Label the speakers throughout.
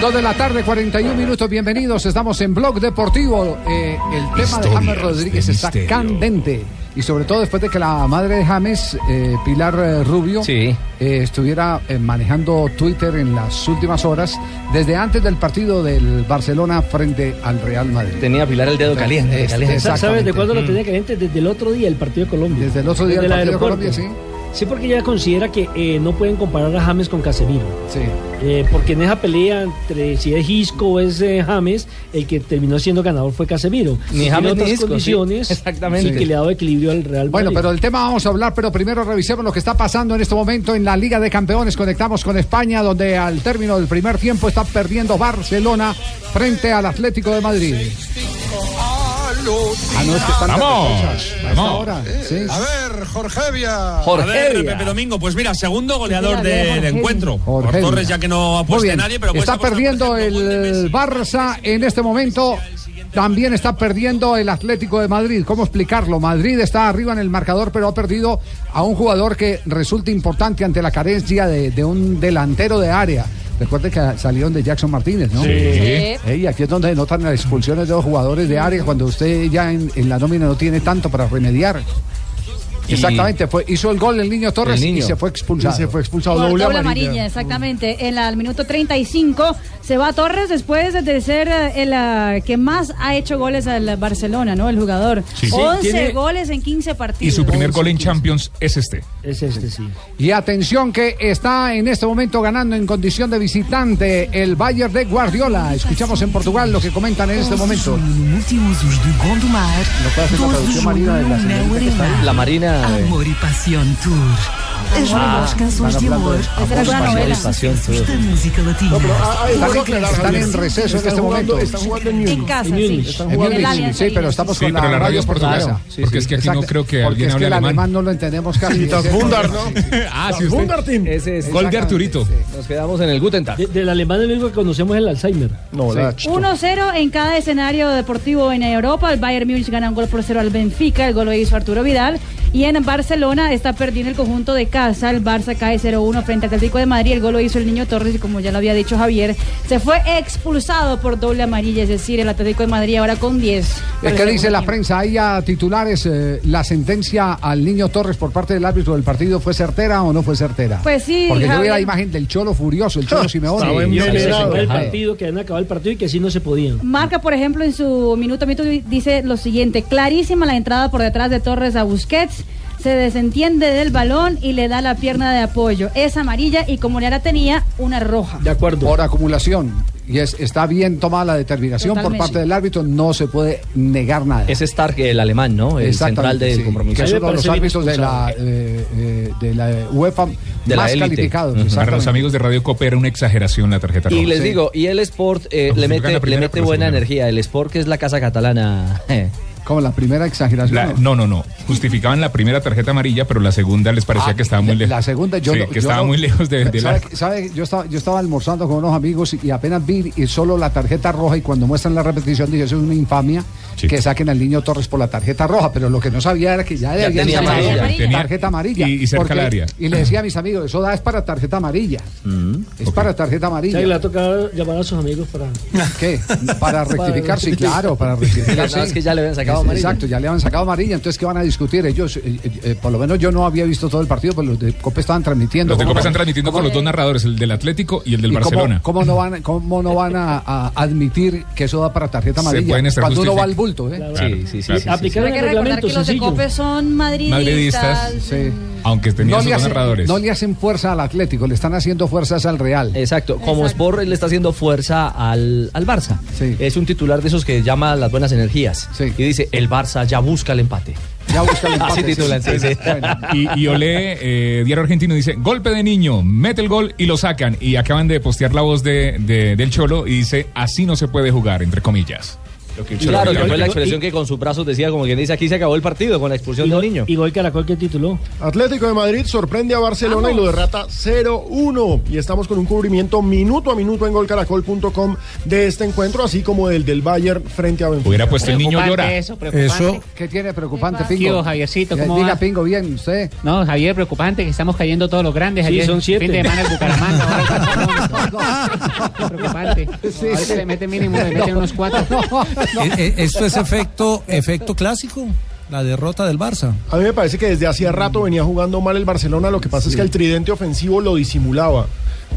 Speaker 1: 2 de la tarde, 41 minutos. Bienvenidos. Estamos en Blog Deportivo. Eh, el tema de James Rodríguez está candente. Y sobre todo después de que la madre de James, eh, Pilar eh, Rubio, eh, estuviera eh, manejando Twitter en las últimas horas, desde antes del partido del Barcelona frente al Real Madrid.
Speaker 2: Tenía Pilar el dedo caliente.
Speaker 1: Es-
Speaker 2: caliente.
Speaker 1: exactamente.
Speaker 3: ¿Sabes de cuándo lo tenía caliente? Desde el otro día, el partido de Colombia.
Speaker 1: mm. Desde el otro día del
Speaker 3: Desde
Speaker 1: partido
Speaker 3: el
Speaker 1: de Colombia, sí.
Speaker 3: aeropuerto. Sí, porque ella considera que eh, no pueden comparar a James con Casemiro.
Speaker 1: Sí.
Speaker 3: Eh, porque en esa pelea entre si es Gisco o es eh, James, el que terminó siendo ganador fue Casemiro.
Speaker 2: Ni
Speaker 3: En
Speaker 2: James ni
Speaker 3: otras
Speaker 2: Isco, sí,
Speaker 3: condiciones,
Speaker 2: exactamente.
Speaker 3: sí que le ha dado equilibrio al Real Madrid.
Speaker 1: Bueno, pero del tema vamos a hablar, pero primero revisemos lo que está pasando en este momento en la Liga de Campeones. Conectamos con España, donde al término del primer tiempo está perdiendo Barcelona frente al Atlético de Madrid. Ah, no, es que están
Speaker 4: Vamos,
Speaker 1: nerviosas a esta
Speaker 4: vamos. Eh,
Speaker 1: hora. Sí.
Speaker 4: A ver, Jorgevia.
Speaker 2: Jorge.
Speaker 5: A ver, Pepe Domingo, pues mira, segundo goleador del encuentro. Por
Speaker 1: Jorge.
Speaker 5: Torres, ya que no
Speaker 1: Muy
Speaker 5: apuesta
Speaker 1: bien.
Speaker 5: nadie, pero
Speaker 3: pues
Speaker 5: pues-
Speaker 1: está perdiendo el Barça en este momento. También está perdiendo el Atlético de Madrid. ¿Cómo explicarlo? Madrid está arriba en el marcador, pero ha perdido a un jugador que resulta importante ante la carencia de, de un delantero de área. Recuerde que salieron de Jackson Martínez, ¿no? Y aquí es donde se notan las expulsiones de los jugadores de área cuando usted ya en, en la nómina no tiene tanto para remediar.
Speaker 2: Y-
Speaker 1: Exactamente, fue, hizo el gol el niño Torres
Speaker 2: El niño.
Speaker 1: y se fue expulsado.
Speaker 4: se fue expulsado
Speaker 6: Por
Speaker 4: doble,
Speaker 6: doble
Speaker 4: amarilla.
Speaker 6: amarilla, exactamente. En la- al minuto 35 se va Torres después de ser eh, el eh, que más ha hecho goles al Barcelona, ¿no? El jugador. 11
Speaker 3: tiene-
Speaker 6: goles en 15 partidos.
Speaker 4: Y su primer gol en Champions es este.
Speaker 3: Es este, sí.
Speaker 1: Y atención que está en este momento ganando en condición de visitante el Bayern de Guardiola. Escuchamos en Portugal lo que comentan en este momento. No puede hacer la traducción marina de la señorita que está ahí.
Speaker 2: La Marina. eh,
Speaker 7: Amor y pasión tour. Ah, As melhores canções de
Speaker 1: Están hablando de
Speaker 7: amor.
Speaker 1: amor,
Speaker 6: Esa era
Speaker 1: pasión.
Speaker 6: una novela.
Speaker 2: pasión, todo.
Speaker 7: da música latina.
Speaker 1: Están en- Están en receso en este momento.
Speaker 6: En casa,
Speaker 3: En Múnich.
Speaker 6: sí.
Speaker 3: Están
Speaker 1: En
Speaker 6: En el
Speaker 1: Múnich,
Speaker 6: Allianz
Speaker 1: sí, pero
Speaker 6: Arena.
Speaker 1: estamos
Speaker 4: Sí,
Speaker 1: con
Speaker 4: pero
Speaker 1: la radio portuguesa.
Speaker 4: portuguesa.
Speaker 1: Sí,
Speaker 4: porque
Speaker 1: sí,
Speaker 4: es que aquí
Speaker 1: exacto.
Speaker 4: no creo que
Speaker 1: Porque
Speaker 4: alguien
Speaker 1: es que
Speaker 4: hable
Speaker 1: el
Speaker 4: alemán.
Speaker 1: alemán no lo entendemos casi.
Speaker 4: Das Wunder, ¿no? Ah, sí, usted.
Speaker 2: Ese es-
Speaker 4: Gol de Arturito.
Speaker 2: Nos quedamos en el Guten Tag.
Speaker 3: De- del alemán el único que conocemos es el Alzheimer.
Speaker 4: No, la ch-
Speaker 6: 1-0 en cada escenario deportivo en Europa. El Bayern Múnich gana un gol por cero al Benfica. El gol lo hizo Arturo Vidal. Y en Barcelona está perdiendo el conjunto de casa. El Barça cae 0-1 frente al Atlético de Madrid. El gol lo hizo el niño Torres. Y como ya lo había dicho Javier, se fue expulsado por doble amarilla. Es decir, el Atlético de Madrid ahora con 10.
Speaker 1: Es que dice la prensa, ahí a titulares, eh, la sentencia al niño Torres por parte del árbitro del partido, ¿fue certera o no fue certera?
Speaker 6: Pues sí,
Speaker 1: Porque yo vi la
Speaker 6: Javier.
Speaker 1: imagen del Cholo furioso, el Cholo Simeone.
Speaker 4: estaba
Speaker 3: Y
Speaker 4: Sí,
Speaker 3: que
Speaker 4: sí,
Speaker 3: se
Speaker 4: sí,
Speaker 3: acabó el
Speaker 1: Ajá.
Speaker 3: partido, que han acabado el partido y que así no se podían.
Speaker 6: Marca, por ejemplo, en su minuto, a minuto dice lo siguiente, clarísima la entrada por detrás de Torres a Busquets, se desentiende del balón y le da la pierna de apoyo. Es amarilla y como ya la tenía, una roja.
Speaker 3: De acuerdo.
Speaker 1: por acumulación. Y es, está bien tomada la determinación
Speaker 6: Totalmente.
Speaker 1: por parte del árbitro, no se puede negar nada.
Speaker 2: Ese Stark, el alemán, ¿no? El
Speaker 1: Exactamente,
Speaker 2: central del
Speaker 1: sí,
Speaker 2: compromiso.
Speaker 1: Que es
Speaker 3: A mí me
Speaker 1: uno de los
Speaker 3: parece bien
Speaker 1: árbitros de la, eh, eh, de la UEFA
Speaker 2: De la
Speaker 1: más
Speaker 2: élite.
Speaker 1: calificados.
Speaker 2: Ujú.
Speaker 4: Para los
Speaker 1: exactamente.
Speaker 4: amigos de Radio Copa era una exageración la tarjeta roja.
Speaker 2: Y les
Speaker 1: Sí.
Speaker 2: digo, y el Sport eh,
Speaker 4: No,
Speaker 2: le
Speaker 4: pues,
Speaker 2: mete,
Speaker 4: gana
Speaker 2: le
Speaker 4: primero,
Speaker 2: mete
Speaker 4: pero
Speaker 2: buena
Speaker 4: seguro.
Speaker 2: energía. El Sport, que es la casa catalana. eh.
Speaker 1: Como la primera exageración.
Speaker 4: La- no, no, no. Justificaban la primera tarjeta amarilla, pero la segunda les parecía
Speaker 1: Ah,
Speaker 4: que estaba muy
Speaker 1: la-
Speaker 4: lejos.
Speaker 1: La segunda, yo.
Speaker 4: Sí,
Speaker 1: no-
Speaker 4: que
Speaker 1: yo
Speaker 4: estaba
Speaker 1: no-
Speaker 4: muy lejos de, de
Speaker 1: ¿Sabe
Speaker 4: la.
Speaker 1: que- sabe que Yo, estaba, yo estaba almorzando con unos amigos y, y apenas vi y solo la tarjeta roja. Y cuando muestran la repetición, dije: Eso es una infamia
Speaker 4: Sí.
Speaker 1: que saquen al niño Torres por la tarjeta roja. Pero lo que no sabía era que ya, le habían
Speaker 2: tenía
Speaker 1: sacado
Speaker 2: amarilla.
Speaker 4: Tenía-
Speaker 1: tarjeta amarilla.
Speaker 4: y- y cerca
Speaker 1: porque-
Speaker 4: al área.
Speaker 1: y le decía a mis amigos: Eso da es para tarjeta amarilla. es para tarjeta
Speaker 3: O sea, que le
Speaker 1: amarilla.
Speaker 3: ha tocado llamar a sus amigos para...
Speaker 1: ¿Qué? Para rectificar, sí, claro, para rectificar.
Speaker 2: No, es
Speaker 1: sí.
Speaker 2: que ya le habían sacado
Speaker 1: Es-
Speaker 2: amarilla.
Speaker 1: Exacto, ya le habían sacado amarilla. Entonces, ¿qué van a discutir? Ellos, eh, eh, eh, por lo menos yo no había visto todo el partido, pero los de COPE estaban transmitiendo.
Speaker 4: Los de
Speaker 1: ¿Cómo
Speaker 4: Copa
Speaker 1: no?
Speaker 4: están transmitiendo con los dos narradores, el del Atlético y el del
Speaker 1: ¿Y cómo-
Speaker 4: Barcelona.
Speaker 1: Cómo, no van, cómo no van a, a admitir que eso da para tarjeta
Speaker 4: Se
Speaker 1: amarilla?
Speaker 4: pueden estar
Speaker 1: Cuando uno va al
Speaker 4: justific-
Speaker 1: bulto, ¿eh?
Speaker 4: Claro,
Speaker 2: sí, sí, sí,
Speaker 4: claro.
Speaker 2: sí, sí, sí.
Speaker 3: Aplicar
Speaker 6: Hay
Speaker 3: el
Speaker 6: que recordar
Speaker 3: reglamento
Speaker 6: que los de
Speaker 3: sencillo.
Speaker 6: COPE son madridistas.
Speaker 4: Madridistas.
Speaker 1: Sí.
Speaker 4: Aunque
Speaker 1: No
Speaker 4: tenían sus
Speaker 1: le,
Speaker 4: dos
Speaker 1: hacen,
Speaker 4: narradores.
Speaker 1: no le hacen fuerza al Atlético, le están haciendo fuerzas al Real.
Speaker 2: Exacto. Como Sport le está haciendo fuerza al, al Barça.
Speaker 1: Sí.
Speaker 2: Es un titular de esos que llama las buenas energías.
Speaker 1: Sí.
Speaker 2: Y dice, dice, el Barça ya busca el empate.
Speaker 1: Ya busca el empate.
Speaker 2: Así titulan, sí, sí.
Speaker 4: Y, y Olé, eh, Diario Argentino, dice, golpe de niño, mete el gol y lo sacan. Y acaban de postear la voz de, de- del Cholo y dice, así no se puede jugar, entre comillas. Lo que el Cholo
Speaker 2: Claro,
Speaker 4: dijo.
Speaker 2: que fue la expresión que con sus brazos decía, como quien dice, aquí se acabó el partido con la expulsión de un niño.
Speaker 3: Y gol Caracol que tituló.
Speaker 8: Atlético de Madrid sorprende a Barcelona y lo derrata 0-1. Y estamos con un cubrimiento minuto a minuto en golcaracol.com de este encuentro, así como el del Bayern frente a Benfica.
Speaker 4: Hubiera puesto el niño llora.
Speaker 1: Eso. ¿Qué tiene preocupante, Pingo?
Speaker 9: ¿Qué hubo, Javiercito? ¿Cómo
Speaker 1: Diga,
Speaker 9: va?
Speaker 1: Eh, Pingo, bien, usted.
Speaker 9: No, Javier, preocupante que estamos cayendo todos los grandes.
Speaker 1: Sí,
Speaker 9: Ayer,
Speaker 1: son siete.
Speaker 9: Fin de semana el Bucaramanga. ahora el Barcelona. preocupante.
Speaker 1: Sí,
Speaker 9: Ahorita
Speaker 1: sí.
Speaker 9: le meten mínimo, le meten unos cuatro.
Speaker 10: Eh, eh, ¿Esto es efecto, efecto clásico? La derrota del Barça.
Speaker 8: A mí me parece que desde hacía rato venía jugando mal el Barcelona, lo que pasa es que el tridente ofensivo lo disimulaba.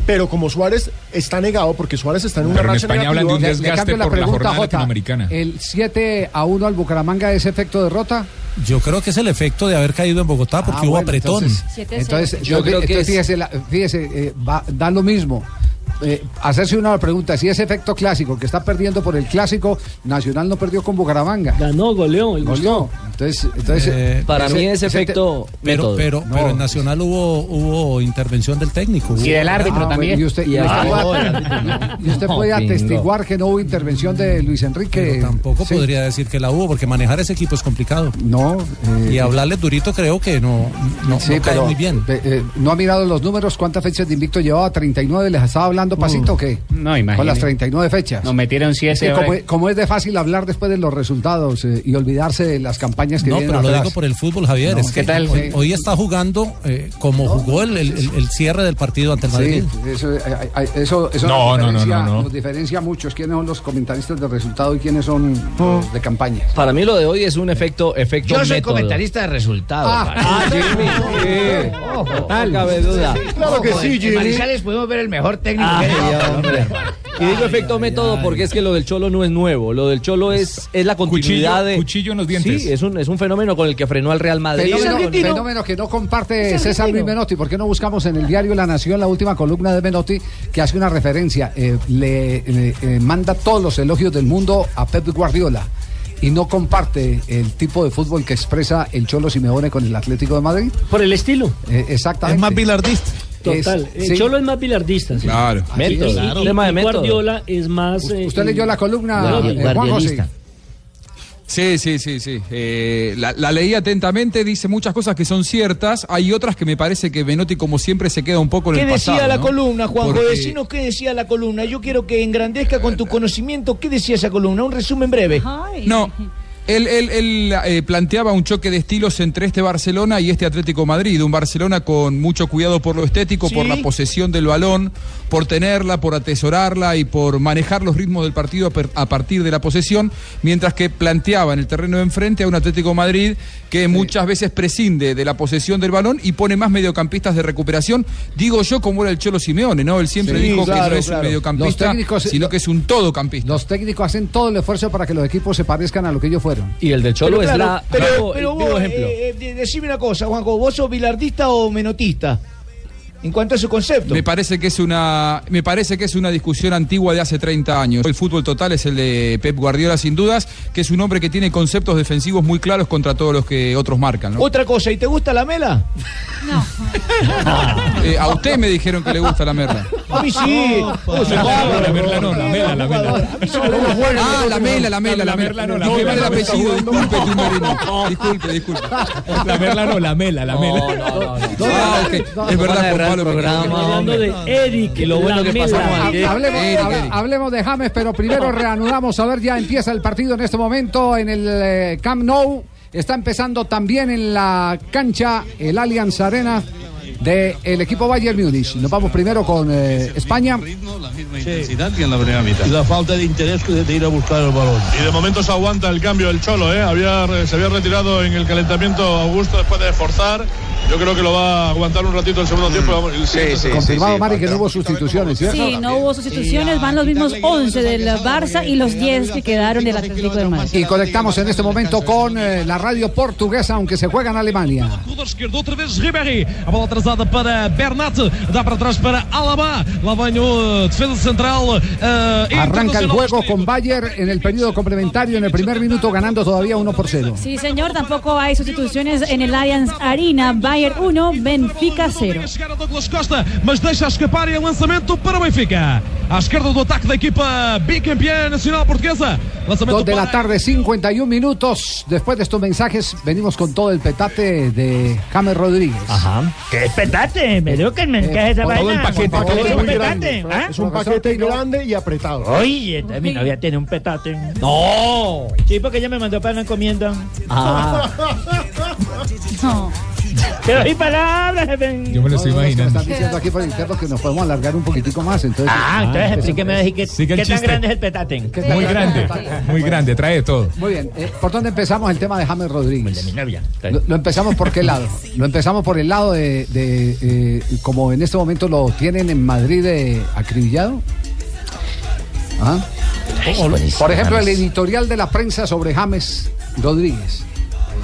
Speaker 8: Pero como Suárez está negado, porque Suárez está en un
Speaker 4: Pero en España hablan de un desgaste
Speaker 1: cambio la
Speaker 4: por la
Speaker 1: pregunta,
Speaker 4: jornada
Speaker 1: Jota.
Speaker 4: latinoamericana.
Speaker 1: ¿El 7 a 1 al Bucaramanga es efecto derrota?
Speaker 10: Yo creo que es el efecto de haber caído en Bogotá porque
Speaker 1: Ah,
Speaker 10: hubo
Speaker 1: bueno,
Speaker 10: apretón.
Speaker 1: Entonces, entonces,
Speaker 10: Yo
Speaker 1: yo
Speaker 10: creo que es-
Speaker 1: fíjese, la- fíjese, eh, va- da lo mismo. Eh, hacerse una pregunta, si ese efecto clásico que está perdiendo por el clásico, Nacional no perdió con Bucaramanga.
Speaker 3: Ganó, goleó.
Speaker 1: Goleó. Entonces, entonces
Speaker 10: Eh,
Speaker 2: para mí
Speaker 1: ese
Speaker 2: ese
Speaker 1: te-
Speaker 2: efecto
Speaker 10: Pero,
Speaker 2: método.
Speaker 10: pero,
Speaker 2: No.
Speaker 10: pero en Nacional hubo, hubo intervención del técnico.
Speaker 1: Y del árbitro Ah, también. bueno, y usted- y usted- Y usted
Speaker 10: No,
Speaker 1: puede
Speaker 10: Pingo.
Speaker 1: atestiguar que no hubo intervención de Luis Enrique.
Speaker 10: Pero tampoco podría decir que la hubo, porque manejar ese equipo es complicado.
Speaker 1: No. eh,
Speaker 10: y hablarle durito creo que no, no,
Speaker 1: Sí,
Speaker 10: no cae
Speaker 1: pero,
Speaker 10: muy bien.
Speaker 1: eh, eh, no ha mirado los números, cuántas fechas de invicto llevaba, 39, les estaba
Speaker 10: Mm.
Speaker 1: hablando Pasito o qué?
Speaker 9: No, imagínate.
Speaker 1: Con las 39 fechas.
Speaker 9: Nos metieron siete
Speaker 1: Es que como,
Speaker 9: ahora.
Speaker 1: es- como es de fácil hablar después de los resultados eh, y olvidarse de las campañas que
Speaker 10: No,
Speaker 1: vienen
Speaker 10: pero lo
Speaker 1: atrás.
Speaker 10: digo por el fútbol, Javier.
Speaker 1: No,
Speaker 10: es
Speaker 1: ¿qué
Speaker 10: que
Speaker 1: tal?
Speaker 10: Hoy, hoy está jugando eh, como jugó el, el- el- el cierre del partido ante el Madrid.
Speaker 1: Sí, eso, eh, eh, eso, eso
Speaker 10: No,
Speaker 1: nos,
Speaker 10: no, no,
Speaker 1: diferencia,
Speaker 10: no, no.
Speaker 1: nos diferencia mucho es quiénes son los comentaristas de resultado y quiénes son los de campaña.
Speaker 2: Para mí lo de hoy es un efecto, efecto
Speaker 1: Yo soy
Speaker 2: método. Ah,
Speaker 1: comentarista
Speaker 2: de resultados.
Speaker 11: Total.
Speaker 2: cabe duda.
Speaker 11: claro que
Speaker 2: Ojo, en-
Speaker 11: sí,
Speaker 2: en
Speaker 11: Jimmy.
Speaker 2: Manizales
Speaker 11: pudimos ver el mejor técnico
Speaker 2: que hay.
Speaker 11: hombre.
Speaker 2: Ah, Y digo efecto método porque es que lo del Cholo no es nuevo. Lo del Cholo es, es la continuidad de. Cuchillo en los dientes. Sí, es un, es un fenómeno con el que frenó al Real Madrid.
Speaker 1: Fenómeno, fenómeno que no comparte César Luis Menotti. ¿Por qué no buscamos en el diario La Nación la última columna de Menotti que hace una referencia? eh, le le, eh, manda todos los elogios del mundo a Pep Guardiola y no comparte el tipo de fútbol que expresa el Cholo Simeone con el Atlético de Madrid. Eh,
Speaker 3: Por el estilo.
Speaker 1: exactamente. Es más
Speaker 10: bilardista.
Speaker 3: Total. el Cholo es más bilardista. sí.
Speaker 1: Claro.
Speaker 3: Y-
Speaker 1: Método,
Speaker 3: y-
Speaker 1: claro.
Speaker 3: y-
Speaker 1: Tema de
Speaker 3: y
Speaker 1: método.
Speaker 3: Guardiola es más. eh,
Speaker 1: ¿Usted leyó la columna,
Speaker 3: Guardi-
Speaker 1: eh, Juan José?
Speaker 12: Sí, sí, sí, sí. Eh, la, la leí atentamente, dice muchas cosas que son ciertas, hay otras que me parece que Menotti como siempre se queda un poco en
Speaker 11: ¿Qué
Speaker 12: el
Speaker 11: decía
Speaker 12: pasado.
Speaker 11: la
Speaker 12: ¿no?
Speaker 11: columna, Juanjo?
Speaker 12: Porque-
Speaker 11: Decinos qué decía la columna. Yo quiero que engrandezca con tu conocimiento qué decía esa columna. Un resumen breve.
Speaker 12: No, él, él- él, eh, planteaba un choque de estilos entre este Barcelona y este Atlético Madrid. Un Barcelona con mucho cuidado por lo estético, por
Speaker 13: Sí.
Speaker 12: la posesión del balón, por tenerla, por atesorarla y por manejar los ritmos del partido a, per- a partir de la posesión. Mientras que planteaba en el terreno de enfrente a un Atlético Madrid que muchas veces prescinde de la posesión del balón y pone más mediocampistas de recuperación. Digo yo, como era el Cholo Simeone, ¿no? Él siempre
Speaker 1: Sí,
Speaker 12: dijo que
Speaker 1: claro,
Speaker 12: no es
Speaker 1: claro.
Speaker 12: un mediocampista,
Speaker 1: Los técnicos-
Speaker 12: sino que es un todocampista.
Speaker 1: Los técnicos hacen todo el esfuerzo para que los equipos se parezcan a lo que ellos fueron.
Speaker 2: Y el del
Speaker 11: Pero claro, Pero, pero vos, eh, eh, de- decime una cosa, Juanjo. ¿Vos sos bilardista o menotista? En cuanto a su concepto.
Speaker 12: Me parece que es una me parece que es una discusión antigua de hace 30 años. El fútbol total es el de Pep Guardiola sin dudas, que es un hombre que tiene conceptos defensivos muy claros contra todos los que otros marcan, ¿no?
Speaker 11: Otra cosa, ¿y te gusta la mela?
Speaker 12: Eh, a usted me dijeron que le gusta la merla.
Speaker 11: A mí sí. Vos sos
Speaker 1: Ah,
Speaker 11: bárbaro.
Speaker 12: La merla no, la mela, la mela. Ah, la mela, la mela, la mela.
Speaker 4: no, la
Speaker 12: No,
Speaker 4: mela
Speaker 12: el
Speaker 4: no está
Speaker 12: apellido,
Speaker 4: bueno.
Speaker 12: disculpe, Timberino. Disculpe, disculpe.
Speaker 4: La merla no, la mela, la mela.
Speaker 12: Ah, ok. Es verdad, Juan Pablo.
Speaker 3: Hablando de Eric.
Speaker 2: Y lo bueno que
Speaker 3: Lamela.
Speaker 2: pasamos
Speaker 1: Ha-
Speaker 2: ayer.
Speaker 1: Hablemos, hable- hablemos de James, pero primero reanudamos. A ver, ya empieza el partido en este momento en el eh, Camp Nou. Está empezando también en la cancha el Allianz Arena del equipo Bayern Múnich. Nos vamos primero con eh, España.
Speaker 14: en la primera mitad. La falta de interés de ir a buscar el balón.
Speaker 15: Y de momento se aguanta el cambio el Cholo, ¿eh? Había, se había retirado en el calentamiento Augusto después de forzar.
Speaker 14: Yo creo que lo va a aguantar un ratito el segundo tiempo. vamos, el siguiente-
Speaker 1: Confirmado, Mari, que no hubo sustituciones, ¿cierto?
Speaker 6: Sí, no hubo sustituciones, van los mismos 11 del Barça y los 10 que quedaron del Atlético de Madrid.
Speaker 1: Y conectamos en este momento con eh, la radio portuguesa, aunque se juega en Alemania.
Speaker 13: corredor esquerdo, outra vez Ribéry. A bola atrasada para Bernat, dá para trás para Alaba. Lá vem o eh, defesa central. eh,
Speaker 1: Arranca el
Speaker 13: internacional.
Speaker 1: juego con Bayern en el periodo complementario, en el primer minuto, ganando todavía 1 por 0.
Speaker 6: Sí, señor, tampoco hay sustituciones en el Allianz Arena. Bayern 1, Benfica 0.
Speaker 13: Chegar a Douglas Costa, mas deixa escapar e é lançamento para o Benfica. À esquerda do ataque da equipa bicampeã nacional portuguesa. Lançamento
Speaker 1: 2 de la
Speaker 13: para
Speaker 1: tarde, 51 minutos. Después de estos mensajes, venimos con todo el petate de James Rodríguez. Ajá.
Speaker 15: ¿Qué es petate? Me dio que el mensaje esa vaina. ¿Qué es petate? ¿Ah?
Speaker 8: Es un paquete grande y apretado.
Speaker 16: eh,
Speaker 15: Oye, mi novia tiene un petate.
Speaker 8: No.
Speaker 15: Sí, porque ella me mandó para una encomienda.
Speaker 8: Ah.
Speaker 15: No. Te doy palabras, jefe.
Speaker 1: Yo me
Speaker 15: lo estoy imaginando.
Speaker 1: Están diciendo aquí por el interno que nos podemos alargar un poquitico más. Entonces,
Speaker 15: Ah, entonces explíqueme así que,
Speaker 1: Sigue el
Speaker 15: qué tan
Speaker 1: chiste.
Speaker 15: grande es el petate.
Speaker 1: tan Muy grande.
Speaker 4: Muy grande, trae de todo.
Speaker 1: Muy bien, eh, ¿por dónde empezamos el tema de James Rodríguez? Lo, lo empezamos por qué lado? Lo empezamos por el lado de, de, eh, como en este momento lo tienen en Madrid eh, acribillado. ¿Ah? Por ejemplo, el editorial de la prensa sobre James Rodríguez.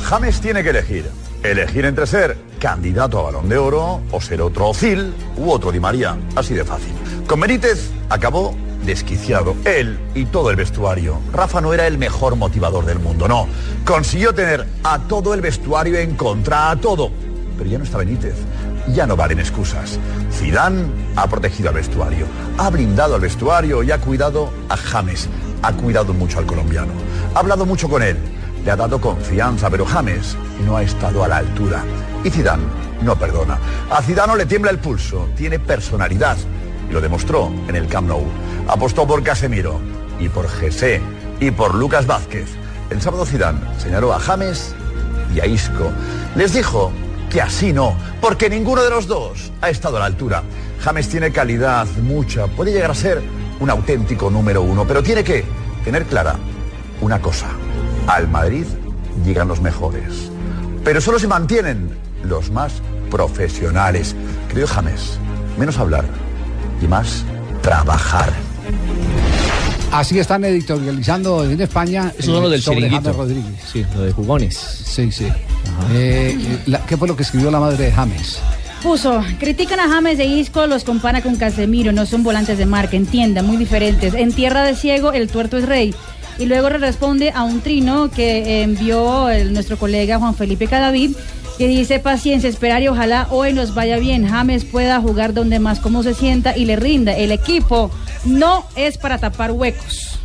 Speaker 17: James tiene que elegir. Elegir entre ser candidato a balón de oro o ser otro Ocil u otro Di María. Así de fácil. Con Benítez acabó desquiciado. Él y todo el vestuario. Rafa no era el mejor motivador del mundo, no. Consiguió tener a todo el vestuario en contra, a todo. Pero ya no está Benítez. Ya no valen excusas. Zidane ha protegido al vestuario, ha blindado al vestuario y ha cuidado a James. Ha cuidado mucho al colombiano. Ha hablado mucho con él le ha dado confianza, pero James no ha estado a la altura. Y Zidane no perdona. A Zidane no le tiembla el pulso, tiene personalidad. Y lo demostró en el Camp Nou. Apostó por Casemiro, y por Jesse, y por Lucas Vázquez. El sábado Zidane señaló a James y a Isco. Les dijo que así no, porque ninguno de los dos ha estado a la altura. James tiene calidad, mucha, puede llegar a ser un auténtico número uno, pero tiene que tener clara una cosa. Al Madrid llegan los mejores, pero solo se mantienen los más profesionales. Creo, James, menos hablar y más trabajar.
Speaker 1: Así están editorializando en España. eh,
Speaker 2: Eso son los del
Speaker 1: sobre
Speaker 2: chiringuito.
Speaker 1: James Rodríguez.
Speaker 2: Sí, lo de jugones. Sí,
Speaker 1: sí. Eh, eh, la- ¿Qué fue lo que escribió la madre de James?
Speaker 6: Puso, critican a James de Isco, los compara con Casemiro, no son volantes de marca, entiendan, muy diferentes. En tierra de ciego, el tuerto es rey. Y luego le responde a un trino que eh, envió el- nuestro colega Juan Felipe Cadavid, que dice, paciencia, esperar y ojalá hoy nos vaya bien, James pueda jugar donde más como se sienta y le rinda. El equipo no es para tapar huecos.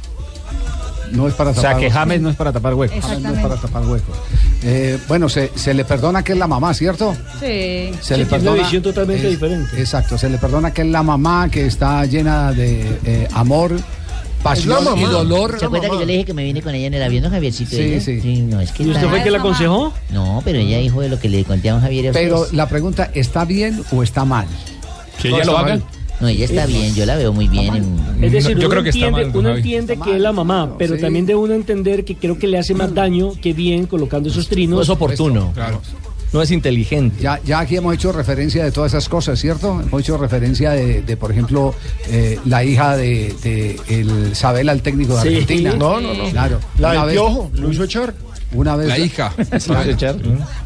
Speaker 1: No es para
Speaker 18: O
Speaker 1: tapar
Speaker 18: sea, que
Speaker 1: huecos.
Speaker 18: James no es para tapar huecos.
Speaker 1: James no es para tapar huecos. Eh, bueno, se, se le perdona que es la mamá, ¿cierto?
Speaker 6: Sí.
Speaker 1: Se
Speaker 3: Sí,
Speaker 1: le
Speaker 3: tiene
Speaker 1: perdona.
Speaker 3: una visión totalmente
Speaker 1: es-
Speaker 3: diferente.
Speaker 1: Exacto, se le perdona que es la mamá que está llena de eh, amor, pasión y dolor.
Speaker 16: ¿Se acuerda que yo le dije que me vine con ella en el avión, don Javiercito?
Speaker 1: Sí,
Speaker 16: Ella-
Speaker 1: sí.
Speaker 16: no, es que
Speaker 1: ¿Y usted
Speaker 16: está-
Speaker 1: fue que la aconsejó?
Speaker 16: No, pero ella dijo de lo que le conté a don Javier. a ustedes.
Speaker 1: Pero la pregunta, ¿está bien o está mal?
Speaker 16: ¿Que ella lo haga? No, ella está bien, yo la veo muy bien. en-
Speaker 3: Es decir, uno entiende, uno entiende que es la mamá, pero
Speaker 16: Sí.
Speaker 3: también debe uno entender que creo que le hace más daño que bien colocando esos trinos.
Speaker 2: No es oportuno.
Speaker 1: No es inteligente. Ya, ya aquí hemos hecho referencia de todas esas cosas, ¿cierto? Hemos hecho referencia de, de, por ejemplo, eh, la hija de, de el Sabela, el técnico de
Speaker 8: Sí.
Speaker 1: Argentina.
Speaker 8: No, no, no.
Speaker 1: Claro.
Speaker 8: La del
Speaker 1: Una vez-
Speaker 8: piojo, lo hizo echar.
Speaker 1: Una vez.
Speaker 8: La hija.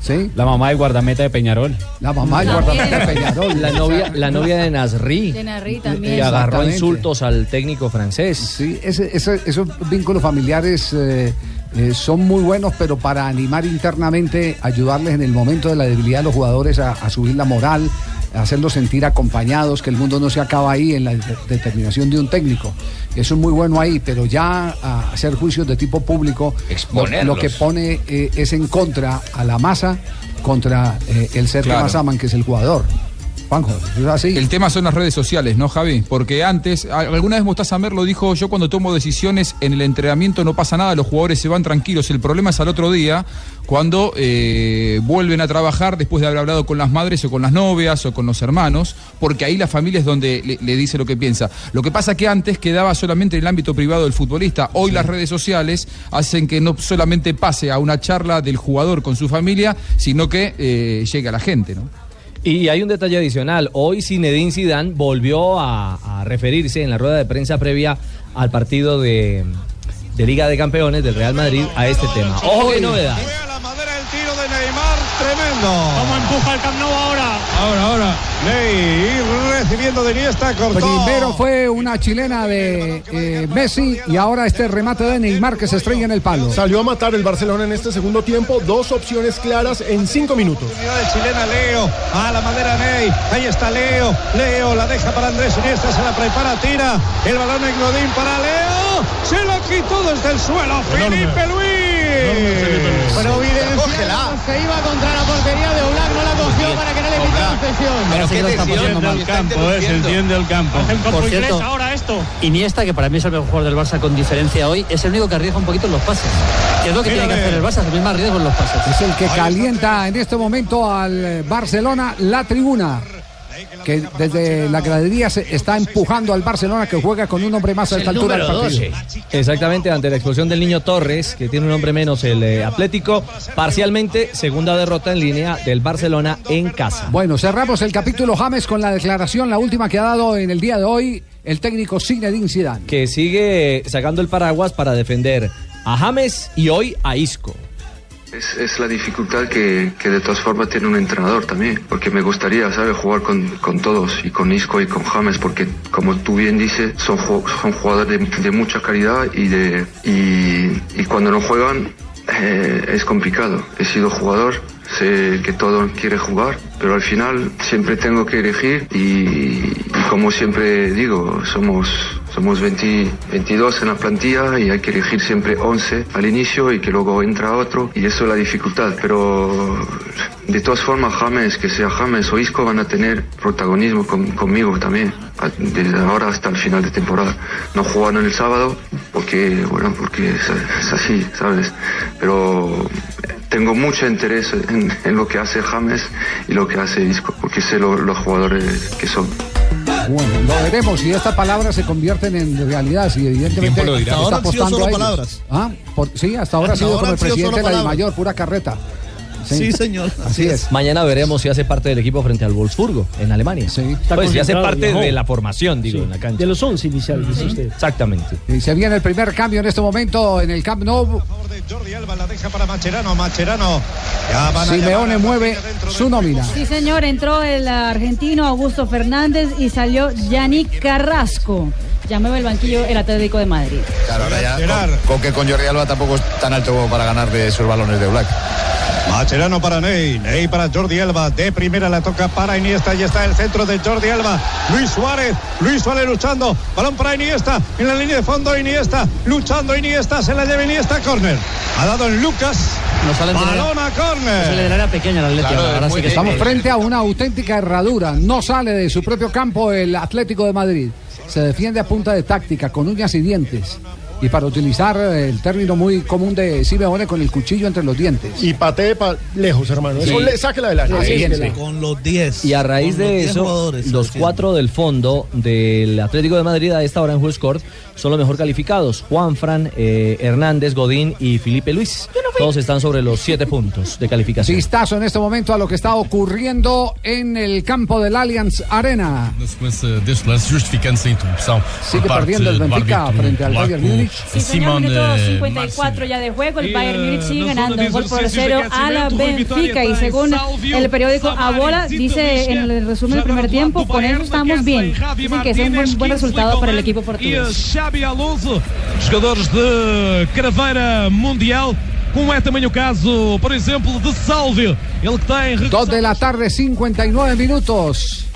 Speaker 1: ¿Sí?
Speaker 18: La mamá del guardameta de Peñarol.
Speaker 1: La mamá del guardameta de Peñarol.
Speaker 2: La novia, la novia de Nasri.
Speaker 6: De Narri
Speaker 2: Y
Speaker 6: también.
Speaker 2: agarró
Speaker 1: Exactamente.
Speaker 2: insultos al técnico francés.
Speaker 1: Sí, ese- ese- esos vínculos familiares eh, eh, son muy buenos, pero para animar internamente, ayudarles en el momento de la debilidad de los jugadores a, a subir la moral, a hacerlos sentir acompañados, que el mundo no se acaba ahí en la de- determinación de un técnico. Eso es muy bueno ahí, pero ya a hacer juicios de tipo público, lo, lo
Speaker 19: Exponerlos.
Speaker 1: que pone eh, es en contra a la masa, contra eh, el ser
Speaker 19: Claro.
Speaker 1: que más aman, que es el jugador. Juanjo.
Speaker 12: El tema son las redes sociales, ¿no, Javi? Porque antes, a- alguna vez Mostazamer lo dijo, yo cuando tomo decisiones en el entrenamiento no pasa nada, los jugadores se van tranquilos. El problema es al otro día, cuando eh, vuelven a trabajar después de haber hablado con las madres o con las novias o con los hermanos, porque ahí la familia es donde le, le dice lo que piensa. Lo que pasa que antes quedaba solamente en el ámbito privado del futbolista. Hoy las redes sociales hacen que no solamente pase a una charla del jugador con su familia, sino que eh, llegue a la gente, ¿no?
Speaker 2: Y hay un detalle adicional. Hoy Zinedine Zidane volvió a, a referirse en la rueda de prensa previa al partido de, de Liga de Campeones del Real Madrid a este tema. Ojo qué novedad.
Speaker 20: Tremendo. ¿Cómo empuja el Camp Nou ahora? Ahora, ahora. Ney recibiendo de Iniesta, cortó.
Speaker 1: Primero fue una chilena de eh, Messi y ahora este remate de Neymar que se estrella en el palo.
Speaker 8: Salió a matar el Barcelona en este segundo tiempo. Dos opciones claras en cinco minutos.
Speaker 20: Oportunidad del chilena Leo, a la madera Ney, ahí está Leo, Leo la deja para Andrés Iniesta, se la prepara, tira, el balón en Godín para Leo, se lo quitó desde el suelo, Felipe Luis.
Speaker 16: Providencial se iba contra la portería de Oblak, no la cogió para que no le quitaran sesión.
Speaker 3: Pero qué tensión del campo, eh, se entiende el campo.
Speaker 16: campo inglés ahora
Speaker 3: esto.
Speaker 16: Iniesta, que para mí es el mejor jugador del Barça con diferencia hoy, es el único que arriesga un poquito en los pases. Que es lo que tiene que hacer el Barça, también más riesgo en los pases.
Speaker 1: Es el que calienta en este momento al eh, Barcelona la tribuna. Que desde la gradería se está empujando al Barcelona que juega con un hombre más a esta altura del partido.
Speaker 2: Exactamente, ante la explosión del niño Torres, que tiene un hombre menos el eh, Atlético, parcialmente segunda derrota en línea del Barcelona en casa.
Speaker 1: Bueno, cerramos el capítulo James con la declaración, la última que ha dado en el día de hoy el técnico Zinedine Zidane.
Speaker 2: que sigue sacando el paraguas para defender a James y hoy a Isco.
Speaker 21: Es, es la dificultad que, que de todas formas tiene un entrenador también, porque me gustaría, ¿sabes?, jugar con, con todos, y con Isco y con James, porque como tú bien dices, son, ju- son jugadores de, de mucha calidad y, de, y, y cuando no juegan eh, es complicado. He sido jugador, sé que todo quiere jugar, pero al final siempre tengo que elegir y, y como siempre digo, somos somos 20 22 en la plantilla y hay que elegir siempre 11 al inicio y que luego entra otro y eso es la dificultad. Pero de todas formas James, que sea James o Isco van a tener protagonismo con- conmigo también, a- desde ahora hasta el final de temporada. No jugaron el sábado porque, bueno, porque es, es así, ¿sabes? Pero tengo mucho interés en, en lo que hace James y lo que hace Isco, porque sé lo- los jugadores que son.
Speaker 1: Bueno, lo veremos si estas palabras se convierten en realidad, si evidentemente
Speaker 21: tiempo lo dirá.
Speaker 1: está
Speaker 21: Hasta ahora han sido
Speaker 1: apostando
Speaker 21: solo
Speaker 1: a ellos.
Speaker 21: palabras.
Speaker 1: Ah, por- sí, hasta ahora ha
Speaker 21: Hasta
Speaker 1: sido
Speaker 21: ahora
Speaker 1: como
Speaker 21: han
Speaker 1: el
Speaker 21: sido
Speaker 1: presidente de la
Speaker 21: solo palabras.
Speaker 1: Mayor, pura carreta. Así es.
Speaker 2: Mañana veremos si hace parte del equipo frente al Wolfsburgo en Alemania. Pues si hace
Speaker 22: concentrado,
Speaker 2: parte
Speaker 22: viajó.
Speaker 2: de la formación, digo,
Speaker 22: Sí,
Speaker 2: en la cancha.
Speaker 22: De los 11 iniciales, dice usted.
Speaker 2: Exactamente.
Speaker 1: Y se viene el primer cambio en este momento en el Camp Nou.
Speaker 20: Deja para Macherano, Macherano. Ya van a llamar.
Speaker 1: Simeone mueve su nómina.
Speaker 6: Sí, señor, entró el argentino Augusto Fernández y salió Yannick Carrasco. Ya mueve el banquillo el Atlético de Madrid.
Speaker 23: Claro, ahora ya, con, con que con Jordi Alba tampoco es tan alto como para ganar de esos balones de Black.
Speaker 20: Macherano para Ney, Ney para Jordi Alba, de primera la toca para Iniesta, y está el centro de Jordi Alba, Luis Suárez, Luis Suárez luchando, balón para Iniesta, en la línea de fondo Iniesta, luchando Iniesta, se la lleva Iniesta, córner, ha dado en Lucas,
Speaker 16: sale de la-
Speaker 20: balón a
Speaker 16: No sale del
Speaker 20: córner.
Speaker 16: área pequeña el Atlético,
Speaker 20: Claro,
Speaker 16: ahora
Speaker 20: es muy
Speaker 16: sí que
Speaker 1: Estamos frente a una auténtica herradura. No sale de su propio campo el Atlético de Madrid. Se defiende a punta de táctica, con uñas y dientes. Y para utilizar eh, el término muy común de Simeone, con el cuchillo entre los dientes.
Speaker 8: Y patee pa- lejos, hermano.
Speaker 1: Sí.
Speaker 8: Eso le, sáquela del área.
Speaker 2: Ahí,
Speaker 8: Sáquela.
Speaker 2: sí.
Speaker 8: Con-
Speaker 2: los 10. Y a raíz
Speaker 8: Con los
Speaker 2: de
Speaker 8: 10
Speaker 2: eso,
Speaker 8: jugadores,
Speaker 2: los
Speaker 8: sí.
Speaker 2: cuatro del fondo del Atlético de Madrid a esta hora en Juezcourt son los mejor calificados. Juanfran, eh, Hernández, Godín y Felipe Luis. Todos están sobre los siete puntos de calificación.
Speaker 1: Vistazo en este momento a lo que está ocurriendo en el campo del Allianz Arena.
Speaker 24: Na sequência deste lance, justificando-se a interrupção
Speaker 1: Sigue perdendo el Benfica frente al Bayern Múnich.
Speaker 24: polaco
Speaker 6: Sí, señor,
Speaker 24: Simon
Speaker 6: minuto
Speaker 24: eh,
Speaker 6: 54 ya de juego. El
Speaker 25: Y,
Speaker 6: Bayern
Speaker 25: eh,
Speaker 6: Múnich sigue
Speaker 25: no son
Speaker 6: ganando un gol por
Speaker 25: ejercicios de
Speaker 6: cero a la
Speaker 25: crecimiento, hoy
Speaker 6: Benfica.
Speaker 25: victoria
Speaker 6: Y
Speaker 25: para
Speaker 6: según
Speaker 25: Salvio
Speaker 6: el periódico
Speaker 25: Samarin,
Speaker 6: Abola,
Speaker 25: Zito
Speaker 6: dice en el resumen del primer tiempo, con eso estamos bien. Dicen que es un buen, buen resultado para el equipo
Speaker 25: E
Speaker 6: portugués.
Speaker 25: Xabi Alonso, jogadores de craveira mundial, como é também o caso, por exemplo, de Sálvio. Ele que tem...
Speaker 1: Dos de la tarde, 59 minutos.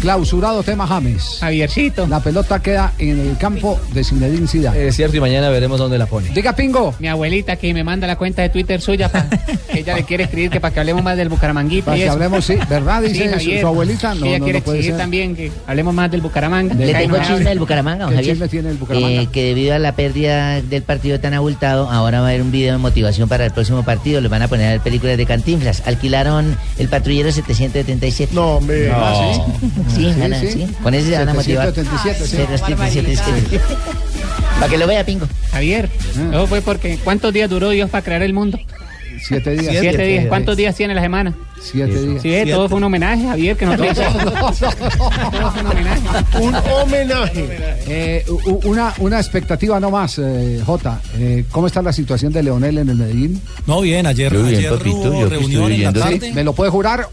Speaker 1: Clausurado tema James. Javiercito. La pelota queda en el campo de Zinedine Zidane.
Speaker 2: Es cierto, y mañana veremos dónde la pone.
Speaker 1: Diga, Pingo.
Speaker 26: Mi abuelita que me manda la cuenta de Twitter suya, pa- que ella le quiere escribir que para que hablemos más del Bucaramanguita.
Speaker 1: Para
Speaker 26: y
Speaker 1: que
Speaker 26: eso.
Speaker 1: hablemos, sí, ¿verdad? Dice su-
Speaker 26: Javier.
Speaker 1: su abuelita, no,
Speaker 26: ella
Speaker 1: no,
Speaker 26: quiere
Speaker 1: no puede
Speaker 26: exigir
Speaker 1: ser.
Speaker 26: también que hablemos más del Bucaramanga.
Speaker 16: Le
Speaker 26: Ay,
Speaker 16: tengo
Speaker 26: no,
Speaker 16: chisme
Speaker 26: no.
Speaker 16: del Bucaramanga, don
Speaker 26: ¿Qué
Speaker 16: Javier.
Speaker 26: chisme
Speaker 1: tiene el
Speaker 16: Eh, que debido a la pérdida del partido tan abultado, ahora va a haber un video de motivación para el próximo partido. Le van a poner películas de Cantinflas. Alquilaron el patrullero 777. No,
Speaker 27: hombre.
Speaker 16: Sí,
Speaker 27: Ah,
Speaker 16: sí,
Speaker 27: Sí,
Speaker 16: van a-
Speaker 27: sí.
Speaker 16: sí. Con ese se van a motivar.
Speaker 26: 777, sí.
Speaker 16: 777, sí. Para que lo vea, Pingo.
Speaker 26: Javier,
Speaker 1: Ah.
Speaker 26: eso
Speaker 28: pues,
Speaker 26: fue porque ¿cuántos días duró Dios para crear el mundo?
Speaker 1: Siete días.
Speaker 26: Siete, días. ¿Cuántos días tiene la semana?
Speaker 1: Siete días.
Speaker 28: eh,
Speaker 26: Sí, ve, todo fue un homenaje, Javier, que nosotros
Speaker 27: Un homenaje.
Speaker 1: Eh, u- u- una, una expectativa no más, eh, Jota. Eh, ¿Cómo está la situación de Leonel en el Medellín?
Speaker 10: No, bien, ayer,
Speaker 1: Muy bien,
Speaker 10: ayer
Speaker 1: papito,
Speaker 10: hubo
Speaker 1: yo que estoy
Speaker 10: reunión en la
Speaker 1: oyendo.
Speaker 10: tarde.
Speaker 1: Sí, ¿Me lo puede jurar?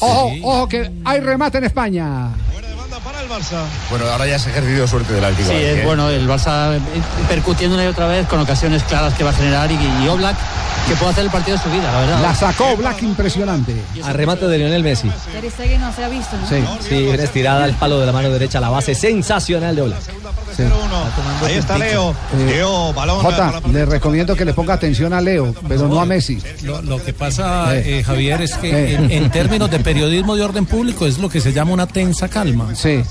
Speaker 1: Ojo, ojo, que hay remate en España.
Speaker 23: Bueno, ahora ya se ha ejercido suerte del
Speaker 20: Sí,
Speaker 23: Altíbal.
Speaker 20: es
Speaker 23: ¿eh?
Speaker 20: bueno, el Barça eh, percutiendo una y otra vez con ocasiones claras que va a generar y, y Oblak que puede hacer el partido de su vida, la verdad.
Speaker 1: La sacó Black impresionante.
Speaker 2: A remate de Lionel Messi.
Speaker 6: Ter Stegen no se ha visto. ¿no?
Speaker 2: Sí, una estirada al palo de la mano derecha, la base sensacional de Ola.
Speaker 11: Ahí está Leo. Leo, balón.
Speaker 1: Eh, Jota, le recomiendo que le ponga atención a Leo, pero no a Messi.
Speaker 10: Lo, lo que pasa,
Speaker 1: Eh.
Speaker 10: eh, Javier, es que
Speaker 1: Eh.
Speaker 10: en, en términos de periodismo de orden público es lo que se llama una tensa calma.
Speaker 1: Sí.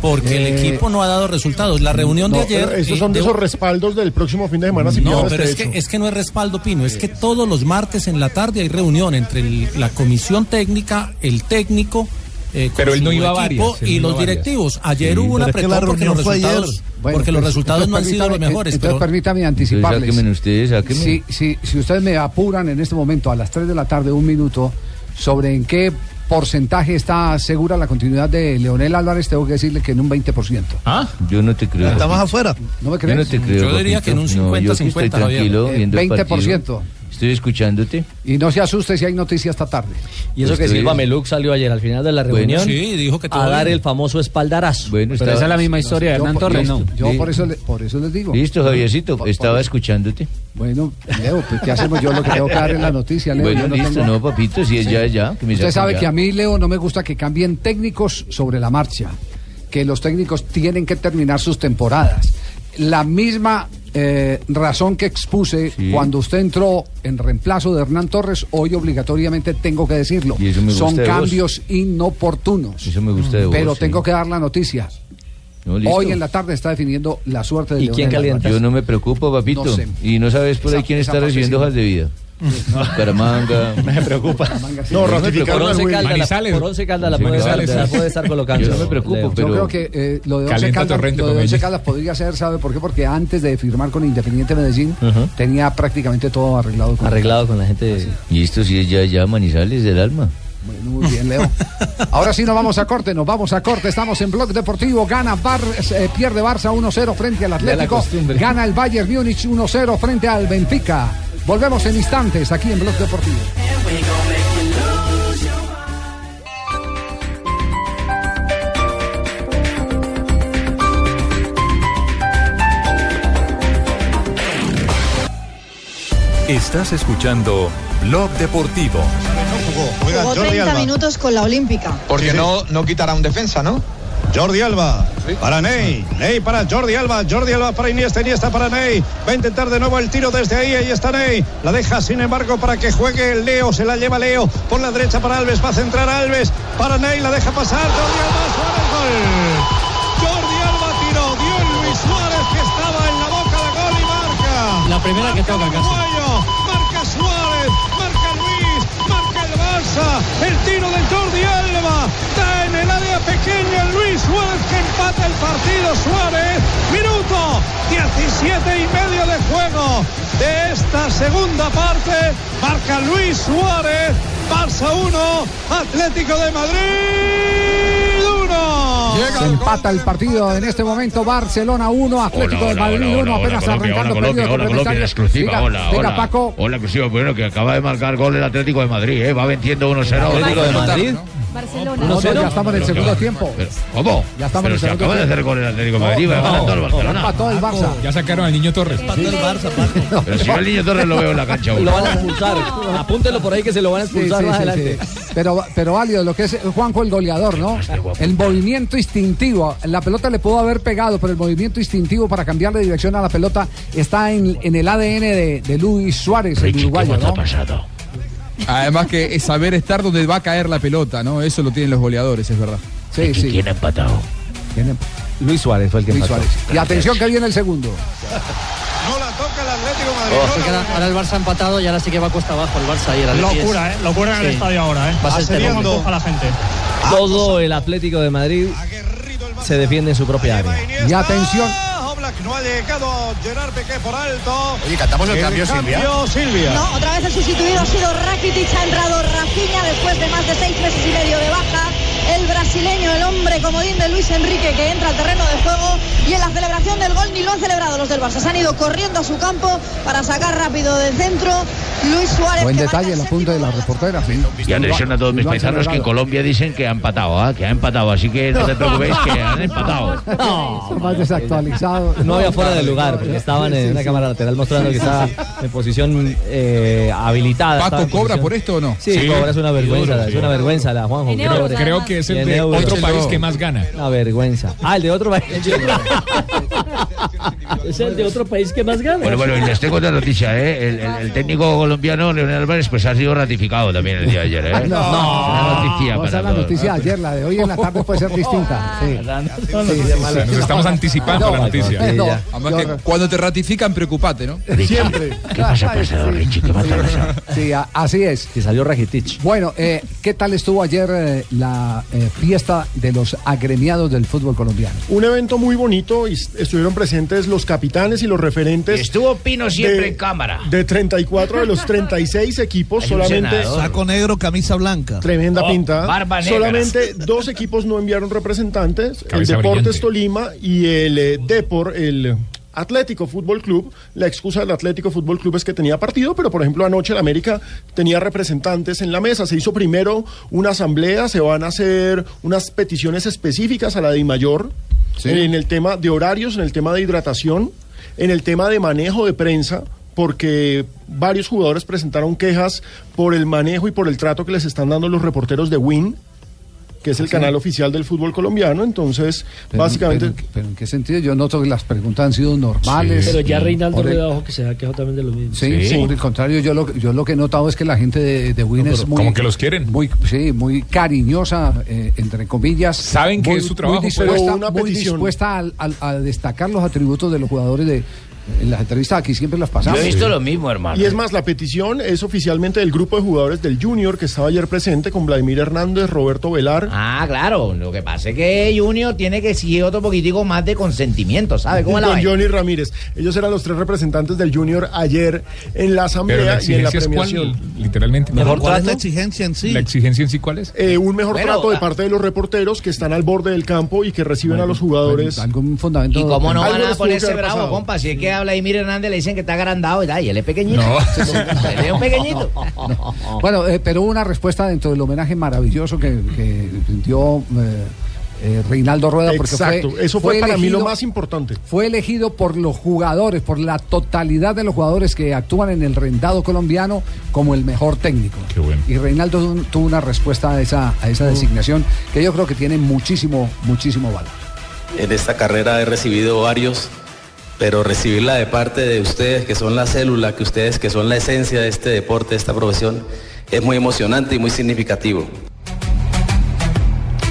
Speaker 10: Porque el
Speaker 27: Eh.
Speaker 10: equipo no ha dado resultados. La reunión
Speaker 27: No,
Speaker 10: de ayer.
Speaker 27: pero Estos
Speaker 10: eh,
Speaker 27: son de
Speaker 10: de-
Speaker 27: esos respaldos del próximo fin de semana. si
Speaker 10: No,
Speaker 27: pierdes
Speaker 10: pero es
Speaker 27: derecho.
Speaker 10: que, es que no es respaldo, Pino. Es que todos los martes en la tarde hay reunión entre el- la comisión técnica, el técnico. eh, con
Speaker 29: Pero él
Speaker 10: su
Speaker 29: no iba a
Speaker 10: equipo
Speaker 29: varias, él
Speaker 10: y
Speaker 29: no iba
Speaker 10: los
Speaker 29: a varias.
Speaker 10: directivos. Ayer
Speaker 29: Sí,
Speaker 10: hubo
Speaker 29: pero
Speaker 10: una
Speaker 29: es que la
Speaker 10: precop porque los
Speaker 29: reunión fue ayer.
Speaker 10: resultados,
Speaker 1: Bueno,
Speaker 10: porque los
Speaker 1: pues,
Speaker 10: resultados no han
Speaker 1: entonces
Speaker 10: sido los
Speaker 1: permítame-
Speaker 10: mejores.
Speaker 1: Entonces
Speaker 10: pero-
Speaker 1: permítame anticiparles.
Speaker 10: sáquenme
Speaker 16: ustedes, sáquenme.
Speaker 1: si, si, si ustedes me apuran en este momento a las 3 de la tarde, un minuto, sobre en qué porcentaje está segura la continuidad de Leonel Álvarez, tengo que decirle que en un 20%.
Speaker 10: ¿Ah?
Speaker 16: Yo no te creo.
Speaker 10: Está más
Speaker 16: papito.
Speaker 10: afuera.
Speaker 1: ¿No me
Speaker 16: Yo
Speaker 1: crees? Eh,
Speaker 16: no te creo.
Speaker 10: Yo diría
Speaker 16: papito.
Speaker 10: que en un
Speaker 16: No, yo que
Speaker 10: 50-50,
Speaker 16: Estoy tranquilo
Speaker 1: Javier.
Speaker 16: viendo el
Speaker 1: 20%.
Speaker 16: partido. Estoy escuchándote.
Speaker 1: Y no se asuste si hay noticias esta tarde.
Speaker 2: Y eso que
Speaker 16: Estoy-
Speaker 2: Silva Meluc salió ayer al final de la
Speaker 16: Bueno,
Speaker 2: reunión
Speaker 16: sí, dijo que todo
Speaker 2: a dar
Speaker 16: bien.
Speaker 2: el famoso espaldarazo.
Speaker 16: Bueno, estaba-
Speaker 1: Yo por- yo- Yo por eso, le- por eso les digo.
Speaker 16: Listo, Javiercito,
Speaker 1: Por-
Speaker 16: estaba
Speaker 1: por-
Speaker 16: escuchándote.
Speaker 1: Bueno, Leo, pues, ¿qué hacemos? Yo lo que tengo que dar en la noticia, Leo.
Speaker 16: Bueno,
Speaker 1: yo no
Speaker 16: listo,
Speaker 1: tengo-
Speaker 16: no, papito, si es ya, ya. que me
Speaker 1: Usted
Speaker 16: saquen
Speaker 1: sabe
Speaker 16: ya.
Speaker 1: que a mí, Leo, no me gusta que cambien técnicos sobre la marcha, que los técnicos tienen que terminar sus temporadas. La misma eh, razón que expuse cuando usted entró en reemplazo de Hernán Torres, hoy obligatoriamente tengo que decirlo.
Speaker 16: Y eso me gusta
Speaker 1: Son
Speaker 16: de vos.
Speaker 1: cambios inoportunos.
Speaker 16: Eso me gusta de vos.
Speaker 1: Pero
Speaker 16: sí.
Speaker 1: tengo que dar la noticia.
Speaker 16: No, listo.
Speaker 1: Hoy en la tarde está definiendo la suerte de Leonel Álvarez.
Speaker 16: Yo no me preocupo, papito.
Speaker 1: No sé.
Speaker 16: Y no sabes por ahí
Speaker 1: Esa-
Speaker 16: quién
Speaker 1: esa
Speaker 16: está recibiendo
Speaker 1: partecita.
Speaker 16: hojas de vida. Caramanga. No me preocupa.
Speaker 1: No,
Speaker 2: Por once caldas la, por once caldas la puede estar, la puede estar colocando.
Speaker 16: Yo no me preocupo,
Speaker 2: Leo.
Speaker 1: Yo creo
Speaker 16: pero-
Speaker 1: que eh, lo de Once
Speaker 16: Calienta
Speaker 1: Caldas,
Speaker 16: torrente
Speaker 1: lo de
Speaker 16: con
Speaker 1: Once
Speaker 16: ella.
Speaker 1: Caldas podría ser, ¿sabe por qué? Porque antes de firmar con Independiente Medellín
Speaker 16: Ajá.
Speaker 1: tenía prácticamente todo arreglado con
Speaker 16: Arreglado con la gente. Y esto sí es ya, ya, manizales del alma.
Speaker 1: Muy bien, Leo. Ahora sí nos vamos a corte, nos vamos a corte. Estamos en Blog Deportivo. Gana Bar, eh, pierde Barça 1-0 frente al
Speaker 16: la
Speaker 1: Atlético.
Speaker 16: costumbre.
Speaker 1: Gana el Bayern Múnich 1-0 frente al Benfica. Volvemos en instantes aquí en Blog Deportivo.
Speaker 13: Estás escuchando Blog Deportivo.
Speaker 30: Jugó 30 minutos con la Olímpica.
Speaker 11: Porque no, no quitará un defensa, ¿no? Jordi Alba para Ney, Ney para Jordi Alba, Jordi Alba para Iniesta, Iniesta para Ney. Va a intentar de nuevo el tiro desde ahí, ahí está Ney. La deja sin embargo para que juegue Leo, se la lleva Leo por la derecha para Alves, va a centrar Alves para Ney, la deja pasar. Jordi Alba, Suárez, gol. Jordi Alba tiró, dio Luis Suárez que estaba en la boca de gol y marca.
Speaker 20: La primera que toca casi.
Speaker 11: Uruguayo, marca Suárez, marca Luis, marca el Barça, el tiro de Jordi Alba, está en el área pequeña Luis Suárez que empata el partido Suárez, minuto 17 y medio de juego de esta segunda parte, marca Luis Suárez, Barça 1, Atlético de Madrid 1.
Speaker 1: Se empata el partido en este momento Barcelona 1, Atlético
Speaker 31: Hola,
Speaker 1: de
Speaker 31: hola,
Speaker 1: Madrid 1,
Speaker 31: hola,
Speaker 1: apenas
Speaker 31: hola, Colombia,
Speaker 1: arrancando
Speaker 31: hola, Colombia,
Speaker 1: periodo
Speaker 31: hola, Colombia,
Speaker 1: complementario.
Speaker 31: la exclusiva,
Speaker 1: Diga,
Speaker 31: hola,
Speaker 1: diga,
Speaker 31: hola.
Speaker 1: Paco.
Speaker 31: Hola, exclusivo, bueno, que acaba de marcar gol el Atlético de Madrid, ¿eh? va venciendo 1-0.
Speaker 1: Atlético de Madrid.
Speaker 23: Barcelona.
Speaker 1: No, no, ya estamos en el segundo tiempo.
Speaker 16: ¿Cómo?
Speaker 1: Ya estamos en
Speaker 16: Pero
Speaker 1: el
Speaker 16: se
Speaker 1: segundo
Speaker 16: acaba de hacer
Speaker 1: tiempo.
Speaker 16: gol el Atlético de
Speaker 1: No,
Speaker 16: Madrid, va
Speaker 1: no,
Speaker 16: ganando el
Speaker 1: no,
Speaker 16: Barcelona.
Speaker 1: empató el Barça.
Speaker 4: Ya sacaron al niño Torres.
Speaker 16: Pero si yo al niño Torres lo veo en la cancha.
Speaker 2: Lo van a expulsar. Apúntelo por ahí que se lo van a
Speaker 1: Sí,
Speaker 2: expulsar
Speaker 1: sí,
Speaker 2: más
Speaker 1: sí,
Speaker 2: adelante.
Speaker 1: sí. Pero, pero válido lo que es Juanjo el goleador, ¿no? El movimiento instintivo. La pelota le pudo haber pegado, pero el movimiento instintivo para cambiar de dirección a la pelota está en, en el ADN de, de Luis Suárez, el uruguayo, ¿no?
Speaker 12: Además que es saber estar donde va a caer la pelota, ¿no? Eso lo tienen los goleadores, es verdad.
Speaker 1: Sí, sí.
Speaker 16: ¿Quién ha empatado?
Speaker 2: Luis Suárez fue el que
Speaker 1: Luis
Speaker 2: empató.
Speaker 1: Suárez. Y atención que viene el segundo. Oh,
Speaker 32: Porque ahora, ahora el Barça ha empatado y ahora sí que va cuesta abajo el Barça. Y el Atleti es-
Speaker 26: Locura, ¿eh? Locura en el
Speaker 32: Sí.
Speaker 26: estadio ahora, ¿eh?
Speaker 32: Va a ser
Speaker 26: Asediando
Speaker 32: terrible.
Speaker 26: a la gente.
Speaker 2: Todo el Atlético de Madrid se defiende en su propia área.
Speaker 1: Y atención.
Speaker 20: Ah, No ha llegado Gerard Piqué por alto.
Speaker 33: Oye, cantamos el cambio, Silvia.
Speaker 20: cambio, Silvia.
Speaker 30: No, otra vez el sustituido ha sido Rakitic, ha entrado Rafinha después de más de seis meses y medio de baja. El brasileño, el hombre comodín de Luis Enrique que entra al terreno de juego y en la celebración del gol ni lo han celebrado los del Barça. Se han ido corriendo a su campo para sacar rápido del centro. Luis Suárez
Speaker 1: Buen
Speaker 30: que
Speaker 1: detalle el apunte de la reportera. sí.
Speaker 16: Y atención a todos mis paisanos que en Colombia dicen que ha empatado, ¿ah? que ha empatado. Así que no te preocupéis que han empatado.
Speaker 1: Más desactualizado.
Speaker 2: No había fuera de lugar, porque estaban en una cámara lateral mostrando que estaba en posición eh, habilitada.
Speaker 12: Paco, ¿cobra por esto o no?
Speaker 2: Sí, cobra es una vergüenza, es una vergüenza la Juanjo.
Speaker 23: En euros,
Speaker 2: Cobra.
Speaker 23: Creo que
Speaker 4: es el
Speaker 2: En
Speaker 4: de
Speaker 2: euros.
Speaker 4: otro país que más gana.
Speaker 2: Una vergüenza. Ah, el de otro país.
Speaker 3: Es el de otro país que más gana.
Speaker 16: Bueno, bueno, y les tengo otra noticia, ¿eh? El, el- el técnico colombiano, Leonel Álvarez, pues ha sido ratificado también el día de ayer, ¿eh?
Speaker 1: No.
Speaker 16: Una noticia
Speaker 1: O sea,
Speaker 16: para
Speaker 1: la
Speaker 16: todos.
Speaker 1: noticia de ayer, la de hoy en la tarde puede ser
Speaker 2: Ah,
Speaker 1: distinta. Sí. Sí, sí, sí.
Speaker 4: Nos estamos anticipando a la noticia.
Speaker 1: No,
Speaker 12: Además que cuando te ratifican, preocupate, ¿no?
Speaker 1: Siempre.
Speaker 16: ¿Qué pasa,
Speaker 1: Ay,
Speaker 16: profesor
Speaker 1: sí.
Speaker 16: Richie? ¿Qué pasa, profesor?
Speaker 1: Sí, a- así es.
Speaker 2: Que salió Rakitic.
Speaker 1: Bueno, eh, ¿qué tal estuvo ayer eh, la eh, fiesta de los agremiados del fútbol colombiano?
Speaker 8: Un evento muy bonito y est- estuvieron presentes los capitanes y los referentes.
Speaker 16: estuvo Pino siempre
Speaker 8: de-
Speaker 16: en cámara.
Speaker 8: De 34 de los 36 equipos,
Speaker 16: Hay un
Speaker 8: solamente.
Speaker 16: senador. Saco
Speaker 8: negro, camisa blanca. Tremenda
Speaker 16: Oh,
Speaker 8: pinta.
Speaker 16: barba negra.
Speaker 8: Solamente dos equipos no enviaron representantes: el
Speaker 16: Cabeza
Speaker 8: Deportes
Speaker 16: brillante.
Speaker 8: Tolima y el eh, Depor, el. Atlético Fútbol Club, la excusa del Atlético Fútbol Club es que tenía partido, pero por ejemplo anoche el América tenía representantes en la mesa. Se hizo primero una asamblea, se van a hacer unas peticiones específicas a la de Mayor en el tema de horarios, en el tema de hidratación, en el tema de manejo de prensa, porque varios jugadores presentaron quejas por el manejo y por el trato que les están dando los reporteros de Win que es el canal oficial del fútbol colombiano, entonces
Speaker 1: ¿Ah, Pero-
Speaker 8: básicamente
Speaker 1: Pero, pero en qué sentido? Yo noto que las preguntas han sido normales.
Speaker 3: Pero ya Reinaldo
Speaker 1: Por el-
Speaker 3: Rueda Ojo que se ha quejado también de lo mismo.
Speaker 1: Sí, por el contrario, yo lo, yo lo que he notado es que la gente de, de Win
Speaker 4: No,
Speaker 1: es
Speaker 4: pero
Speaker 1: muy.
Speaker 4: como que los quieren.
Speaker 1: Muy, sí, muy cariñosa, eh, entre comillas.
Speaker 4: Saben que
Speaker 1: Muy-
Speaker 4: es su trabajo,
Speaker 1: Muy
Speaker 4: pues.
Speaker 1: dispuesta,
Speaker 4: Pero una
Speaker 1: muy
Speaker 4: petición.
Speaker 1: dispuesta al- al- a, destacar los atributos de los jugadores de. En las entrevistas aquí siempre las
Speaker 16: Yo
Speaker 1: pasamos.
Speaker 16: he visto lo mismo, hermano.
Speaker 8: Y es más, la petición es oficialmente del grupo de jugadores del Junior que estaba ayer presente con Vladimir Hernández, Roberto Velar.
Speaker 16: Ah, claro. Lo que pasa es que Junior tiene que seguir otro poquitico más de consentimiento, ¿sabe?
Speaker 8: y
Speaker 16: ¿Cómo es la
Speaker 8: con
Speaker 16: vaina?
Speaker 8: Johnny Ramírez. Ellos eran los tres representantes del Junior ayer en la
Speaker 4: Pero la
Speaker 8: asamblea y en la
Speaker 4: exigencia es cuál,
Speaker 8: premiación.
Speaker 4: literalmente.
Speaker 8: Mejor ¿Cuál es la trato?
Speaker 4: exigencia en sí? ¿La exigencia en sí cuál es?
Speaker 8: Eh, un mejor
Speaker 16: Bueno,
Speaker 8: trato de
Speaker 16: ah.
Speaker 8: parte de los reporteros que están al borde del campo y que reciben a los jugadores.
Speaker 1: Algún fundamento.
Speaker 16: ¿Y cómo no
Speaker 8: Algo
Speaker 16: van
Speaker 8: les
Speaker 16: a
Speaker 8: tuvo que
Speaker 16: ponerse
Speaker 8: haber
Speaker 16: bravo,
Speaker 8: pasado.
Speaker 16: compa? Si es que habla y mire Hernández le dicen que está agrandado, ¿verdad? Y él es pequeñito.
Speaker 4: No.
Speaker 16: Él es un pequeñito.
Speaker 1: Bueno, eh, pero hubo una respuesta dentro del homenaje maravilloso que, que dio eh, eh, Reinaldo Rueda. Porque
Speaker 8: Exacto,
Speaker 1: fue,
Speaker 8: eso fue, para mí lo
Speaker 1: elegido-
Speaker 8: más importante.
Speaker 1: Fue elegido por los jugadores, por la totalidad de los jugadores que actúan en el rendado colombiano como el mejor técnico.
Speaker 4: Qué bueno.
Speaker 1: Y Reinaldo tu- tuvo una respuesta a esa, a esa designación que yo creo que tiene muchísimo, muchísimo valor.
Speaker 10: En esta carrera he recibido varios, pero recibirla de parte de ustedes, que son la célula, que ustedes, que son la esencia de este deporte, de esta profesión, es muy emocionante y muy significativo.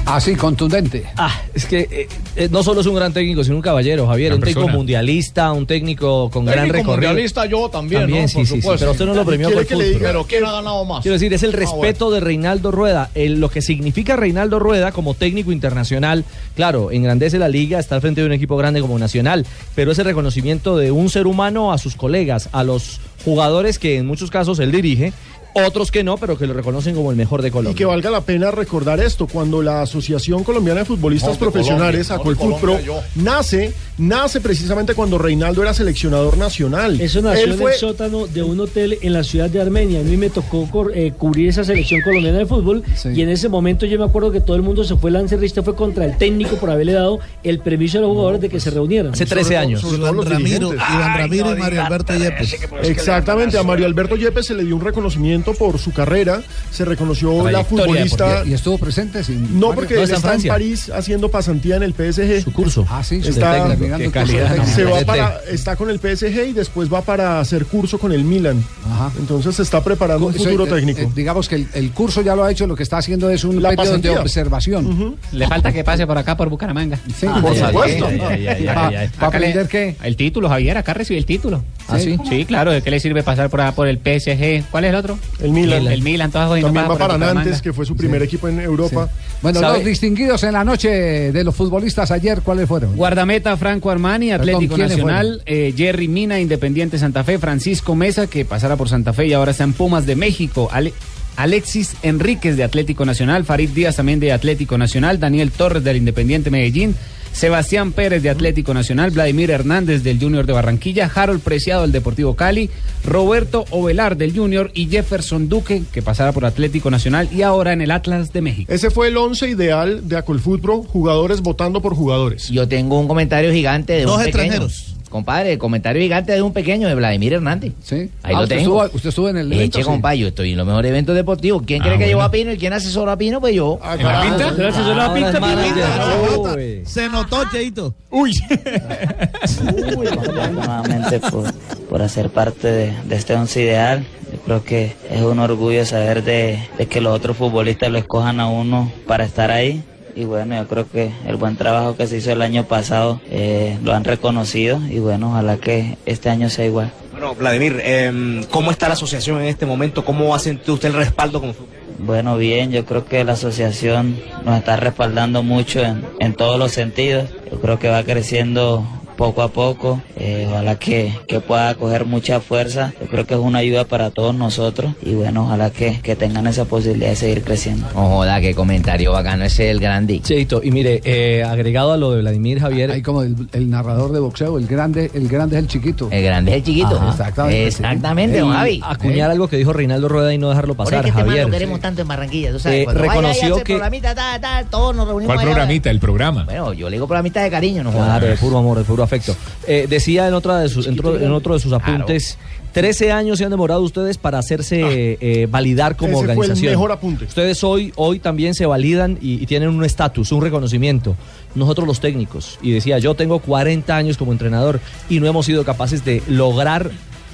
Speaker 1: Así, contundente.
Speaker 2: Ah, es que eh, eh, no solo es un gran técnico, sino un caballero, Javier.
Speaker 10: Gran
Speaker 2: Un técnico
Speaker 10: persona.
Speaker 2: mundialista, un técnico con gran
Speaker 34: Técnico
Speaker 2: recorrido.
Speaker 34: mundialista yo también,
Speaker 2: También,
Speaker 34: ¿no?
Speaker 2: sí,
Speaker 34: Por
Speaker 2: sí, sí,
Speaker 34: supuesto.
Speaker 2: pero usted no lo premió
Speaker 34: ¿Quiere
Speaker 2: por
Speaker 34: que le
Speaker 2: fútbol.
Speaker 34: diga? Pero ¿quién ha ganado más? Ah,
Speaker 2: Quiero decir, es
Speaker 16: Ah,
Speaker 2: el respeto de Reinaldo Rueda. el- lo que significa Reinaldo Rueda como técnico internacional, claro, engrandece la liga, está al frente de un equipo grande como Nacional, pero es el reconocimiento de un ser humano a sus colegas, a los jugadores que en muchos casos él dirige, otros que no, pero que lo reconocen como el mejor de
Speaker 8: Y
Speaker 2: Colombia.
Speaker 8: que valga la pena recordar esto, cuando la Asociación Colombiana de Futbolistas
Speaker 2: No, de
Speaker 8: Profesionales,
Speaker 2: Colombia, no, de
Speaker 8: Acolfutpro,
Speaker 2: Colombia,
Speaker 8: nace, nace precisamente cuando Reinaldo era seleccionador nacional.
Speaker 3: Eso nació en el sótano de un hotel en la ciudad de Armenia. A mí me tocó cor- eh, cubrir esa selección colombiana de fútbol y en ese momento yo me acuerdo que todo el mundo se fue lancerrista, fue contra el técnico por haberle dado el permiso a los jugadores de que se reunieran.
Speaker 2: Hace 13 años.
Speaker 8: los
Speaker 3: Ramiro,
Speaker 8: dirigentes.
Speaker 3: Iván Ramiro
Speaker 8: no
Speaker 3: y Mario
Speaker 8: diga
Speaker 3: Alberto
Speaker 8: tres,
Speaker 3: Yepes.
Speaker 8: que por eso que Exactamente, a Mario Alberto Yepes se le dio un reconocimiento por su carrera, se reconoció la
Speaker 1: Trayectoria
Speaker 8: futbolista.
Speaker 1: deportiva. ¿Y estuvo presente? Sin
Speaker 8: No,
Speaker 1: Mario?
Speaker 8: porque él está en París haciendo pasantía en el PSG. Su
Speaker 2: curso.
Speaker 1: Ah, sí, su
Speaker 8: está,
Speaker 1: técnico. Qué
Speaker 8: su
Speaker 1: calidad,
Speaker 8: curso.
Speaker 1: no,
Speaker 8: se va
Speaker 1: hombre.
Speaker 8: para, está con el PSG y después va para hacer curso con el Milan. Entonces se está preparando un
Speaker 1: Eso,
Speaker 8: futuro
Speaker 1: eh,
Speaker 8: técnico.
Speaker 1: eh, digamos que el, el curso ya lo ha hecho, lo que está haciendo es un
Speaker 8: La
Speaker 1: periodo de
Speaker 8: pasantía.
Speaker 1: observación. Ah,
Speaker 28: Le falta que pase por acá, por Bucaramanga.
Speaker 1: Sí, Ah, por sí, supuesto. ay, ay, ay,
Speaker 28: Pa-
Speaker 1: ay, ay.
Speaker 28: acá
Speaker 1: ¿Para aprender
Speaker 28: le- El título, Javier, acá recibe el título.
Speaker 1: ¿Ah, sí?
Speaker 28: Sí, claro, ¿de qué le sirve pasar por acá por el PSG? ¿Cuál es el otro?
Speaker 8: El Milan.
Speaker 28: El Milan, todas jodidas,
Speaker 8: También
Speaker 28: pasa
Speaker 8: va
Speaker 28: por el
Speaker 8: para
Speaker 28: Bucaramanga.
Speaker 8: Nantes, que fue su primer equipo en Europa.
Speaker 1: Bueno, los distinguidos en la noche de los futbolistas ayer, ¿cuáles fueron?
Speaker 28: Guardameta Franco Armani,
Speaker 1: Perdón,
Speaker 28: Atlético
Speaker 1: ¿quiénes
Speaker 28: Nacional, eh, Jerry Mina, Independiente Santa Fe, Francisco Mesa, que pasará por Santa Fe y ahora está en Pumas de México, Ale- Alexis Enríquez de Atlético Nacional, Farid Díaz también de Atlético Nacional, Daniel Torres del Independiente Medellín, Sebastián Pérez de Atlético Nacional, Vladimir Hernández del Junior de Barranquilla, Harold Preciado del Deportivo Cali, Roberto Ovelar del Junior y Jefferson Duque, que pasará por Atlético Nacional y ahora en el Atlas de México.
Speaker 8: Ese fue el once ideal de Acolfutro, jugadores votando por jugadores.
Speaker 14: Yo tengo un comentario gigante de
Speaker 8: Dos
Speaker 14: un pequeño.
Speaker 8: extranjeros.
Speaker 14: Compadre, comentario gigante de un pequeño de Vladimir Hernández.
Speaker 1: Sí. Ah,
Speaker 14: Ahí lo
Speaker 1: usted
Speaker 14: tengo.
Speaker 1: estuvo- usted estuvo en el evento, sí.
Speaker 14: Eche, compadre, yo estoy en los mejores eventos deportivos. ¿Quién
Speaker 1: Ah,
Speaker 14: cree que
Speaker 1: bueno. Ah,
Speaker 14: llevó a Pino y quién asesoró a Pino? Pues yo. Ah,
Speaker 1: ¿En la pinta?
Speaker 14: ¿Usted asesoró a Pinta,
Speaker 35: Se notó, Cheito.
Speaker 8: Uy.
Speaker 15: nuevamente por, por hacer parte de, de este once ideal. Yo creo que es un orgullo saber de, de que los otros futbolistas lo escojan a uno para estar ahí. Y bueno, yo creo que el buen trabajo que se hizo el año pasado eh, lo han reconocido y bueno, ojalá que este año sea igual.
Speaker 36: Bueno, Vladimir, eh, ¿cómo está la asociación en este momento? ¿Cómo ha sentido usted el respaldo como fútbol?
Speaker 15: Bueno, bien, yo creo que la asociación nos está respaldando mucho en, en todos los sentidos. Yo creo que va creciendo poco a poco. Eh, ojalá que, que pueda coger mucha fuerza. Yo creo que es una ayuda para todos nosotros. Y bueno, ojalá que, que tengan esa posibilidad de seguir creciendo.
Speaker 14: Oh, joda, qué comentario bacano ese el grande.
Speaker 2: Cheito, y mire, eh, agregado a lo de Vladimir Javier.
Speaker 1: Hay como el, el narrador de boxeo, el grande, el grande es el chiquito.
Speaker 2: El grande es el chiquito.
Speaker 1: Ajá, exactamente.
Speaker 2: Exactamente,
Speaker 14: don
Speaker 2: Javi. Acuñar algo que dijo Reinaldo Rueda y no dejarlo
Speaker 14: Por
Speaker 2: pasar,
Speaker 14: este tema
Speaker 2: Javier.
Speaker 14: lo queremos tanto en Barranquilla, tú sabes.
Speaker 2: Eh,
Speaker 14: cuando vaya ahí a
Speaker 2: reconoció
Speaker 14: hacer
Speaker 2: que-
Speaker 14: programita, ta, ta, todos nos reunimos
Speaker 2: ¿Cuál
Speaker 14: allá.
Speaker 2: programita?
Speaker 4: El programa.
Speaker 14: Bueno, yo le digo programita de cariño, no
Speaker 2: Claro, de
Speaker 14: jodas.
Speaker 2: puro amor, de puro afecto. Eh, decía en, otra de sus, en, otro, en otro de sus apuntes, 13 años se han demorado ustedes para
Speaker 14: Ah.
Speaker 2: hacerse eh, validar como
Speaker 8: Ese fue el
Speaker 2: organización.
Speaker 8: mejor apunte.
Speaker 2: Ustedes hoy, hoy también se validan y, y tienen un estatus, un reconocimiento. Nosotros los técnicos, y decía, yo tengo 40 años como entrenador y no hemos sido capaces de lograr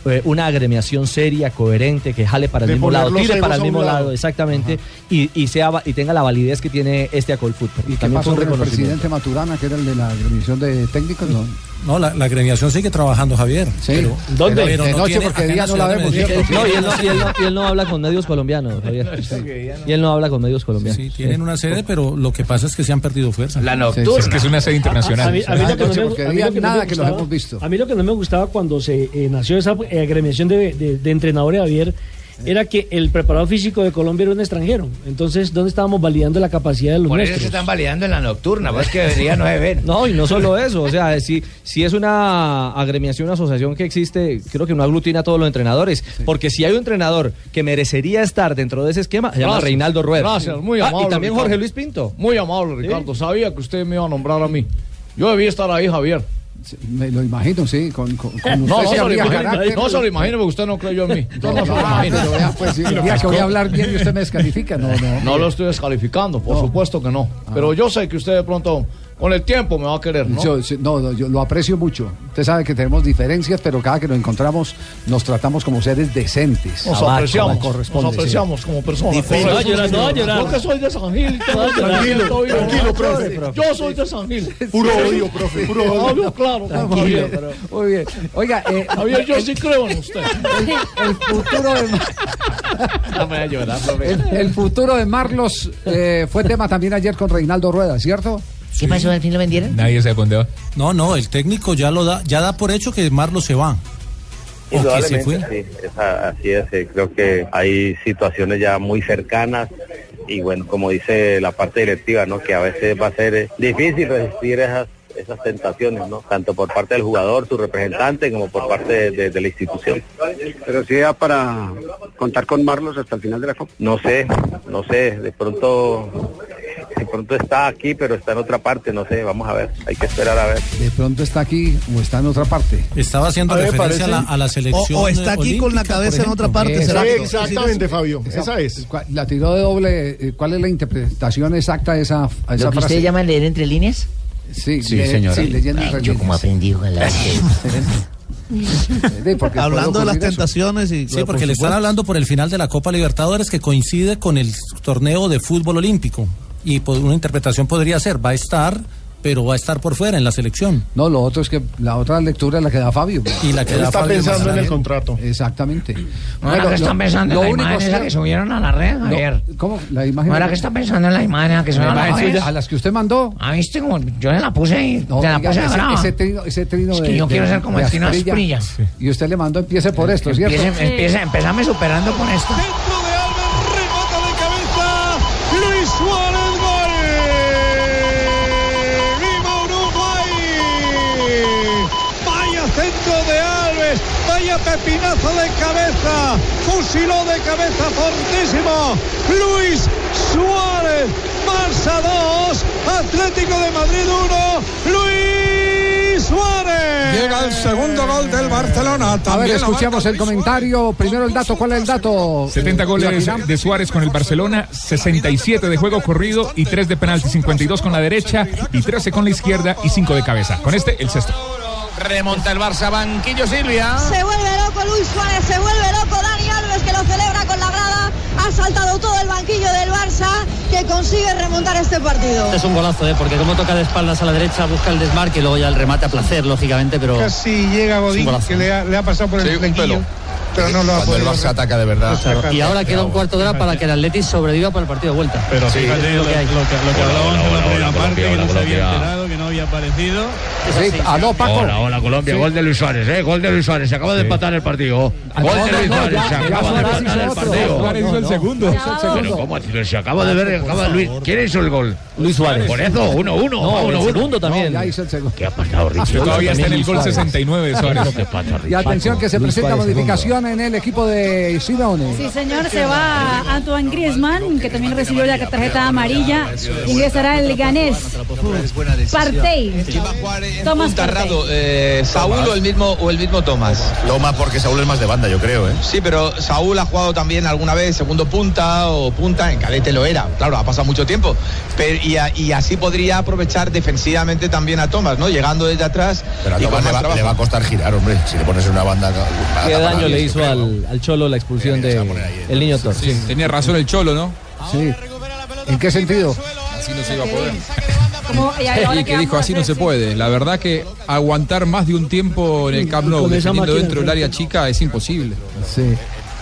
Speaker 2: eh, una agremiación seria, coherente, que jale para el
Speaker 37: De
Speaker 2: mismo
Speaker 37: poner
Speaker 2: lado,
Speaker 37: los
Speaker 2: tire
Speaker 37: egos
Speaker 2: para
Speaker 37: a
Speaker 2: el
Speaker 37: un
Speaker 2: mismo
Speaker 37: lado.
Speaker 2: lado, exactamente, y, y sea, va- y tenga la validez que tiene este Acol Fútbol.
Speaker 1: ¿Y qué pasó con el presidente Maturana, que era el de la comisión de técnicos? No.
Speaker 10: No, la, la agremiación sigue trabajando, Javier. Sí.
Speaker 1: ¿Dónde? De noche, porque de día no la vemos, ¿cierto?
Speaker 2: No, y él no, y él no- y él no habla con medios colombianos, Javier. Y él no habla con medios colombianos.
Speaker 10: Sí, tienen una sede, pero lo que pasa es que se han perdido fuerza. La
Speaker 2: nocturna.
Speaker 4: Es que es una sede internacional.
Speaker 3: A
Speaker 29: Ah,
Speaker 3: mí, a mí lo que no me- a mí lo que no me
Speaker 1: nada que los
Speaker 3: gustaba-
Speaker 1: hemos visto.
Speaker 3: A mí lo que no me gustaba cuando se eh, nació esa eh, agremiación de, de- de entrenadores, Javier,
Speaker 1: Eh.
Speaker 3: era que el preparado físico de Colombia era un extranjero. Entonces, ¿dónde estábamos validando la capacidad de los
Speaker 14: Por eso
Speaker 3: nuestros?
Speaker 14: se están validando en la nocturna, pues que debería no se ven.
Speaker 2: No, y no solo eso, o sea, si, si es una agremiación, una asociación que existe, creo que no aglutina a todos los entrenadores, porque si hay un entrenador que merecería estar dentro de ese esquema, se llama
Speaker 16: Gracias,
Speaker 2: Reinaldo Rueda.
Speaker 16: Gracias, muy
Speaker 2: Ah,
Speaker 16: amable.
Speaker 2: y también
Speaker 16: Ricardo.
Speaker 2: Jorge Luis Pinto.
Speaker 16: Muy amable, Ricardo. Sabía que usted me iba a nombrar a mí. Yo debía estar ahí, Javier.
Speaker 1: Me lo imagino, sí, con, con, con
Speaker 16: No, no
Speaker 1: usted sí
Speaker 16: se lo
Speaker 1: habría
Speaker 16: imagine,
Speaker 1: carácter.
Speaker 16: no se lo imagine porque usted no creyó en mí. Yo no se lo
Speaker 1: Ah,
Speaker 16: imagino.
Speaker 1: pero vea, pues, sí, el día que voy a hablar bien y usted me descalifica, no, no.
Speaker 16: No lo estoy descalificando, por supuesto que no.
Speaker 1: Ah.
Speaker 16: Pero yo sé que usted de pronto, con el tiempo, me va a querer, ¿no?
Speaker 1: Yo- sí, no, no, yo lo aprecio mucho. Usted sabe que tenemos diferencias, pero cada que nos encontramos nos tratamos como seres decentes.
Speaker 16: Nos
Speaker 1: Como
Speaker 16: apreciamos,
Speaker 1: corresponde,
Speaker 16: nos apreciamos como personas.
Speaker 1: Difícil.
Speaker 16: correcto.
Speaker 1: No, llorar, no, llorar.
Speaker 16: Porque soy de San Gil.
Speaker 1: No, tranquilo,
Speaker 16: Estoy bien.
Speaker 1: tranquilo, profe.
Speaker 16: Yo soy de San Gil.
Speaker 1: Puro odio, profe, puro odio.
Speaker 16: Obvio, claro.
Speaker 1: sí. Muy bien, muy bien. Oiga, eh,
Speaker 16: Javier, yo sí creo en usted.
Speaker 1: El futuro de
Speaker 16: No me voy a llorar,
Speaker 1: el, el futuro de Marlos eh, fue tema también ayer con Reinaldo Rueda, ¿cierto?
Speaker 10: ¿Qué pasó? ¿Al
Speaker 14: fin lo vendieron?
Speaker 10: Nadie se escondió. No, no, el técnico ya lo da, ya da por hecho que Marlo se va. O que se fue.
Speaker 9: eh,
Speaker 38: Indudablemente, sí, es a- así es, eh, creo que hay situaciones ya muy cercanas y bueno, como dice la parte directiva, ¿no? que a veces va a ser eh, difícil resistir esas,
Speaker 9: esas tentaciones, ¿no? Tanto por parte del jugador, su representante, como por parte de, de- de la institución.
Speaker 39: Pero si era para contar con Marlos hasta el final de la Copa.
Speaker 9: No sé, no sé, de pronto, de pronto está aquí, pero está en otra parte, no sé, vamos a ver, hay que esperar a ver.
Speaker 1: De pronto está aquí o está en otra parte.
Speaker 10: Estaba haciendo
Speaker 1: A mí me
Speaker 10: referencia a, la,
Speaker 1: parece-
Speaker 10: a la selección.
Speaker 1: O- o está
Speaker 10: eh,
Speaker 1: aquí con la
Speaker 10: olímpica,
Speaker 1: cabeza
Speaker 10: por
Speaker 1: en otra
Speaker 10: ejemplo.
Speaker 1: parte,
Speaker 10: Exacto.
Speaker 1: será.
Speaker 8: Exactamente, Fabio. Esa es.
Speaker 1: ¿Cuál- La tiró de doble. eh, ¿Cuál es la interpretación exacta de esa, a esa
Speaker 14: ¿Lo que
Speaker 1: frase?
Speaker 14: ustedes llaman leer entre líneas?
Speaker 1: Sí, le- Sí, leyendo
Speaker 14: Ay,
Speaker 1: entre
Speaker 14: yo
Speaker 1: líneas.
Speaker 14: como aprendí, ojalá.
Speaker 40: Hablando de
Speaker 1: porque puede
Speaker 40: las
Speaker 1: ocurrir eso.
Speaker 40: tentaciones y...
Speaker 10: Sí, porque le están
Speaker 40: supuesto.
Speaker 10: hablando por el final de la Copa Libertadores que coincide con el torneo de fútbol olímpico. Y pues, una interpretación podría ser, va a estar, pero va a estar por fuera en la selección.
Speaker 1: No, lo otro es que la otra lectura es la que da Fabio.
Speaker 10: Y la que Él da está Fabio pensando Mascherano. en el
Speaker 1: contrato. Exactamente.
Speaker 14: Ahora que están pensando en la imagen esa
Speaker 1: cierto-
Speaker 14: que subieron a la red,
Speaker 1: No,
Speaker 14: Javier.
Speaker 1: ¿Cómo? La imagen.
Speaker 14: Ahora que están pensando en la imagen que subieron a la red.
Speaker 1: A las que usted mandó.
Speaker 14: Ah, viste como yo se la puse y
Speaker 1: No,
Speaker 14: se la
Speaker 1: diga,
Speaker 14: puse
Speaker 1: ese,
Speaker 14: brava.
Speaker 1: ese trino, ese trino
Speaker 14: Es que
Speaker 1: de-
Speaker 14: yo
Speaker 1: de-
Speaker 14: quiero ser como
Speaker 1: de
Speaker 14: el trino
Speaker 1: Asprilla.
Speaker 14: Asprilla.
Speaker 1: Y usted le mandó, empiece por esto, ¿cierto?
Speaker 14: Empiece- empiece- empezame superando con esto.
Speaker 11: Luis Suárez, gol. ¡Viva Uruguay! Vaya centro de Alves, vaya pepinazo de cabeza, fusiló de cabeza fortísimo Luis Suárez, Barça 2, Atlético de Madrid 1, Luis Suárez.
Speaker 1: Llega el segundo gol del Barcelona. A ver,
Speaker 4: también
Speaker 1: escuchamos el comentario. Primero el dato. ¿Cuál es el dato?
Speaker 4: 70
Speaker 1: eh,
Speaker 4: goles
Speaker 1: Joaquín?
Speaker 4: de Suárez con el Barcelona, 67 de juego corrido y 3 de penalti, 52 con la derecha y 13 con la izquierda y 5 de cabeza. Con este, el sexto.
Speaker 16: Remonta el Barça, banquillo Silvia.
Speaker 30: Se vuelve loco Luis Suárez, se vuelve loco Dani Alves que lo celebra con la grada. Ha saltado todo el banquillo del Barça que consigue remontar este partido.
Speaker 26: Es un golazo, ¿eh? porque como toca de espaldas a la derecha, busca el desmarque y luego ya el remate a placer, lógicamente, pero...
Speaker 11: Casi llega
Speaker 26: Es un
Speaker 11: Godín,
Speaker 26: golazo.
Speaker 11: que le ha, le ha pasado por el
Speaker 26: Sí, un
Speaker 11: flequillo,
Speaker 26: pelo.
Speaker 11: pero no lo ha
Speaker 23: Cuando el
Speaker 11: podido
Speaker 23: Barça ataca de verdad.
Speaker 26: Claro, Y ahora queda un cuarto de hora para que el Atleti sobreviva para el partido de vuelta.
Speaker 23: Pero fíjate
Speaker 26: lo que hay.
Speaker 23: hablaban de la
Speaker 26: primera parte, que no se había
Speaker 23: que no había aparecido.
Speaker 1: Sí, aló, Paco.
Speaker 19: Hola, hola Colombia,
Speaker 1: Sí.
Speaker 19: gol de Luis Suárez, eh, gol de Luis Suárez, se acaba de empatar el partido.
Speaker 1: Ah,
Speaker 19: Gol
Speaker 1: no,
Speaker 19: de
Speaker 1: no,
Speaker 19: Luis
Speaker 1: no,
Speaker 19: Suárez, se
Speaker 1: ya, ya
Speaker 19: acaba de
Speaker 1: Suárez
Speaker 19: empatar el
Speaker 1: hizo otro.
Speaker 19: partido.
Speaker 1: Suárez hizo el
Speaker 19: No, no,
Speaker 1: segundo.
Speaker 19: no.
Speaker 1: Hizo el segundo.
Speaker 19: Pero cómo, si se acaba de ver, acaba Luis, ¿quién hizo el gol?
Speaker 26: Luis Suárez.
Speaker 19: Por eso, 1-1. Uno, uno,
Speaker 26: No, el
Speaker 19: uno, uno.
Speaker 26: segundo también.
Speaker 1: Ya hizo el segundo.
Speaker 19: ¿Qué ha pasado, Richard?
Speaker 1: Yo todavía está en el gol
Speaker 4: 69 de Suárez.
Speaker 19: ¿Qué pasa, Richard?
Speaker 1: Y atención que se
Speaker 19: Luis
Speaker 1: presenta
Speaker 19: Suárez,
Speaker 1: modificación en el equipo de Simeone.
Speaker 6: Sí, señor, se va Antoine Griezmann, que también recibió la tarjeta amarilla. Ingresará el ganés Partey. Tomás Partey.
Speaker 23: Saúl o el mismo o el mismo Tomás. Tomás porque Saúl es más de banda, yo creo, ¿eh?
Speaker 16: Sí, pero Saúl ha jugado también alguna vez segundo punta o punta, en Cadete lo era, claro, ha pasado mucho tiempo, pero, y, a- y así podría aprovechar defensivamente también a Tomás, ¿no? Llegando desde atrás.
Speaker 23: Pero a
Speaker 16: y con
Speaker 23: Tomás
Speaker 16: más
Speaker 23: le va,
Speaker 16: trabajo.
Speaker 23: le va a costar girar, hombre. Si le pones en una banda.
Speaker 2: ¿Qué
Speaker 23: Ah,
Speaker 2: daño le hizo al, al Cholo la expulsión de el niño Torres?
Speaker 12: Sí, tenía razón el Cholo, ¿no?
Speaker 1: Sí. ¿En qué sentido?
Speaker 12: Así no se iba a poder.
Speaker 6: Como- y ahora
Speaker 12: Y
Speaker 6: qué
Speaker 12: que dijo,
Speaker 6: vamos a
Speaker 12: así no se
Speaker 6: hacer, sí.
Speaker 12: puede. La verdad que aguantar más de un tiempo en el Camp Nou,
Speaker 1: Con esa
Speaker 12: defendiendo
Speaker 1: máquina
Speaker 12: dentro del área chica, es imposible.
Speaker 1: Sí.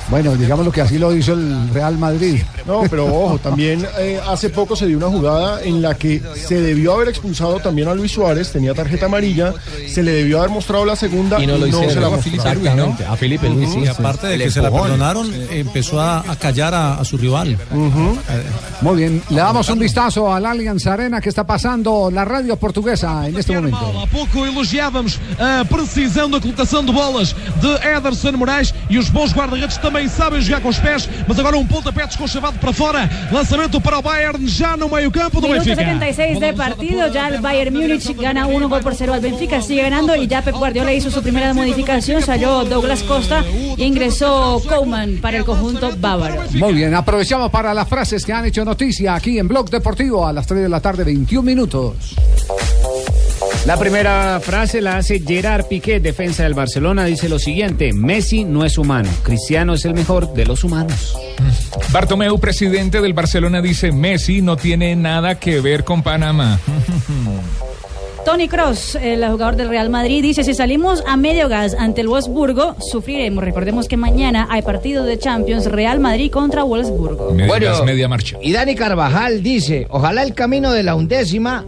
Speaker 1: Bueno, digamos lo que así lo hizo el Real Madrid.
Speaker 8: No, pero ojo, también eh, hace poco se dio una jugada en la que se debió haber expulsado también a Luis Suárez, tenía tarjeta amarilla, se le debió haber mostrado la segunda y no, se la mostró.
Speaker 2: Exactamente, A Felipe Luis, sí.
Speaker 10: Y aparte de que se la perdonaron, empezó a, a callar a, a su rival. Eh,
Speaker 1: Muy bien, le damos un vistazo al Allianz Arena que está pasando la radio portuguesa en este momento.
Speaker 25: Há pouco elogiávamos a precisão da colocação de bolas de Ederson Moraes e os bons guarda-redes também sabem jogar com os pés, mas agora um pontapé desconchavado para fora. Lançamento para o Bayern já no meio-campo do
Speaker 6: Minuto
Speaker 25: Benfica.
Speaker 6: 76 de partido, ya el Bayern Múnich gana 1 gol por 0 al Benfica, sigue ganando y ya Pep Guardiola hizo su primera modificación, salió Douglas Costa y ingresó Koeman para el conjunto bávaro.
Speaker 1: Muy bien, aprovechamos para las frases que han hecho noticia aquí en Blog Deportivo a las 3 de la tarde, 21 minutos.
Speaker 28: La primera frase la hace Gerard Piqué, defensa del Barcelona, dice lo siguiente, Messi no es humano, Cristiano es el mejor de los humanos.
Speaker 4: Mm. Bartomeu, presidente del Barcelona, dice: Messi no tiene nada que ver con Panamá.
Speaker 6: Tony Cross, el jugador del Real Madrid, dice, si salimos a medio gas ante el Wolfsburgo, sufriremos. Recordemos que mañana hay partido de Champions Real Madrid contra Wolfsburgo.
Speaker 4: Media,
Speaker 41: Bueno.
Speaker 4: media marcha.
Speaker 41: Y Dani Carvajal dice, ojalá el camino de la undécima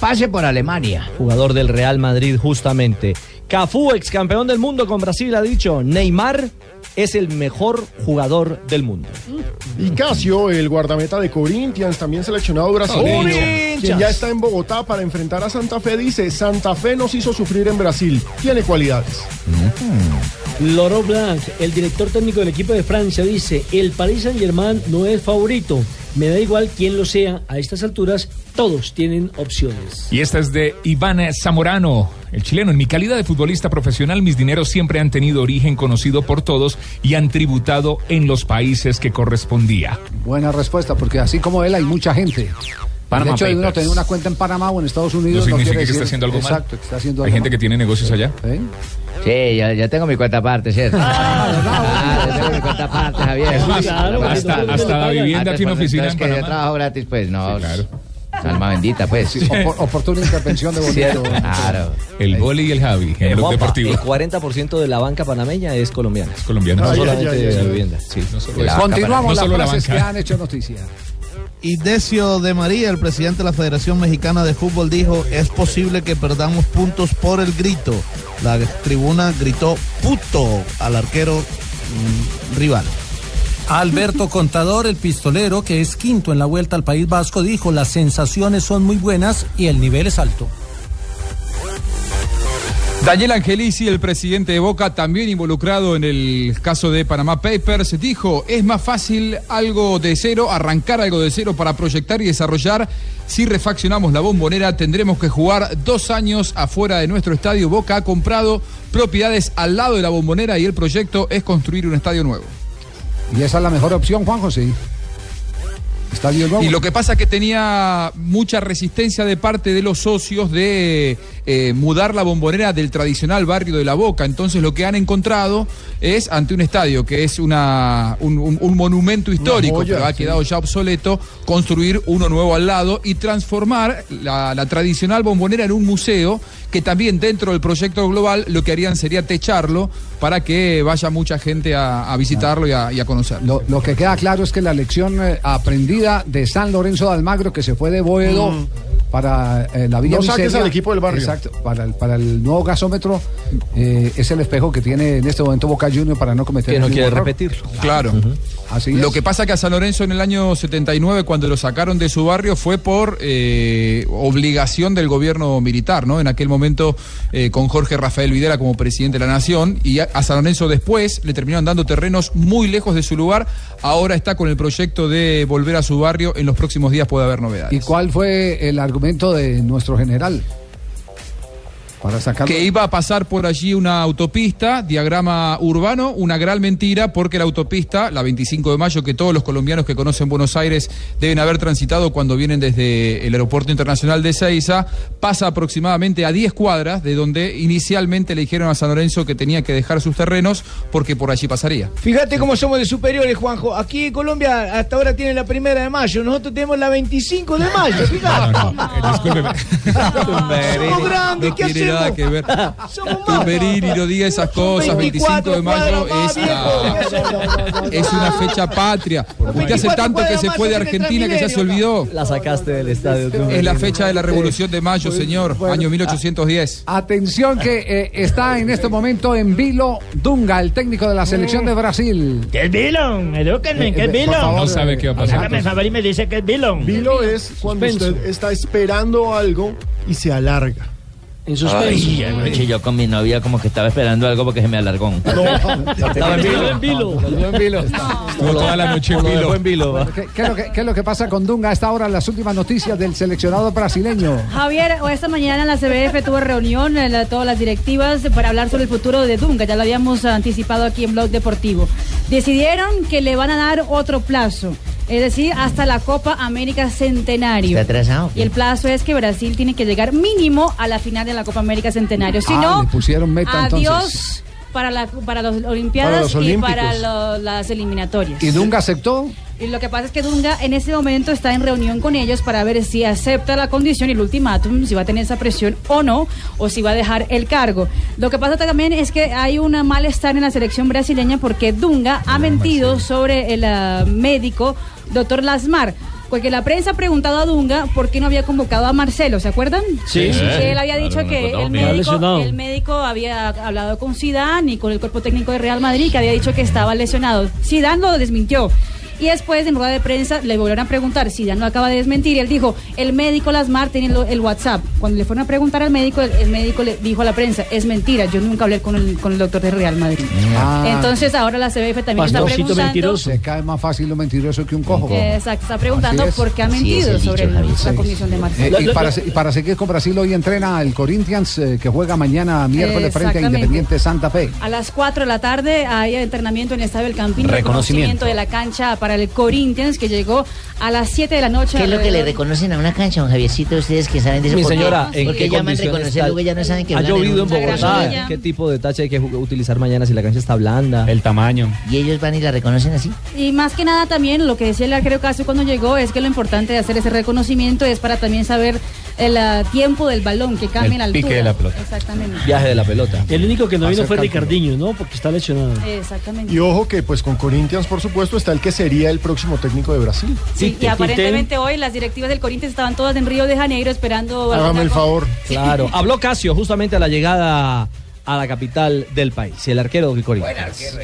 Speaker 41: pase por Alemania.
Speaker 2: Jugador del Real Madrid, justamente. Cafú, ex campeón del mundo con Brasil, ha dicho, Neymar es el mejor jugador del mundo.
Speaker 8: Y Casio, el guardameta de Corinthians, también seleccionado brasileño,
Speaker 2: Corinthians.
Speaker 8: quien ya está en Bogotá para enfrentar a Santa Fe, dice, Santa Fe nos hizo sufrir en Brasil, tiene cualidades.
Speaker 3: Loro Blanc, el director técnico del equipo de Francia, dice, el Paris Saint-Germain no es favorito. Me da igual quién lo sea, a estas alturas todos tienen opciones.
Speaker 4: Y esta es de Iván Zamorano, el chileno. En mi calidad de futbolista profesional, mis dineros siempre han tenido origen conocido por todos y han tributado en los países que correspondía.
Speaker 1: Buena respuesta, porque así como él hay mucha gente.
Speaker 4: Panama
Speaker 1: el hecho de uno
Speaker 4: Papers.
Speaker 1: tener una cuenta en Panamá o en Estados Unidos
Speaker 4: No significa
Speaker 1: quiere
Speaker 4: que está
Speaker 1: decir-
Speaker 4: haciendo algo mal.
Speaker 1: Exacto, que está haciendo
Speaker 4: Hay
Speaker 1: algo ¿Eh?
Speaker 4: gente que tiene negocios allá.
Speaker 16: Sí, ya, ya tengo mi cuenta aparte, ¿cierto? Ah, ya tengo mi cuenta aparte, Javier.
Speaker 9: Es más, Claro, hasta- porque hasta la pagan. vivienda
Speaker 16: Ah,
Speaker 9: tiene
Speaker 16: pues,
Speaker 9: oficina
Speaker 16: entonces
Speaker 9: en
Speaker 16: que
Speaker 9: Panamá.
Speaker 16: Yo trabajo gratis, pues no. Alma bendita, pues.
Speaker 1: Sí, opor- oportuna intervención de
Speaker 16: Cierto.
Speaker 1: Bonito.
Speaker 16: Claro.
Speaker 4: El Goli y el Javi en los
Speaker 2: Juanpa,
Speaker 4: deportivos.
Speaker 2: El 40% de la banca panameña es colombiana. Es
Speaker 4: colombiana.
Speaker 2: No
Speaker 4: Ay,
Speaker 2: solamente
Speaker 4: ay, ay,
Speaker 2: de la
Speaker 4: ay.
Speaker 2: vivienda. Sí.
Speaker 4: No
Speaker 16: Pues
Speaker 2: De la banca
Speaker 1: Continuamos
Speaker 2: panameña.
Speaker 1: las frases que han hecho noticia.
Speaker 11: Y Decio de María, el presidente de la Federación Mexicana de Fútbol, dijo, es posible que perdamos puntos por el grito. La tribuna gritó puto al arquero mm, rival.
Speaker 7: Alberto Contador, el pistolero, que es quinto en la vuelta al País Vasco, dijo, las sensaciones son muy buenas y el nivel es alto.
Speaker 12: Daniel Angelici, el presidente de Boca, también involucrado en el caso de Panama Papers, dijo, es más fácil algo de cero, arrancar algo de cero para proyectar y desarrollar. Si refaccionamos la bombonera, tendremos que jugar dos años afuera de nuestro estadio. Boca ha comprado propiedades al lado de la bombonera y el proyecto es construir un estadio nuevo.
Speaker 1: Y esa es la mejor opción, Juan José. Estadio nuevo.
Speaker 12: Y lo que pasa es que tenía mucha resistencia de parte de los socios de eh, mudar la bombonera del tradicional barrio de La Boca. Entonces lo que han encontrado es ante un estadio que es una, un, un- un monumento histórico,
Speaker 8: joya,
Speaker 12: pero ha
Speaker 8: sí.
Speaker 12: quedado ya obsoleto, construir uno nuevo al lado y transformar la, la tradicional bombonera en un museo que también dentro del proyecto global lo que harían sería techarlo para que vaya mucha gente a, a visitarlo y a, y a conocerlo.
Speaker 1: Lo, lo que queda claro es que la lección eh, aprendida de San Lorenzo de Almagro, que se fue de Boedo
Speaker 8: Mm.
Speaker 1: para eh, la Villa
Speaker 8: No saques
Speaker 1: Miseria,
Speaker 8: al equipo del barrio.
Speaker 1: Exacto, para el, para el nuevo gasómetro eh, es el espejo que tiene en este momento Boca Junior para no cometer
Speaker 12: Que no
Speaker 1: el mismo
Speaker 12: quiere
Speaker 1: error.
Speaker 12: repetirlo. Claro.
Speaker 1: Así
Speaker 12: Lo
Speaker 1: es.
Speaker 12: que pasa que a San Lorenzo en el año 79, cuando lo sacaron de su barrio, fue por eh, obligación del gobierno militar, ¿no? En aquel momento eh, con Jorge Rafael Videla como presidente de la Nación. Y a, a San Lorenzo después le terminaron dando terrenos muy lejos de su lugar. Ahora está con el proyecto de volver a su barrio. En los próximos días puede haber novedades.
Speaker 1: ¿Y cuál fue el argumento de nuestro general? Para sacarlo.
Speaker 12: Que iba a pasar por allí una autopista, diagrama urbano, una gran mentira, porque la autopista, la 25 de mayo, que todos los colombianos que conocen Buenos Aires deben haber transitado cuando vienen desde el Aeropuerto Internacional de Seiza, pasa aproximadamente a 10 cuadras de donde inicialmente le dijeron a San Lorenzo que tenía que dejar sus terrenos porque por allí pasaría.
Speaker 17: Fíjate cómo somos de superiores, Juanjo. Aquí en Colombia hasta ahora tienen la primera de mayo. Nosotros tenemos la 25 de mayo. Fíjate. Somos grandes, ¿qué
Speaker 12: no tiene
Speaker 17: hacemos?
Speaker 12: nada que ver.
Speaker 17: Somos
Speaker 12: Tumberini, no diga esas cosas. 25 de
Speaker 17: 24
Speaker 12: mayo
Speaker 17: cuadras más,
Speaker 12: es la-
Speaker 17: viejo,
Speaker 12: es una fecha patria. Usted hace
Speaker 2: 24
Speaker 12: tanto que
Speaker 2: cuadras
Speaker 12: se
Speaker 2: más,
Speaker 12: fue de
Speaker 2: así que
Speaker 12: Argentina que ya se
Speaker 2: Transmilenio,
Speaker 12: olvidó.
Speaker 2: La sacaste del estadio. tú.
Speaker 12: Es la fecha de la Revolución de Mayo,
Speaker 1: Bueno,
Speaker 12: señor,
Speaker 1: bueno.
Speaker 2: ah.
Speaker 12: año 1810.
Speaker 1: Atención que eh, está en este momento en vilo Dunga, el técnico de la selección de Brasil.
Speaker 10: ¿Qué es Bilon? Edúquenme, ¿qué
Speaker 1: Eh,
Speaker 10: es
Speaker 1: eh, por
Speaker 10: Bilon?
Speaker 1: favor, No sabe qué va a pasar.
Speaker 10: Hágame el favor y me dice qué es Bilon.
Speaker 8: Vilo es cuando
Speaker 10: Suspenso.
Speaker 8: usted está esperando algo y se alarga.
Speaker 10: En
Speaker 13: Ay, anoche yo con mi novia como que estaba esperando algo porque se me alargó.
Speaker 1: Estaba
Speaker 13: en vilo.
Speaker 1: en vilo.
Speaker 13: Estuvo toda la noche en vilo.
Speaker 1: ¿Qué, qué es lo que, qué es lo que pasa con Dunga a esta hora? Las últimas noticias del seleccionado brasileño.
Speaker 6: Javier, o esta mañana en la CBF tuvo reunión eh, la- todas las directivas eh, para hablar sobre el futuro de Dunga, ya lo habíamos anticipado aquí en Blog Deportivo. Decidieron que le van a dar otro plazo, es decir, hasta la Copa América Centenario.
Speaker 16: ¿Está atrasado?
Speaker 6: Y el plazo es que Brasil tiene que llegar mínimo a la final de la Copa América Centenario, si
Speaker 1: Ah,
Speaker 6: no,
Speaker 1: le pusieron meta
Speaker 6: adiós
Speaker 1: entonces.
Speaker 6: para, la, para las Olimpiadas
Speaker 1: los
Speaker 6: y para
Speaker 1: Olímpicos.
Speaker 6: lo- las eliminatorias.
Speaker 1: ¿Y Dunga aceptó?
Speaker 6: Y lo que pasa es que Dunga en ese momento está en reunión con ellos para ver si acepta la condición y el ultimátum, si va a tener esa presión o no, o si va a dejar el cargo. Lo que pasa también es que hay un malestar en la selección brasileña porque Dunga ha mentido sobre el ah, médico doctor Lasmar. Porque la prensa ha preguntado a Dunga por qué no había convocado a Marcelo, ¿se acuerdan?
Speaker 21: Sí, sí, sí.
Speaker 6: Que él había dicho
Speaker 21: Claro,
Speaker 6: que
Speaker 21: no
Speaker 6: el
Speaker 21: lo contaron, mira.
Speaker 6: médico,
Speaker 21: Lesionado.
Speaker 6: el médico había hablado con Zidane y con el cuerpo técnico de Real Madrid que había dicho que estaba lesionado. Zidane lo desmintió. Y después en rueda de prensa le volvieron a preguntar, Zidane lo acaba de desmentir y él dijo, el médico Lasmar tiene lo- el WhatsApp. Cuando le fueron a preguntar al médico, el, el médico le dijo a la prensa, es mentira, yo nunca hablé con el, con el doctor de Real Madrid.
Speaker 1: Ah.
Speaker 6: Entonces ahora la CBF también está preguntando
Speaker 1: Se cae más fácil lo mentiroso que un cojo.
Speaker 6: Exacto, está preguntando
Speaker 1: Así es.
Speaker 6: por qué ha
Speaker 1: Así es
Speaker 6: mentido
Speaker 1: el dicho,
Speaker 6: sobre
Speaker 1: Javier.
Speaker 6: la
Speaker 1: Sí.
Speaker 6: comisión de
Speaker 1: Eh,
Speaker 6: Marcelo.
Speaker 1: y, para, se- y para seguir con Brasil, hoy entrena el Corinthians eh, que juega mañana miércoles frente a
Speaker 6: Exactamente.
Speaker 1: Independiente Santa Fe.
Speaker 6: A las 4 de la tarde hay entrenamiento en el Estadio del Campín.
Speaker 1: Reconocimiento.
Speaker 6: de la cancha para el Corinthians que llegó a las 7 de la noche.
Speaker 16: ¿Qué es lo que le
Speaker 6: alrededor-
Speaker 16: reconocen a una cancha, don Javiercito? Ustedes que saben de eso.
Speaker 2: Mi
Speaker 16: ¿por qué-
Speaker 2: señora, ¿en
Speaker 16: ¿por qué
Speaker 2: qué
Speaker 16: llaman
Speaker 2: condiciones
Speaker 16: reconocer luego
Speaker 2: está?
Speaker 16: ya no saben que
Speaker 2: Ha
Speaker 16: hablan en
Speaker 2: llovido en
Speaker 16: una cancha?
Speaker 2: Bogotá. ¿Qué tipo de tacha hay que ju- utilizar mañana si la cancha está blanda? El
Speaker 28: tamaño.
Speaker 16: Y ellos van y la reconocen así.
Speaker 6: Y más que nada también lo que decía el arquero Caso cuando llegó es que lo importante de hacer ese reconocimiento es para también saber el ah, tiempo del balón que cambia en la altura. Exactamente.
Speaker 2: Viaje de la pelota.
Speaker 3: El único que no vino
Speaker 8: Hacer
Speaker 3: fue
Speaker 8: cálculo.
Speaker 3: Ricardiño, ¿no? Porque está lesionado.
Speaker 6: Exactamente.
Speaker 8: Y ojo que pues con Corinthians, por supuesto, está el que sería el próximo técnico de Brasil.
Speaker 6: Sí, y aparentemente hoy las directivas del Corinthians estaban todas en Río de Janeiro esperando. alguna cosa. Sí.
Speaker 2: Claro. Habló Casio justamente a la llegada a la capital del país, el arquero del Corinthians.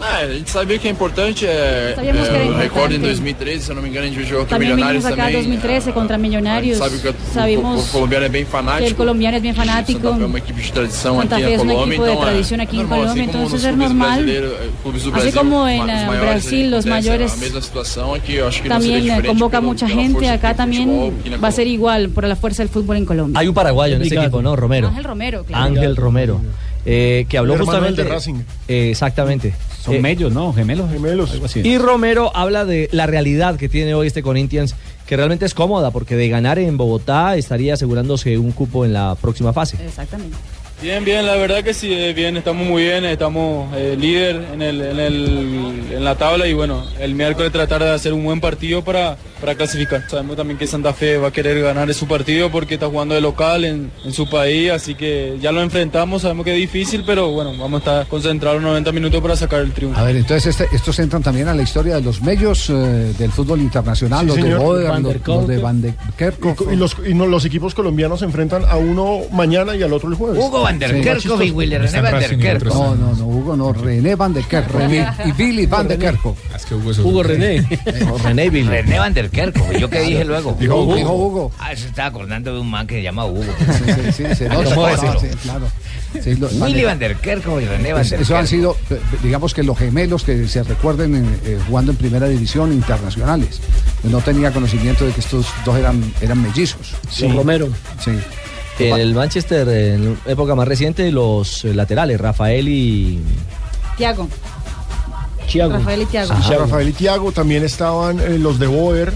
Speaker 5: Ah, a gente sabia que é importante. É,
Speaker 6: Sabíamos
Speaker 5: é,
Speaker 6: que era
Speaker 5: eu
Speaker 6: importante.
Speaker 5: recordo em 2013, se eu não me engano, a gente jogou contra o
Speaker 6: También
Speaker 5: Milionários
Speaker 6: vinimos acá
Speaker 5: também.
Speaker 6: 2013 contra Millonarios.
Speaker 5: eh, Sabe que o, o,
Speaker 6: Sabemos
Speaker 5: o colombiano é bem
Speaker 6: que el
Speaker 5: fanático.
Speaker 6: colombiano es bien fanático.
Speaker 5: Santa Fe é uma equipe de tradição
Speaker 6: Santa
Speaker 5: aqui
Speaker 6: Fe
Speaker 5: na
Speaker 6: es un
Speaker 5: Colômbia.
Speaker 6: equipo de
Speaker 5: Então, é,
Speaker 6: tradición aquí en
Speaker 5: normal,
Speaker 6: Colombia,
Speaker 5: assim como
Speaker 6: entonces
Speaker 5: nos
Speaker 6: es
Speaker 5: clubes
Speaker 6: normal.
Speaker 5: brasileiros, eh, clubes do
Speaker 6: Así
Speaker 5: Brasil,
Speaker 6: como
Speaker 5: ma-
Speaker 6: en, eh,
Speaker 5: os maiores,
Speaker 6: Brasil, los
Speaker 5: acontece
Speaker 6: mayores
Speaker 5: a mesma situação aqui, eu acho que não seria
Speaker 6: También eh,
Speaker 5: diferente
Speaker 6: convoca
Speaker 5: pelo-
Speaker 6: mucha
Speaker 5: pela
Speaker 6: gente.
Speaker 5: força que
Speaker 6: Acá
Speaker 5: tem o futebol
Speaker 6: también
Speaker 5: aqui na
Speaker 6: va a ser igual por la fuerza del fútbol en Colombia.
Speaker 2: Hay un paraguayo en ese
Speaker 6: Complicado.
Speaker 2: equipo, ¿no? Romero.
Speaker 6: Ángel Romero, claro.
Speaker 2: Ángel Romero. eh, que habló
Speaker 28: El hermano del
Speaker 2: justamente.
Speaker 28: de Racing.
Speaker 2: Eh, exactamente.
Speaker 28: Son
Speaker 2: Eh,
Speaker 28: mellos, ¿no? Gemelos. Gemelos. Algo así.
Speaker 2: Y Romero habla de la realidad que tiene hoy este Corinthians, que realmente es cómoda, porque de ganar en Bogotá estaría asegurándose un cupo en la próxima fase.
Speaker 6: Exactamente.
Speaker 18: Bien, bien, la verdad que sí, eh, bien, estamos muy bien, estamos eh, líder en, el- en el- en la tabla y bueno, el miércoles tratar de hacer un buen partido para, para clasificar. Sabemos también que Santa Fe va a querer ganar su partido porque está jugando de local en, en su país, así que ya lo enfrentamos, sabemos que es difícil, pero bueno, vamos a estar concentrados 90 minutos para sacar el triunfo.
Speaker 1: A ver, entonces este- estos entran también a la historia de los medios eh, del fútbol internacional,
Speaker 8: Sí,
Speaker 1: los, de
Speaker 8: señor.
Speaker 1: Boder,
Speaker 8: Van der
Speaker 1: los, los de
Speaker 8: Kolk.
Speaker 1: Van de Kerkhoff.
Speaker 8: Y, los, y no- los equipos colombianos se enfrentan a uno mañana y al otro el jueves.
Speaker 1: Hugo Van der Kerkhoff y Willy René Está en Van der Racing y Kerkhoff. otros No, no, Hugo no, René Van de Kerkhoff. René y Billy Van de Kerkhoff.
Speaker 2: Hugo René. René Billy.
Speaker 9: René Van der Kerco. ¿Yo qué dije luego?
Speaker 1: Dijo Hugo. Dijo Hugo.
Speaker 9: Ah, se estaba acordando de un man que se llama Hugo.
Speaker 1: Sí, sí, se nota,
Speaker 9: ¿Cómo
Speaker 1: claro,
Speaker 9: decirlo?
Speaker 1: sí, claro. Sí, lo-
Speaker 9: Willy Van der Kerco y René Van
Speaker 1: Es-
Speaker 9: der
Speaker 1: Eso han
Speaker 9: Kerco.
Speaker 1: sido, eh, digamos que los gemelos que se recuerden en, eh, jugando en primera división internacionales. No tenía conocimiento de que estos dos eran, eran mellizos.
Speaker 2: Sí. Los Romero.
Speaker 1: Sí.
Speaker 2: En el Manchester, en época más reciente, los eh, laterales, Rafael y.
Speaker 6: Tiago.
Speaker 2: Thiago.
Speaker 6: Rafael y Tiago.
Speaker 8: Ajá. Rafael y Tiago también estaban eh, los de Boer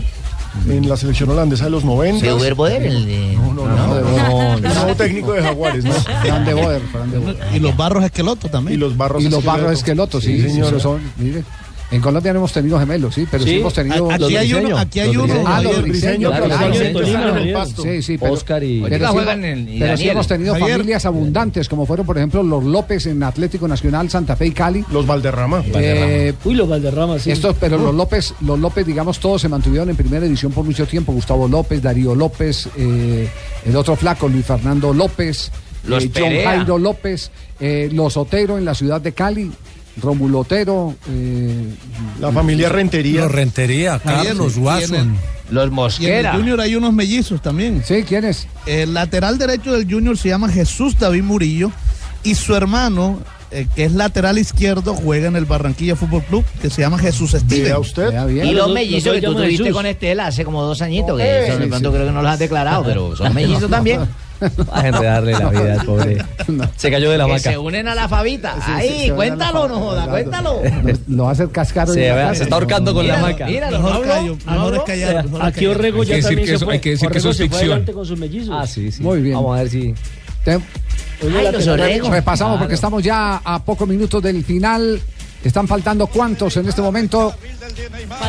Speaker 8: en la selección holandesa de los 90.
Speaker 1: ¿De Boer, Boer? El
Speaker 8: No, no, no.
Speaker 1: No, no,
Speaker 8: El nuevo técnico de Jaguares, ¿no?
Speaker 1: Fran de Boer, Fran de Boer.
Speaker 11: Y los barros esqueloto también.
Speaker 8: Y los barros
Speaker 1: y los barros esquelotos, sí,
Speaker 8: Sí,
Speaker 1: sí,
Speaker 8: señor.
Speaker 1: esos son, mire. En Colombia no hemos tenido gemelos, sí, pero sí,
Speaker 2: Sí,
Speaker 1: hemos tenido.
Speaker 2: a- aquí Los hay uno, briseños. aquí hay uno,
Speaker 1: Ah, los
Speaker 2: Javier.
Speaker 1: briseños,
Speaker 2: Claro,
Speaker 1: claro,
Speaker 2: los
Speaker 1: sí,
Speaker 2: briseños,
Speaker 1: claro.
Speaker 2: Javier.
Speaker 1: Sí, sí, pero-
Speaker 2: Oscar y-
Speaker 1: pero
Speaker 2: Ahorita
Speaker 1: sí-
Speaker 2: juegan en- y
Speaker 1: Pero sí
Speaker 2: Daniel.
Speaker 1: hemos tenido
Speaker 2: Javier.
Speaker 1: familias abundantes, como fueron, por ejemplo, los López en Atlético Nacional, Santa Fe y Cali.
Speaker 8: Los Valderrama.
Speaker 1: Eh,
Speaker 3: Uy, los Valderrama, sí.
Speaker 1: estos, pero los López, los López, digamos, todos se mantuvieron en primera edición por mucho tiempo. Gustavo López, Darío López, eh, el otro flaco, Luis Fernando López,
Speaker 9: Los
Speaker 1: eh, John
Speaker 9: Perea.
Speaker 3: ah.
Speaker 1: Jairo López, eh, los Otero en la ciudad de Cali, Romulo Otero, eh,
Speaker 8: La familia Rentería.
Speaker 1: Los
Speaker 11: Rentería,
Speaker 1: Carlos, Watson.
Speaker 9: Los
Speaker 11: Y en el
Speaker 9: Mosquera.
Speaker 11: Junior hay unos mellizos también.
Speaker 1: Sí, ¿quién es?
Speaker 11: El lateral derecho del Junior se llama Jesús David Murillo y su hermano, eh, que es lateral izquierdo, juega en el Barranquilla Fútbol Club, que se llama Jesús Steven.
Speaker 16: Y los mellizos que tú tuviste con Estela hace como dos añitos, que
Speaker 11: Eh,
Speaker 16: son- de
Speaker 11: sí,
Speaker 16: pronto
Speaker 11: sí.
Speaker 16: creo que no los has declarado, pero son mellizos también.
Speaker 2: Vas a enredarle la vida al pobre. Se cayó de la
Speaker 16: Que
Speaker 2: vaca.
Speaker 16: se unen a la fabita.
Speaker 1: sí,
Speaker 16: Ahí,
Speaker 1: se unen a la
Speaker 16: cuéntalo, no joda, cuéntalo.
Speaker 1: lo va a hacer cascaro.
Speaker 2: Se
Speaker 1: en la
Speaker 2: va-
Speaker 1: casa.
Speaker 2: se está ahorcando con la
Speaker 1: Míralo,
Speaker 2: maca.
Speaker 1: míralo,
Speaker 11: Mejor
Speaker 1: ¿no habló?
Speaker 11: callo, mejor es callar, mejor es
Speaker 3: Aquí
Speaker 11: callar.
Speaker 3: Orrego ya también se fue. Orrego se fue adelante
Speaker 2: con sus mellizos. Ah, sí, sí.
Speaker 1: Muy bien.
Speaker 2: Vamos a ver si.
Speaker 1: Te-
Speaker 2: Ay, los Orrego.
Speaker 1: Repasamos
Speaker 2: Claro.
Speaker 1: porque estamos ya a pocos minutos del final. Están faltando cuántos en este momento?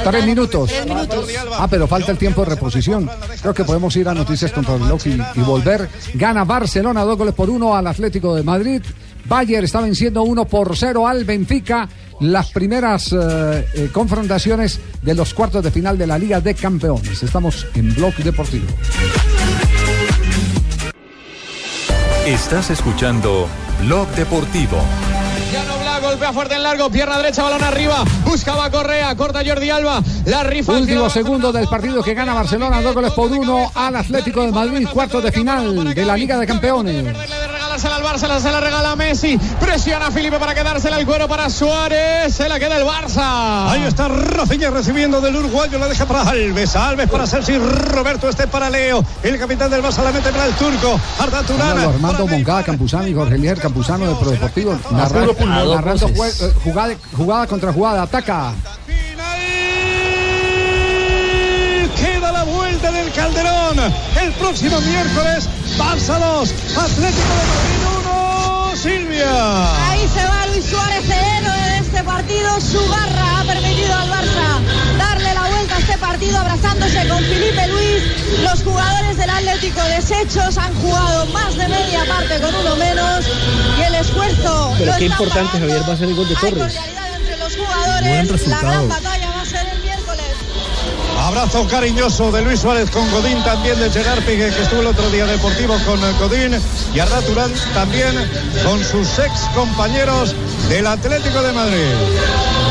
Speaker 1: Tres minutos.
Speaker 21: tres minutos.
Speaker 1: Ah, pero falta el tiempo de reposición. Creo que podemos ir a noticias contra el reloj y, y volver. Gana Barcelona dos goles por uno al Atlético de Madrid. Bayern está venciendo uno por cero al Benfica. Las primeras eh, eh, confrontaciones de los cuartos de final de la Liga de Campeones. Estamos en Blog Deportivo.
Speaker 26: Estás escuchando Blog Deportivo.
Speaker 14: Black golpea fuerte en largo, pierna derecha, balón arriba, buscaba Correa, corta Jordi Alba, la rifa al
Speaker 1: Último segundo del partido que gana Barcelona, dos goles por uno al Atlético de Madrid, cuartos de final de la Liga de Campeones.
Speaker 14: regálasela al Barça, se la regala a Messi, presiona a Felipe para quedársela al cuero para Suárez, se la queda el Barça.
Speaker 19: Ahí está Rafinha recibiendo del uruguayo, la deja para Alves, Alves para Sergi, Roberto este para Leo, el capitán del Barça la mete para el turco, Arda Turana.
Speaker 1: Álvaro Armando Moncada Campuzano y Jorge Lier Campuzano de Prodeportivo narra-
Speaker 19: puro pulmón.
Speaker 1: narrando
Speaker 19: A dos
Speaker 1: jue- eh, jugada, jugada contra jugada, ataca.
Speaker 19: Queda la vuelta del Calderón, el próximo miércoles, Barça 2, Atlético de Madrid 1, Silvia.
Speaker 30: Ahí se va Luis Suárez, el héroe de este partido. Su garra ha permitido al Barça darle la vuelta a este partido abrazándose con Felipe Luis. Los jugadores del Atlético deshechos han jugado más de media parte con uno menos y el esfuerzo
Speaker 3: Pero
Speaker 30: lo
Speaker 3: qué
Speaker 30: están
Speaker 3: importante,
Speaker 30: pagando.
Speaker 3: Javier, va a ser el gol de Torres.
Speaker 30: Solidaridad entre los jugadores.
Speaker 19: Buen
Speaker 30: la
Speaker 19: resultado.
Speaker 30: gran batalla va a ser el miércoles.
Speaker 19: Abrazo cariñoso de Luis Suárez con Godín, también de Gerard Piqué, que estuvo el otro día deportivo con eh, Godín, y Arda Turán también con sus ex compañeros del Atlético de Madrid.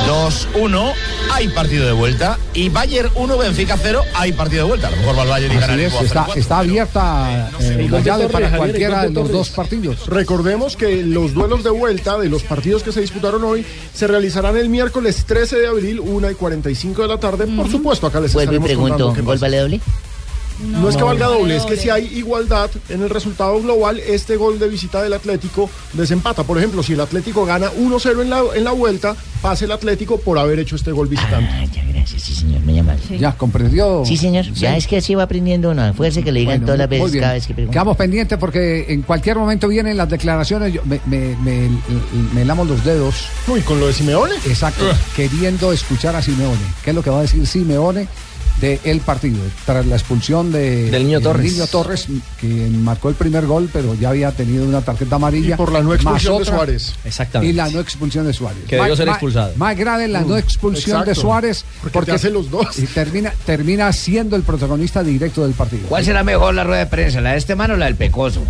Speaker 23: 2-1, hay partido de vuelta. Y Bayern 1, Benfica 0, hay partido de vuelta. A lo mejor va el Bayern y gana
Speaker 1: Así
Speaker 23: el
Speaker 1: es,
Speaker 23: equipo a
Speaker 1: está,
Speaker 23: 0-4.
Speaker 1: Ah, está abierta eh,
Speaker 23: El
Speaker 1: la
Speaker 23: gol de
Speaker 1: llave
Speaker 23: Torres,
Speaker 1: para
Speaker 23: Javier, el
Speaker 1: cualquiera
Speaker 23: gol de
Speaker 1: de los
Speaker 23: Torres.
Speaker 1: dos partidos.
Speaker 8: Recordemos que los duelos de vuelta de los partidos que se disputaron hoy se realizarán el miércoles 13 de abril, 1 y 45 de la tarde. Por supuesto, acá les
Speaker 16: Vuelvo y
Speaker 8: estaremos
Speaker 16: pregunto,
Speaker 8: contando qué
Speaker 16: ¿gol
Speaker 8: pasa.
Speaker 16: vale doble?
Speaker 8: No, es que valga doble, es que si hay igualdad en el resultado global, este gol de visita del Atlético desempata. Por ejemplo, si el Atlético gana 1-0 en la, en la vuelta, pasa el Atlético por haber hecho este gol visitante.
Speaker 16: Ah, gracias, sí, señor, muy amable.
Speaker 1: Ya, comprendió.
Speaker 16: Sí, señor, ya es que así va aprendiendo uno. Fuerza que le digan
Speaker 1: Bueno,
Speaker 16: todas las
Speaker 1: muy
Speaker 16: veces,
Speaker 1: bien.
Speaker 16: cada vez que preguntan.
Speaker 1: Quedamos pendientes porque en cualquier momento vienen las declaraciones. Yo me, me, me- me lamo los dedos.
Speaker 8: Uy, con lo de Simeone.
Speaker 1: Exacto. Queriendo escuchar a Simeone. ¿Qué es lo que va a decir Simeone del partido? Tras la expulsión de,
Speaker 2: Del niño
Speaker 1: del
Speaker 2: Torres.
Speaker 1: niño Torres, que marcó el primer gol, pero ya había tenido una tarjeta amarilla.
Speaker 8: Y por la no
Speaker 1: más
Speaker 8: expulsión de
Speaker 1: otra,
Speaker 8: Suárez.
Speaker 1: Y la no expulsión de Suárez.
Speaker 2: Que debió
Speaker 1: Más-
Speaker 2: ser
Speaker 1: más-
Speaker 2: expulsado.
Speaker 1: Más grave la no
Speaker 8: Mm,
Speaker 1: expulsión de
Speaker 8: exacto.
Speaker 1: Suárez.
Speaker 8: Porque te hace los dos.
Speaker 1: Y termina, termina siendo el protagonista directo del partido.
Speaker 16: ¿Cuál será mejor la rueda de prensa, la de este man o la del Pecoso?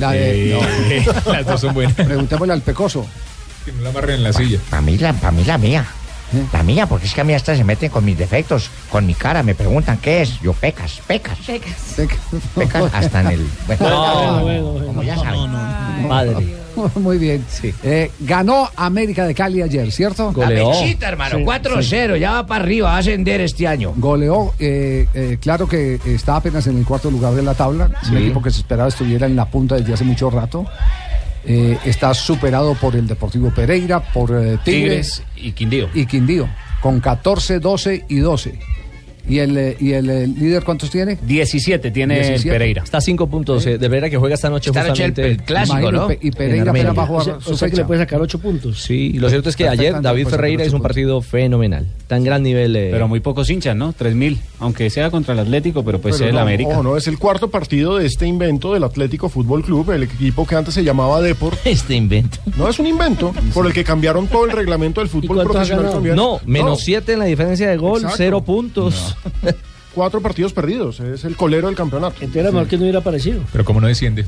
Speaker 1: La de-
Speaker 16: Eh,
Speaker 1: no.
Speaker 16: las dos son buenas.
Speaker 1: Preguntémosle al pecoso.
Speaker 16: Que no la amarren en la silla. ¿Eh? Para mí, la, pa' mí la mía. La mía, porque es que a mí hasta se meten con mis defectos, con mi cara, me preguntan qué es. Yo pecas, pecas.
Speaker 6: Pecas.
Speaker 16: Pecas hasta en el.
Speaker 6: No,
Speaker 16: como ya saben.
Speaker 2: Padre.
Speaker 1: Muy bien. Eh, ganó América de Cali ayer, ¿cierto?
Speaker 16: La pechita, hermano. 4-0, ya va para arriba, va a ascender este año.
Speaker 1: Goleó, eh, eh, claro que está apenas en el cuarto lugar de la tabla,
Speaker 16: Sí.
Speaker 1: un equipo que se esperaba estuviera en la punta desde hace mucho rato. Eh, está superado por el Deportivo Pereira, por eh,
Speaker 23: Tigres
Speaker 1: Tigres,
Speaker 23: y Quindío.
Speaker 1: y Quindío, con 14, 12 y 12. ¿Y el, eh, y el eh, líder cuántos tiene?
Speaker 28: 17 tiene el Pereira.
Speaker 2: Está a cinco puntos eh, de Pereira que juega esta noche
Speaker 28: Esta noche el
Speaker 2: justamente.
Speaker 28: pe- clásico,
Speaker 1: ¿no? y Pereira apenas
Speaker 2: En Armenia.
Speaker 1: va a jugar
Speaker 2: O sea-
Speaker 1: su
Speaker 2: o sea que
Speaker 1: fecha.
Speaker 2: le puede
Speaker 3: sacar ocho puntos.
Speaker 2: Sí, y lo cierto es que
Speaker 28: Perfecto,
Speaker 2: ayer
Speaker 28: no,
Speaker 2: David
Speaker 28: pues,
Speaker 2: Ferreira hizo un partido fenomenal. Tan gran nivel. eh,
Speaker 28: Pero muy pocos hinchas, ¿no? 3.000, aunque sea contra el Atlético, pero pues
Speaker 8: Pero
Speaker 28: es el
Speaker 8: no,
Speaker 28: América.
Speaker 8: ojo, no, es el cuarto partido de este invento del Atlético Fútbol Club, el equipo que antes se llamaba Depor.
Speaker 16: Este invento.
Speaker 8: No es un invento, por el que cambiaron todo el reglamento del fútbol
Speaker 2: ¿cuántos ha
Speaker 8: profesional
Speaker 2: ganado?
Speaker 8: colombiano.
Speaker 2: No, menos siete en la diferencia de gol,
Speaker 8: Exacto.
Speaker 2: cero puntos.
Speaker 8: Cuatro partidos perdidos, es el colero del campeonato.
Speaker 3: Entonces era mejor que no hubiera aparecido.
Speaker 12: Pero como no desciende.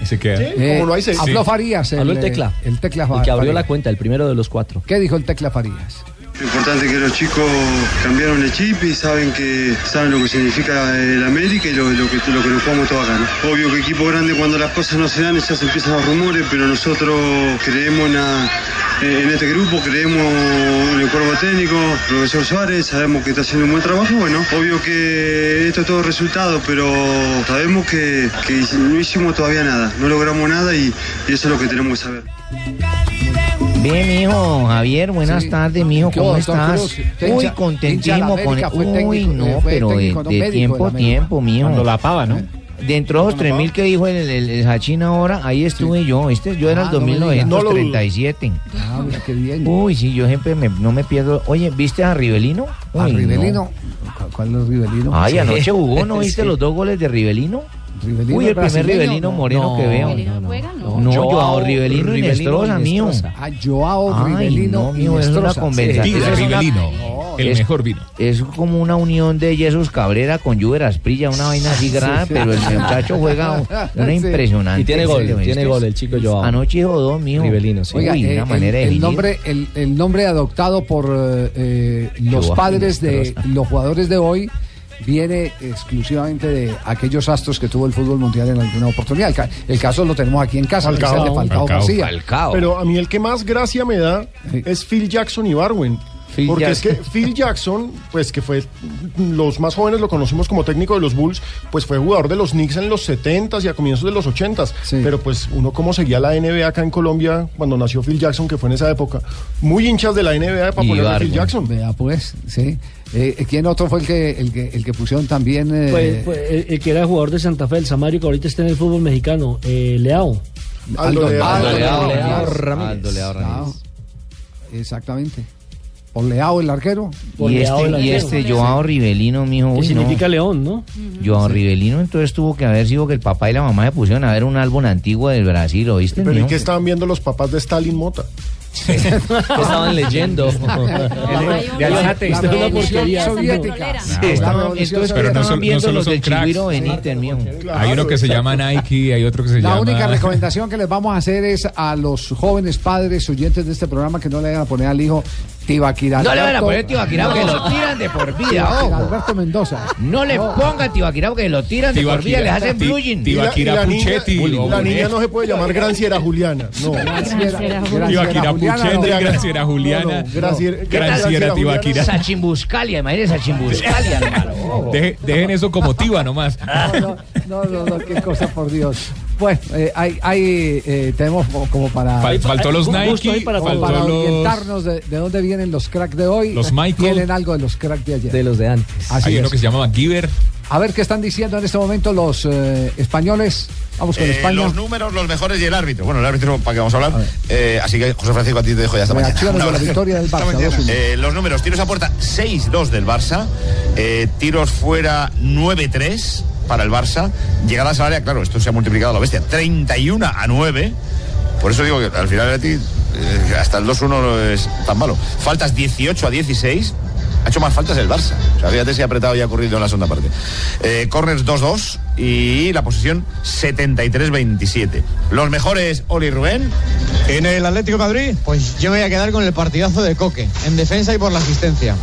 Speaker 12: Y se queda.
Speaker 1: Eh, Habló Farías.
Speaker 2: Habló el Tecla.
Speaker 1: eh, El Tecla
Speaker 2: El que abrió
Speaker 1: Farías.
Speaker 2: la cuenta, el primero de los cuatro.
Speaker 1: ¿Qué dijo el Tecla Farías?
Speaker 27: Lo importante es que los chicos cambiaron el chip y saben que saben lo que significa el América y lo, lo que, lo que nos jugamos todo acá. ¿no? Obvio que equipo grande cuando las cosas no se dan ya se empiezan los rumores, pero nosotros creemos en, la- en este grupo, creemos en el cuerpo técnico, profesor Suárez, sabemos que está haciendo un buen trabajo, bueno, obvio que esto es todo resultado, pero sabemos que, que no hicimos todavía nada, no logramos nada y- y eso es lo que tenemos que saber.
Speaker 16: Bien, mijo, Javier, buenas tardes, mijo,
Speaker 27: ¿Qué
Speaker 16: ¿cómo
Speaker 27: hubo, doctor
Speaker 16: estás?
Speaker 27: Cruz? Usted
Speaker 16: Uy,
Speaker 27: hincha-
Speaker 16: contentísimo
Speaker 27: hincha de la
Speaker 16: con
Speaker 27: América, fue
Speaker 16: Uy,
Speaker 27: técnico,
Speaker 16: no,
Speaker 27: fue
Speaker 16: pero de,
Speaker 27: técnico, no
Speaker 16: de
Speaker 27: médico de
Speaker 16: tiempo
Speaker 27: la
Speaker 16: a
Speaker 27: América.
Speaker 16: tiempo, mijo.
Speaker 28: Cuando la pava, ¿no?
Speaker 16: Dentro de los 3.000 que dijo el, el, el Hachín ahora, ahí estuve yo. Este, yo era
Speaker 1: Ah,
Speaker 16: el
Speaker 1: no me diga.
Speaker 16: 2937.
Speaker 1: Ah, mira, qué bien.
Speaker 16: Uy, sí, yo siempre me- no me pierdo. Oye, ¿viste a Rivelino?
Speaker 1: A
Speaker 16: Uy, no.
Speaker 1: Rivelino. ¿Cu- ¿Cuál es Rivelino?
Speaker 16: Ay,
Speaker 1: Sí.
Speaker 16: anoche jugó, ¿no viste
Speaker 1: Sí.
Speaker 16: los dos goles de Rivelino?
Speaker 1: Rivelino
Speaker 16: Uy, el primer
Speaker 1: brasileño,
Speaker 16: Rivelino
Speaker 1: no.
Speaker 16: Moreno que veo.
Speaker 1: Rivelino
Speaker 16: No, Joao Rivelino y Nestroza, mío.
Speaker 1: Ah, Joao
Speaker 16: Ay,
Speaker 1: Rivelino
Speaker 16: no,
Speaker 1: y
Speaker 16: mío, es una
Speaker 1: Nestroza.
Speaker 16: convención.
Speaker 1: Sí,
Speaker 16: Eso es una-
Speaker 1: No,
Speaker 16: es-
Speaker 1: es-
Speaker 16: Es como una unión de Jesús Cabrera con Juber Asprilla, una vaina así grande,
Speaker 2: Sí.
Speaker 16: pero el muchacho juega una
Speaker 2: Sí.
Speaker 16: impresionante.
Speaker 2: Y tiene gol,
Speaker 16: Sí,
Speaker 2: tiene
Speaker 16: es-
Speaker 2: gol el chico Joao.
Speaker 16: Anoche hizo dos, mijo.
Speaker 2: Rivelino, sí.
Speaker 16: Oiga,
Speaker 1: Oiga,
Speaker 16: Uy,
Speaker 1: eh,
Speaker 16: una
Speaker 1: el,
Speaker 16: manera de
Speaker 1: el
Speaker 16: definir.
Speaker 1: nombre, el, el nombre adoptado por eh, eh, los
Speaker 16: Joao
Speaker 1: padres de
Speaker 16: Inestrosa.
Speaker 1: los jugadores de hoy viene exclusivamente de aquellos astros que tuvo el fútbol mundial en alguna oportunidad. El, ca- el caso lo tenemos aquí en casa, que es el de Falcao García.
Speaker 8: Pero a mí el que más gracia me da es Phil Jackson y Barwin. Porque es que Phil Jackson, pues que fue, los más jóvenes lo conocimos como técnico de los Bulls, pues fue jugador de los Knicks en los 70s y a comienzos de los 80s. Pero pues uno como seguía la NBA acá en Colombia cuando nació Phil Jackson, que fue en esa época, muy hinchas de la NBA para
Speaker 1: Y
Speaker 8: ponerle a Phil
Speaker 1: Barwin.
Speaker 8: Jackson.
Speaker 1: Vea, pues, sí. Eh, ¿Quién otro fue el que, el que, el que pusieron también? eh,
Speaker 3: Pues, pues, el, el que era jugador de Santa Fe, el Samario, que ahorita está en el fútbol mexicano, eh, Leao.
Speaker 1: Aldo Aldo Leao. Leao. Aldo Leao.
Speaker 3: Leao
Speaker 1: Ramírez.
Speaker 3: Aldo Leao Ramírez.
Speaker 1: Exactamente. O Leao, el arquero.
Speaker 16: Y este, y este Joao Rivelino, mijo.
Speaker 3: Que
Speaker 16: uy, no.
Speaker 3: significa León, ¿no?
Speaker 16: Joao Rivelino entonces tuvo que haber sido que el papá y la mamá se pusieron a ver un álbum antiguo del Brasil, ¿oíste?
Speaker 8: Pero ¿y
Speaker 16: mijo?
Speaker 8: qué estaban viendo los papás de Stalin Mota?
Speaker 2: Estaban leyendo.
Speaker 16: De Alzate.
Speaker 1: La revolución soviética.
Speaker 16: Sí, estaban- entonces, ¿qué
Speaker 21: Ah, Pero no,
Speaker 16: estaban
Speaker 21: son, no
Speaker 16: viendo
Speaker 21: solo
Speaker 16: los
Speaker 21: son
Speaker 16: del
Speaker 21: cracks.
Speaker 16: Chigüiro Benítez, mijo?
Speaker 21: hay uno que se llama Nike, hay otro que se
Speaker 1: La
Speaker 21: llama.
Speaker 1: única recomendación que les vamos a hacer es a los jóvenes padres oyentes de este programa que no le vayan a poner al hijo Tibaquirá.
Speaker 16: No le van a
Speaker 1: Alberto.
Speaker 16: poner Tibaquirá porque
Speaker 1: No.
Speaker 16: lo tiran de por vida,
Speaker 1: Tibaquirá,
Speaker 16: ojo.
Speaker 1: Alberto Mendoza.
Speaker 16: No le pongan Tibaquirá porque lo tiran de por vida, les hacen blueing.
Speaker 8: Y la- y la niña- La niña no se puede llamar Granciera Juliana. No.
Speaker 1: Graciera,
Speaker 21: Tibaquirá Puchetti, Graciera Juliana.
Speaker 8: Graciera-
Speaker 21: Graciera Tibaquirá.
Speaker 16: Sachimbuscalia, imagínese Sachimbuscalia, hermano. ojo.
Speaker 21: Deje- dejen eso como tiba nomás.
Speaker 1: No, no, no, qué cosa, por Dios. Bueno, eh, hay, hay, eh, tenemos como- como para...
Speaker 21: Fal- faltó los
Speaker 1: Como
Speaker 21: Nike,
Speaker 1: como
Speaker 21: faltó
Speaker 1: para
Speaker 21: los-
Speaker 1: orientarnos de, de dónde vienen los cracks de hoy.
Speaker 21: Los Michael.
Speaker 1: Tienen algo de los cracks de ayer.
Speaker 2: De los de antes.
Speaker 1: Así
Speaker 21: hay uno
Speaker 1: es.
Speaker 21: que se llama Giver.
Speaker 1: A ver qué están diciendo en este momento los eh, españoles. Vamos con
Speaker 23: Eh,
Speaker 1: España.
Speaker 23: los números, los mejores y el árbitro. Bueno, el árbitro, ¿para qué vamos a hablar? Eh, así que, José Francisco, a ti te dejo ya hasta mañana.
Speaker 1: Reacciones
Speaker 23: Un
Speaker 1: de la
Speaker 23: abrazo.
Speaker 1: victoria del Barça,
Speaker 23: Hasta mañana.
Speaker 1: 2-1.
Speaker 23: Eh, los números, tiros a puerta 6-2 del Barça, eh, tiros fuera 9-3 para el Barça, llegadas al área, claro, esto se ha multiplicado a la bestia, 31 a 9. Por eso digo que al final el Atleti, eh, hasta el 2-1 no es tan malo. Faltas 18 a 16. Ha hecho más faltas el Barça. O sea, fíjate si ha apretado y ha corrido en la segunda parte. Eh, corners 2-2 y la posición 73-27. Los mejores, Oli Rubén.
Speaker 19: En el Atlético de Madrid, pues yo me voy a quedar con el partidazo de Coque, en defensa y por la asistencia.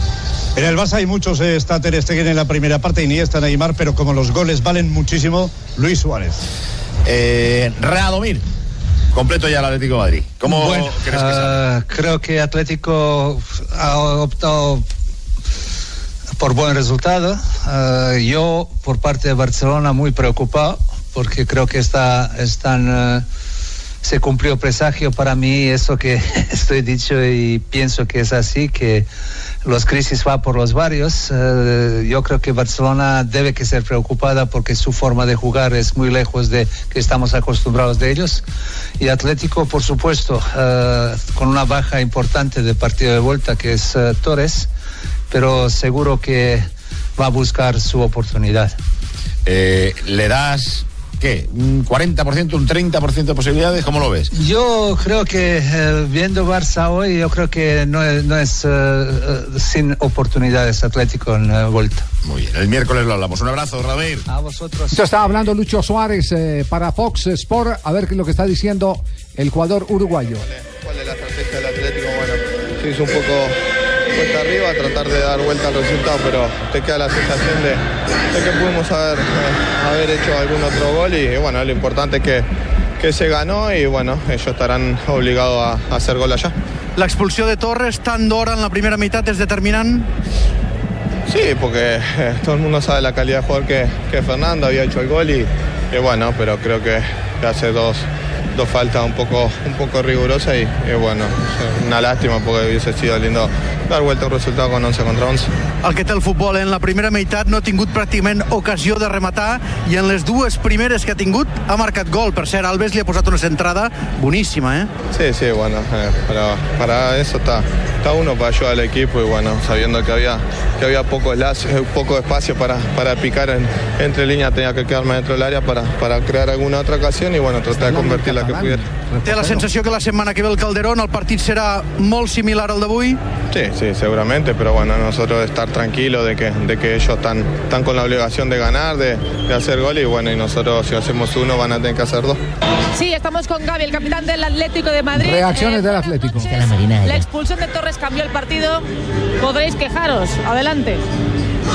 Speaker 19: En el Barça hay muchos, eh, está Ter Stegen en la primera parte, Iniesta, Neymar, pero como los goles valen muchísimo, Luis Suárez.
Speaker 23: Eh, Radomir. Completo ya el Atlético de Madrid. ¿Cómo
Speaker 19: Bueno,
Speaker 23: crees que sea?
Speaker 19: ah, creo que Atlético ha optado por buen resultado. Ah, yo, por parte de Barcelona, muy preocupado porque creo que está, están, ah, se cumplió presagio para mí eso que estoy dicho y pienso que es así, que los crisis va por los barrios. Eh, yo creo que Barcelona debe que ser preocupada porque su forma de jugar es muy lejos de que estamos acostumbrados de ellos. Y Atlético, por supuesto, eh, con una baja importante de partido de vuelta que es eh, Torres, pero seguro que va a buscar su oportunidad.
Speaker 23: Eh, ¿Le das qué? ¿Un 40%, un 30% de posibilidades? ¿Cómo lo ves?
Speaker 19: Yo creo que eh, viendo Barça hoy, yo creo que no es, no es eh, eh, sin oportunidades Atlético en eh, vuelta.
Speaker 23: Muy bien, el miércoles lo hablamos. Un abrazo, Radomir.
Speaker 19: A vosotros.
Speaker 1: Esto estaba hablando Lucho Suárez eh, para Fox Sport. A ver qué es lo que está diciendo el jugador uruguayo.
Speaker 7: ¿Cuál es la estrategia del Atlético? Bueno, se hizo un poco cuesta arriba, tratar de dar vuelta al resultado, pero te queda la sensación de, de que pudimos haber, eh, haber hecho algún otro gol y, eh, bueno, lo importante es que, que se ganó y bueno, ellos estarán obligados a, a hacer gol allá.
Speaker 25: La expulsió de Torres, tant d'hora en la primera meitat és determinant.
Speaker 7: Sí, porque eh, todo el mundo sabe la calidad de jugador que, que Fernando había hecho el gol y, y bueno, pero creo que hace dos, dos faltas un poco, un poco rigurosas y, y bueno, es una lástima porque hubiese sido lindo dar vuelta al resultado con 11 contra 11.
Speaker 20: El que té el futbol en la primera meitat no ha tingut pràcticament ocasió de rematar i en les dues primeres que ha tingut ha marcat gol. Per cert, Alves li ha posat una centrada boníssima, eh?
Speaker 7: Sí, sí, bueno, eh, para, para eso está, está uno para ayudar al equipo y bueno, sabiendo que había, que había poco, espacio, poco espacio para, para picar en- entre líneas, tenía que quedarme dentro del área para, para crear alguna otra ocasión y bueno, tratar de convertir la que pudiera.
Speaker 20: Té la sensació que la setmana que ve el Calderón el partit serà molt similar al d'avui?
Speaker 7: Sí, sí, seguramente, pero bueno, nosotros de estar tranquilos de que, de que ellos están, están con la obligación de ganar, de, de hacer gol y bueno, y nosotros si hacemos uno van a tener que hacer dos.
Speaker 24: Sí, estamos con Gaby, el capitán del Atlético de Madrid.
Speaker 1: Reacciones del Atlético.
Speaker 24: Eh, la expulsión de Torres cambió el partido. Podréis quejaros. Adelante.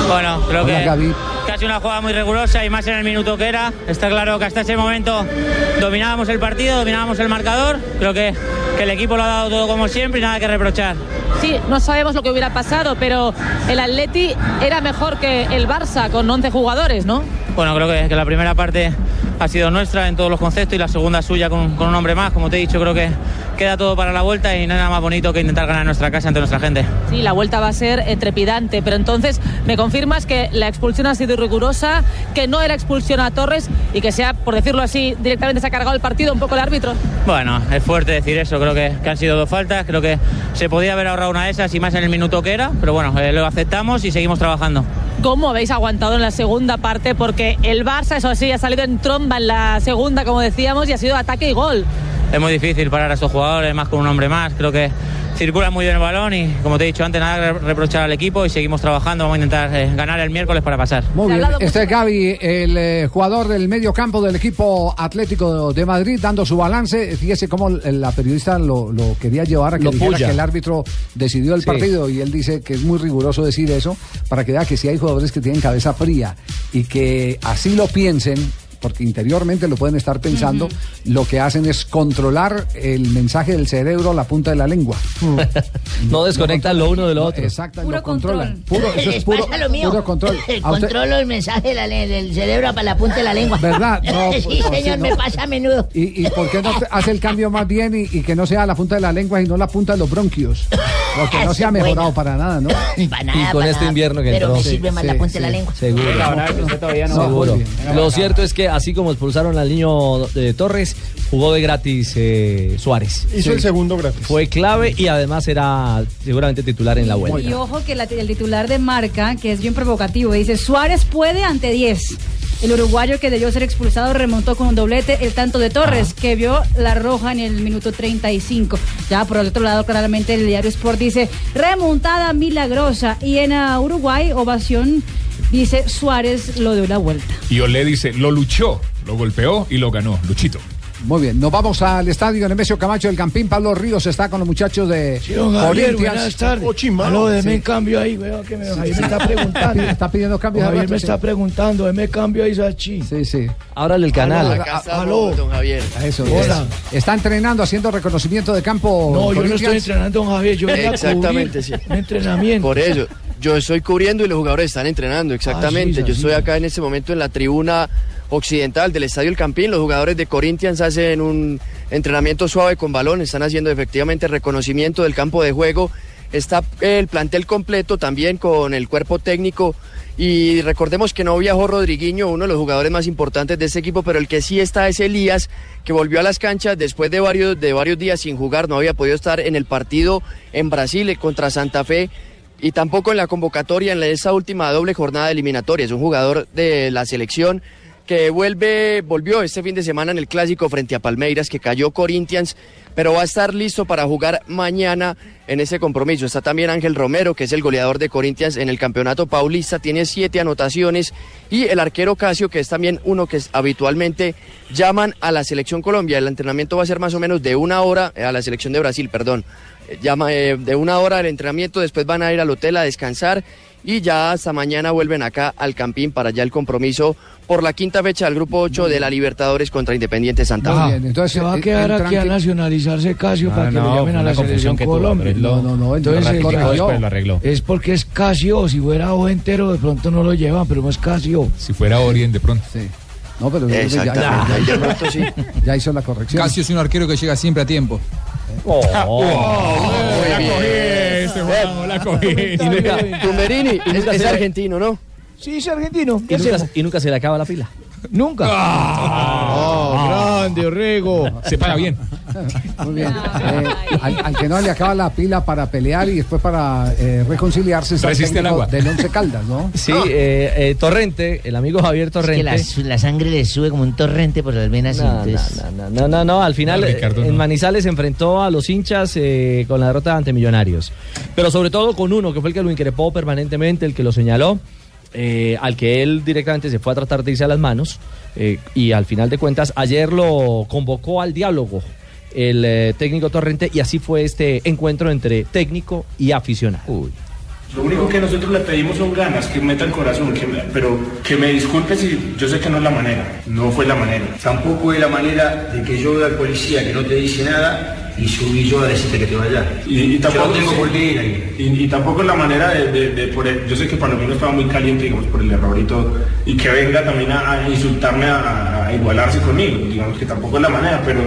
Speaker 5: Bueno, creo
Speaker 1: Hola,
Speaker 5: que
Speaker 1: Gaby.
Speaker 5: casi una jugada muy rigurosa y más en el minuto que era. Está claro que hasta ese momento dominábamos el partido, dominábamos el marcador. Creo que, que el equipo lo ha dado todo como siempre y nada que reprochar.
Speaker 24: Sí, no sabemos lo que hubiera pasado, pero el Atleti era mejor que el Barça con 11 jugadores, ¿no?
Speaker 5: Bueno, creo que, que la primera parte ha sido nuestra en todos los conceptos y la segunda suya con, con un hombre más. Como te he dicho, creo que queda todo para la vuelta y nada más bonito que intentar ganar en nuestra casa ante nuestra gente.
Speaker 24: Sí, la vuelta va a ser eh, trepidante, pero entonces me confirmas que la expulsión ha sido rigurosa, que no era expulsión a Torres y que sea, por decirlo así, directamente se ha cargado el partido un poco el árbitro.
Speaker 5: Bueno, es fuerte decir eso. Creo que, que han sido dos faltas. Creo que se podía haber ahorrado una de esas y más en el minuto que era. Pero bueno, eh, lo aceptamos y seguimos trabajando.
Speaker 24: ¿Cómo habéis aguantado en la segunda parte? Porque el Barça, eso sí, ha salido en tromba en la segunda, como decíamos, y ha sido ataque y gol.
Speaker 5: Es muy difícil parar a esos jugadores, más con un hombre más. Creo que circula muy bien el balón y, como te he dicho antes, nada que reprochar al equipo y seguimos trabajando. Vamos a intentar eh, ganar el miércoles para pasar.
Speaker 1: Muy bien, este es Gaby, el eh, jugador del medio campo del equipo Atlético de Madrid, dando su balance. Fíjese cómo el- la periodista lo, lo quería llevar a que
Speaker 2: Lo
Speaker 1: dijera
Speaker 2: puya.
Speaker 1: que el árbitro decidió el
Speaker 2: Sí.
Speaker 1: partido y él dice que es muy riguroso decir eso para que vea que si hay jugadores que tienen cabeza fría y que así lo piensen porque interiormente lo pueden estar pensando, lo que hacen es controlar el mensaje del cerebro, a la punta de la lengua.
Speaker 2: No desconectan lo uno de lo otro.
Speaker 1: Exacto,
Speaker 2: Puro
Speaker 1: lo controlan. Puro, eso es
Speaker 14: Les
Speaker 1: puro,
Speaker 14: pasa lo mío.
Speaker 1: puro control. A usted-
Speaker 14: Controlo el mensaje de la le- del cerebro para la punta de la lengua.
Speaker 1: ¿Verdad? No, pues,
Speaker 14: sí,
Speaker 1: no,
Speaker 14: señor,
Speaker 1: sí, no.
Speaker 14: me pasa a menudo.
Speaker 1: ¿Y, y por qué no te- hace el cambio más bien y, y que no sea la punta de la lengua, sino la punta de los bronquios? Porque no se ha mejorado para nada, ¿no?
Speaker 14: Para nada,
Speaker 1: Y con
Speaker 14: para
Speaker 1: este
Speaker 14: nada.
Speaker 1: invierno que
Speaker 14: Pero
Speaker 1: entró.
Speaker 14: me sirve
Speaker 1: Sí,
Speaker 14: más la
Speaker 1: sí,
Speaker 14: punta de la
Speaker 1: sí.
Speaker 14: lengua.
Speaker 2: Seguro. Seguro. Lo cierto es que así como expulsaron al niño de Torres, jugó de gratis eh, Suárez.
Speaker 28: Hizo el segundo gratis.
Speaker 2: Fue clave y además era seguramente titular en la vuelta.
Speaker 6: Y ojo que la- el titular de marca, que es bien provocativo, dice Suárez puede ante 10. El uruguayo que debió ser expulsado remontó con un doblete el tanto de Torres, que vio la roja en el minuto 35. Ya por el otro lado, claramente el diario Sport dice remontada milagrosa. Y en ah, Uruguay, ovación, dice Suárez lo dio la vuelta.
Speaker 4: Y Olé dice, lo luchó, lo golpeó y lo ganó. Luchito.
Speaker 1: Muy bien, nos vamos al estadio Nemesio Camacho del Campín. Pablo Ríos está con los muchachos de
Speaker 16: Don
Speaker 1: Corinthians.
Speaker 16: Javier,
Speaker 1: Oh,
Speaker 16: buenas tardes. Aló, deme cambio ahí, weón, que me, Javier me está preguntando.
Speaker 1: está pidiendo cambio.
Speaker 16: Javier
Speaker 1: Alberto,
Speaker 16: me
Speaker 1: sí.
Speaker 16: está preguntando, deme cambio ahí, Sachi.
Speaker 1: Sí, sí.
Speaker 2: Ábrale el
Speaker 16: Aló, aló.
Speaker 1: don Javier. Eso,
Speaker 16: Hola.
Speaker 1: es. Está entrenando, haciendo reconocimiento de campo.
Speaker 16: No, yo no
Speaker 1: Corinthians.
Speaker 16: estoy entrenando, don Javier, yo voy a
Speaker 13: Exactamente, sí.
Speaker 16: cubrir un entrenamiento.
Speaker 13: Por ello, yo estoy cubriendo y los jugadores están entrenando, exactamente.
Speaker 16: Así es,
Speaker 13: yo
Speaker 16: así
Speaker 13: estoy acá en este momento en la tribuna occidental del Estadio El Campín. Los jugadores de Corinthians hacen un entrenamiento suave con balón, están haciendo efectivamente reconocimiento del campo de juego. Está el plantel completo también con el cuerpo técnico. Y recordemos que no viajó Rodriguinho, uno de los jugadores más importantes de este equipo, pero el que sí está es Elías, que volvió a las canchas después de varios, de varios días sin jugar, no había podido estar en el partido en Brasil eh, contra Santa Fe y tampoco en la convocatoria en la- esa última doble jornada de eliminatoria. Es un jugador de la selección que vuelve, volvió este fin de semana en el clásico frente a Palmeiras, que cayó Corinthians, pero va a estar listo para jugar mañana en ese compromiso. Está también Ángel Romero, que es el goleador de Corinthians en el campeonato paulista, tiene siete anotaciones, y el arquero Casio, que es también uno que es- habitualmente llaman a la selección Colombia. El entrenamiento va a ser más o menos de una hora, eh, a la selección de Brasil, perdón llama eh, de una hora el entrenamiento, después van a ir al hotel a descansar y ya hasta mañana vuelven acá al Campín para ya el compromiso por la quinta fecha del grupo 8 de la Libertadores contra Independiente Santa Fe.
Speaker 16: Ah, se va a
Speaker 13: eh,
Speaker 16: quedar
Speaker 13: entran
Speaker 16: aquí a
Speaker 13: que-
Speaker 16: nacionalizarse Casio
Speaker 13: Ah,
Speaker 16: para que
Speaker 13: no,
Speaker 16: lo llamen
Speaker 13: fue
Speaker 16: a
Speaker 13: una
Speaker 16: la
Speaker 13: confusión
Speaker 16: selección
Speaker 13: que tuvo,
Speaker 16: Colombia.
Speaker 13: pero él lo-
Speaker 16: Entonces,
Speaker 13: lo
Speaker 16: el
Speaker 13: arregló,
Speaker 16: que-
Speaker 13: después lo arregló.
Speaker 16: Es porque es Casio, si fuera O entero de pronto no lo llevan, pero no es Casio.
Speaker 4: Si fuera Orien de pronto.
Speaker 1: No, pero
Speaker 4: ya- Exactamente.
Speaker 1: Ya hizo la corrección.
Speaker 12: Casio es un arquero que llega siempre a tiempo.
Speaker 2: Oh.
Speaker 12: buena
Speaker 4: bien.
Speaker 12: corrida.
Speaker 21: este Juan, la cogí.
Speaker 13: Tumberini es, es argentino, ¿no?
Speaker 10: Sí, es argentino.
Speaker 2: ¿Y nunca, y nunca se le acaba la pila.
Speaker 10: Nunca.
Speaker 11: Ah.
Speaker 16: Ah,
Speaker 1: grande, Orrego.
Speaker 21: Se para bien.
Speaker 1: Muy bien. Eh, al, al que no le acaba la pila para pelear y después para eh, reconciliarse es el
Speaker 2: Resiste al
Speaker 1: técnico
Speaker 2: agua.
Speaker 1: del Once Caldas, ¿no?
Speaker 2: Sí, eh, eh, Torrente, el amigo Javier
Speaker 16: Es que
Speaker 2: Torrente.
Speaker 16: la, su- la sangre le sube como un torrente por las venas. y
Speaker 2: No,
Speaker 16: entonces-
Speaker 2: no, no, no, no, al final
Speaker 16: No, Ricardo,
Speaker 2: eh, en
Speaker 16: no.
Speaker 2: Manizales se enfrentó a los hinchas eh, con la derrota ante Millonarios. Pero sobre todo con uno que fue el que lo increpó permanentemente, el que lo señaló, eh, al que él directamente se fue a tratar de irse a las manos. eh, y al final de cuentas, ayer lo convocó al diálogo el eh, técnico Torrente y así fue este encuentro entre técnico y aficionado.
Speaker 26: Lo único que nosotros le pedimos son ganas, que meta el corazón, que me- pero que me disculpe si yo sé que no es la manera, no fue la manera.
Speaker 9: Tampoco es la manera de que yo vea al policía que no te dice nada y subí yo a decirte que te vayas.
Speaker 26: Y, y tampoco,
Speaker 9: yo no tengo
Speaker 26: sí,
Speaker 9: por qué ir ahí.
Speaker 26: y- y tampoco es la manera de, de- de por el- yo sé que Palomino estaba muy caliente, digamos, por el error y todo, y que venga también a, a insultarme, a, a igualarse conmigo, digamos que tampoco es la manera, pero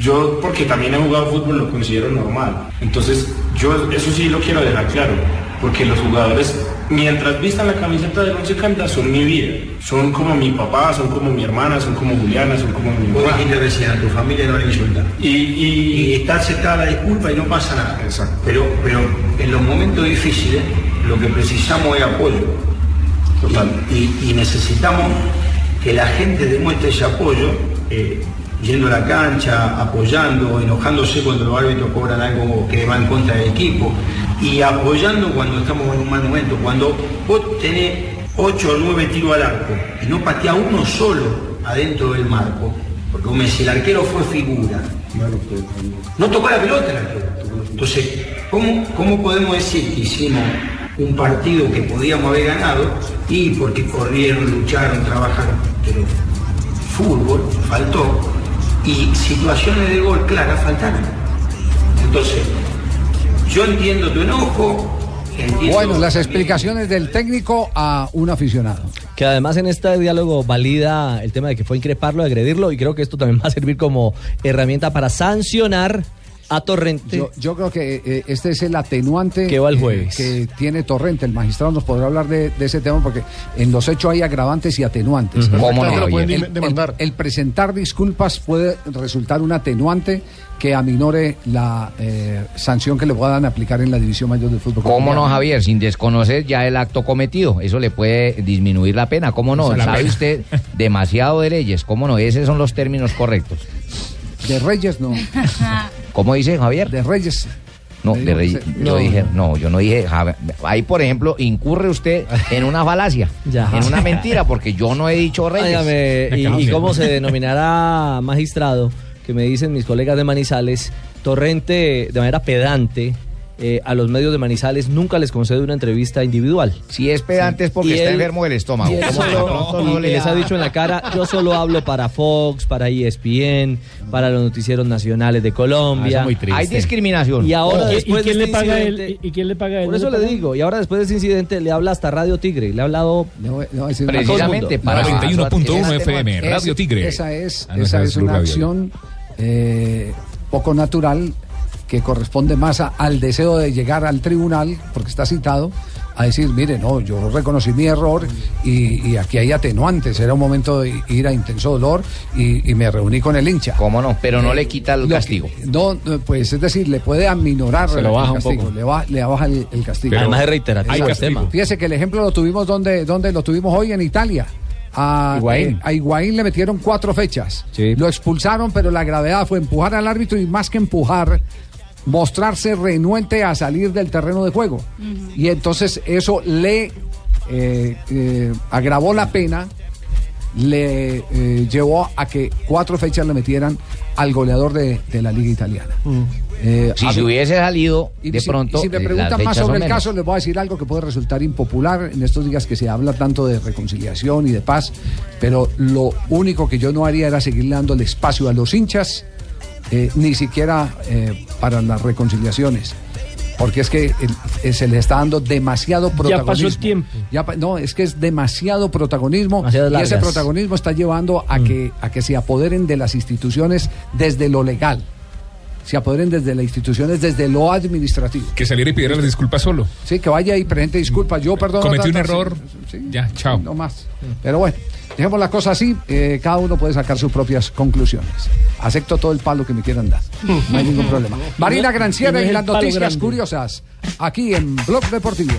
Speaker 26: yo, porque también he jugado fútbol, lo considero normal. Entonces, yo eso sí lo quiero dejar claro, porque los jugadores, mientras vistan la camiseta del Once Caldas, son mi vida. Son como mi papá, son como mi hermana, son como Juliana, son como mi
Speaker 9: Vos
Speaker 26: mamá.
Speaker 9: dijiste recién, a tu familia no le insulta.
Speaker 26: Y, y-
Speaker 9: Y está aceptada la disculpa y no pasa nada. Pero, pero en los momentos difíciles lo que precisamos es apoyo. Y, y- y necesitamos que la gente demuestre ese apoyo eh, yendo a la cancha, apoyando, enojándose cuando los árbitros cobran algo que va en contra del equipo y apoyando cuando estamos en un mal momento. Cuando vos tenés 8 o 9 tiros al arco y no pateás uno solo adentro del marco, porque vos me decís, el arquero fue figura, no tocó la pelota el arquero. Entonces, ¿cómo, ¿cómo podemos decir que hicimos un partido que podíamos haber ganado? Y porque corrieron, lucharon, trabajaron. Pero fútbol faltó y situaciones de gol claras faltaron. Entonces, yo entiendo tu enojo, entiendo...
Speaker 1: Bueno, las explicaciones del técnico a un aficionado.
Speaker 2: Que además en este diálogo valida el tema de que fue increparlo, agredirlo, y creo que esto también va a servir como herramienta para sancionar a Torrente.
Speaker 1: Yo, yo creo que eh, este es el atenuante
Speaker 2: Que va el
Speaker 1: eh,
Speaker 2: jueves.
Speaker 1: que tiene Torrente. El magistrado nos podrá hablar de, de ese tema porque en los hechos hay agravantes y atenuantes.
Speaker 8: Ujú. ¿Cómo no,
Speaker 1: El-
Speaker 8: Lo pueden
Speaker 1: el,
Speaker 8: dim- demandar.
Speaker 1: el- el presentar disculpas puede resultar un atenuante que aminore la eh, sanción que le puedan aplicar en la división mayor del fútbol.
Speaker 11: ¿Cómo
Speaker 1: colombiano.
Speaker 11: no, Javier? Sin desconocer ya el acto cometido. Eso le puede disminuir la pena. ¿Cómo no?
Speaker 1: O sea, la
Speaker 11: Sabe
Speaker 1: pena.
Speaker 11: usted demasiado de leyes. ¿Cómo no? Esos son los términos correctos.
Speaker 1: De Reyes no.
Speaker 11: ¿Cómo dice Javier? De
Speaker 1: Reyes.
Speaker 11: No, de Reyes. Yo no. dije, no, yo no dije. Javier. Ahí, por ejemplo, incurre usted en una falacia, en una mentira, porque yo no he dicho Reyes.
Speaker 2: Óigame, y, y cómo se denominará magistrado, que me dicen mis colegas de Manizales, Torrente de manera pedante. eh, a los medios de Manizales nunca les concede una entrevista individual.
Speaker 11: Si es pedante es porque está enfermo del estómago.
Speaker 2: Y, él
Speaker 11: ¿Cómo
Speaker 2: solo-
Speaker 11: de pronto no
Speaker 2: y- y
Speaker 11: le
Speaker 2: les ha
Speaker 11: da?
Speaker 2: dicho en la cara, yo solo hablo para Fox, para E ESPN, para los noticieros nacionales de Colombia.
Speaker 11: Ah, eso es muy triste. Hay discriminación.
Speaker 2: Y ahora
Speaker 11: ¿Y- y
Speaker 2: después
Speaker 11: quién
Speaker 2: de
Speaker 11: le
Speaker 2: este
Speaker 11: paga
Speaker 2: incidente-
Speaker 11: él?
Speaker 3: ¿Y quién le paga
Speaker 2: Por eso le digo, y ahora después de ese incidente le habla hasta Radio Tigre, le ha hablado
Speaker 11: Precisamente para-
Speaker 21: 91.1 FM, Radio Tigre.
Speaker 1: Esa es,
Speaker 21: Ah, no,
Speaker 1: esa
Speaker 21: esa
Speaker 1: es
Speaker 21: es Blue
Speaker 1: una
Speaker 21: Radio.
Speaker 1: acción eh, poco natural que corresponde más a- al deseo de llegar al tribunal, porque está citado, a decir, mire, no, yo reconocí mi error y, y aquí hay atenuantes, era un momento de ir a intenso dolor y, y me reuní con el hincha. Eh,
Speaker 11: ¿Cómo no? Pero no le quita el castigo.
Speaker 1: No, no, pues es decir, le puede aminorar
Speaker 11: Se lo
Speaker 1: el
Speaker 11: baja un
Speaker 1: castigo,
Speaker 11: poco.
Speaker 1: le, ba- le baja el, el castigo.
Speaker 2: Pero Además es reiterativo hay el castigo. tema.
Speaker 1: Fíjese que el ejemplo lo tuvimos donde, donde lo tuvimos hoy en Italia. A
Speaker 2: Higuaín.
Speaker 1: eh, a Higuaín le metieron cuatro fechas. Lo expulsaron, pero la gravedad fue empujar al árbitro y más que empujar, mostrarse renuente a salir del terreno de juego. Y entonces eso le eh, eh, agravó la pena, le eh, llevó a que cuatro fechas le metieran al goleador de, de la liga italiana. Eh,
Speaker 11: Si
Speaker 1: a
Speaker 11: se
Speaker 1: ver-
Speaker 11: hubiese salido,
Speaker 1: y
Speaker 11: de
Speaker 1: si-
Speaker 11: pronto.
Speaker 1: y si me
Speaker 11: eh, las
Speaker 1: preguntan más
Speaker 11: fechas son
Speaker 1: sobre el
Speaker 11: menos.
Speaker 1: caso, les voy a decir algo que puede resultar impopular en estos días que se habla tanto de reconciliación y de paz, pero lo único que yo no haría era seguirle dando el espacio a los hinchas, eh, ni siquiera eh, para las reconciliaciones. Porque es que el- eh, se le está dando demasiado protagonismo.
Speaker 3: pasó el tiempo.
Speaker 1: Ya pa- no, es que es demasiado protagonismo.
Speaker 3: Demasiadas
Speaker 1: y ese
Speaker 3: largas.
Speaker 1: protagonismo está llevando a, que, a que se apoderen de las instituciones desde lo legal. se apoderen desde las instituciones, desde lo administrativo.
Speaker 21: Que saliera y pidiera las disculpas solo. Mm.
Speaker 1: Sí, que vaya y presente disculpas. Yo perdón.
Speaker 21: Cometí un error. Ya, chao.
Speaker 1: No más. Pero bueno, dejemos la cosa así. eh, cada uno puede sacar sus propias conclusiones. Acepto todo el palo que me quieran dar. No hay ningún problema. Marina Granciera
Speaker 3: No es
Speaker 1: y
Speaker 3: el
Speaker 1: las
Speaker 3: palo
Speaker 1: noticias
Speaker 3: grande.
Speaker 1: curiosas. Aquí en Blog Deportivo.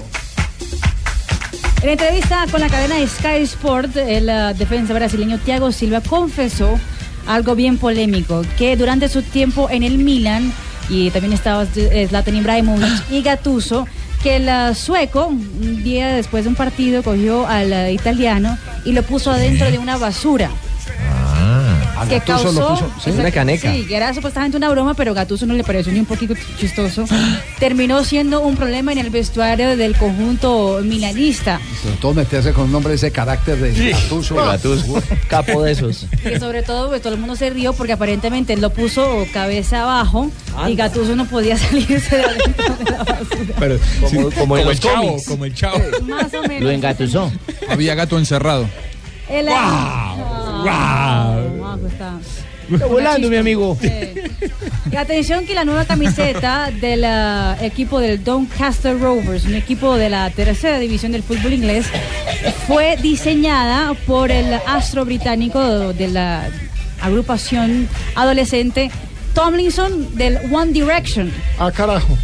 Speaker 6: En entrevista con la cadena Sky Sport, el eh, defensa brasileño Thiago Silva confesó algo bien polémico, que durante su tiempo en el Milan, y también estaba eh, Zlatan Ibrahimovic y Gattuso, que el eh, sueco, un día después de un partido, cogió al eh, italiano y lo puso adentro de una basura.
Speaker 1: A
Speaker 6: Ah. que
Speaker 1: Ah, Gattuso
Speaker 6: causó
Speaker 1: lo puso, sí.
Speaker 6: Exacto, Sí, que era supuestamente una broma, pero Gatuso no le pareció ni un poquito chistoso. Terminó siendo un problema en el vestuario del conjunto milanista.
Speaker 1: Sobre todo meterse con un hombre de ese carácter de Gattuso.
Speaker 2: Capo de esos.
Speaker 6: Que sobre todo, pues todo el mundo se rió porque aparentemente él lo puso cabeza abajo y Gatuso no podía salirse de adentro de la basura.
Speaker 12: Pero, como,
Speaker 11: como en los
Speaker 12: el chavo,
Speaker 11: cómics.
Speaker 12: como el chavo.
Speaker 6: Más o menos.
Speaker 11: engatusó.
Speaker 12: Había gato encerrado.
Speaker 6: Él- Ah, guau, está.
Speaker 12: Está volando, mi
Speaker 11: amigo.
Speaker 6: Y atención que la nueva camiseta del eh, equipo del Doncaster Rovers, un equipo de la tercera división del fútbol inglés, fue diseñada por el astro británico de la agrupación adolescente Tomlinson del One Direction.
Speaker 8: Ah, carajo.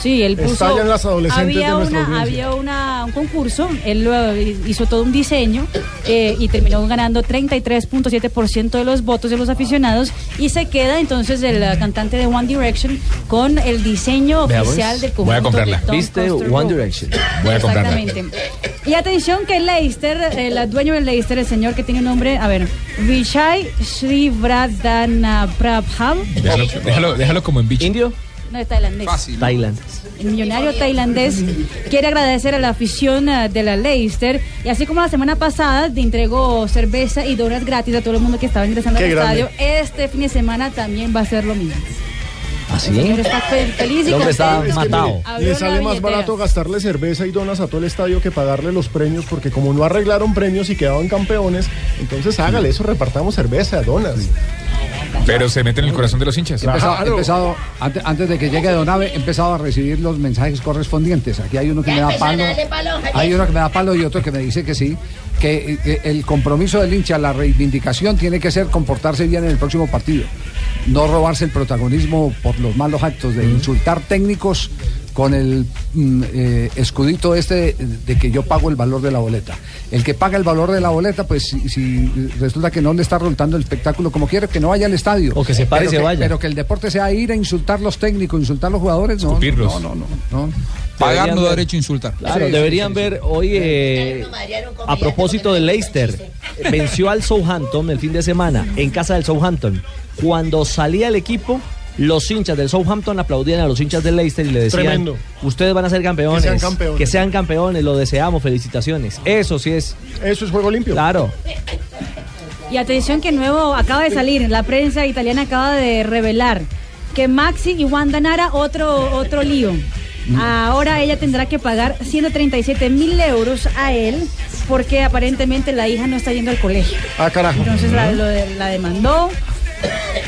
Speaker 6: Sí, él puso.
Speaker 8: Estallan las adolescentes
Speaker 6: había
Speaker 8: de nuestra
Speaker 6: una,
Speaker 8: audiencia.
Speaker 6: había una- un concurso, él lo hizo todo un diseño eh, y terminó ganando 33.7% de los votos de los aficionados y se queda entonces el eh, cantante de One Direction con el diseño
Speaker 2: Vea,
Speaker 6: oficial
Speaker 2: pues.
Speaker 6: del conjunto. de Tom
Speaker 2: ¿Viste
Speaker 6: Custer
Speaker 2: One
Speaker 6: Rock.
Speaker 2: Direction?
Speaker 6: Exactamente. Y atención que Leicester, el dueño del Leicester, el señor que tiene un nombre, a ver, Vijay Shrivadanaprabhal,
Speaker 21: Déjalo, déjalo- déjalo como en bicho.
Speaker 2: ¿Indio?
Speaker 6: no es tailandés.
Speaker 2: Thailand.
Speaker 6: El millonario tailandés quiere agradecer a la afición ah, de la Leicester y así como la semana pasada le entregó cerveza y donas gratis a todo el mundo que estaba ingresando
Speaker 2: Qué
Speaker 6: al
Speaker 2: grande.
Speaker 6: estadio, este fin de semana también va a ser lo mismo.
Speaker 2: ¿Así?
Speaker 6: El señor está fel- feliz y
Speaker 8: El hombre está
Speaker 6: contento.
Speaker 8: matado.
Speaker 6: Abrió
Speaker 8: Le
Speaker 6: la
Speaker 8: sale más
Speaker 6: billetera.
Speaker 8: barato gastarle cerveza y donas a todo el estadio que pagarle los premios, porque como no arreglaron premios y quedaban campeones, entonces hágale eso, repartamos cerveza, donas.
Speaker 21: Pero se mete en el corazón de los hinchas.
Speaker 1: He empezado, he empezado- ante- antes, de que llegue Donave, he empezado a recibir los mensajes correspondientes. Aquí hay uno que me da palo. Hay uno que me da palo y otro que me dice que sí, que, que el compromiso del hincha, la reivindicación tiene que ser comportarse bien en el próximo partido. No robarse el protagonismo por los malos actos, de insultar técnicos con el mm, eh, escudito este de que yo pago el valor de la boleta. El que paga el valor de la boleta, pues si, si resulta que no le está resultando el espectáculo como quiere, que no vaya al estadio.
Speaker 2: O que se pare y
Speaker 1: Pero
Speaker 2: se
Speaker 1: que-
Speaker 2: vaya.
Speaker 1: Pero que el deporte sea ir a insultar los técnicos, insultar los jugadores, no.
Speaker 12: Escupirlos.
Speaker 1: No, no, no. no.
Speaker 12: Pagar
Speaker 2: Deberían
Speaker 12: no da
Speaker 2: ver-
Speaker 12: derecho a insultar.
Speaker 2: Claro, deberían ver hoy, eh, a propósito de Leicester, venció al Southampton el fin de semana en casa del Southampton. Cuando salía el equipo, los hinchas del Southampton aplaudían a los hinchas del Leicester y le decían,
Speaker 8: Tremendo.
Speaker 2: ustedes van a ser campeones,
Speaker 8: Que sean campeones.
Speaker 2: que sean campeones, lo deseamos, felicitaciones. Eso sí es.
Speaker 8: Eso es juego limpio.
Speaker 2: Claro.
Speaker 6: Y atención que nuevo acaba de salir, la prensa italiana acaba de revelar que Maxi y Wanda Nara otro, otro lío. Ahora ella tendrá que pagar 137 mil euros a él porque aparentemente la hija no está yendo al colegio.
Speaker 8: Ah, carajo.
Speaker 6: Entonces la, lo de- la demandó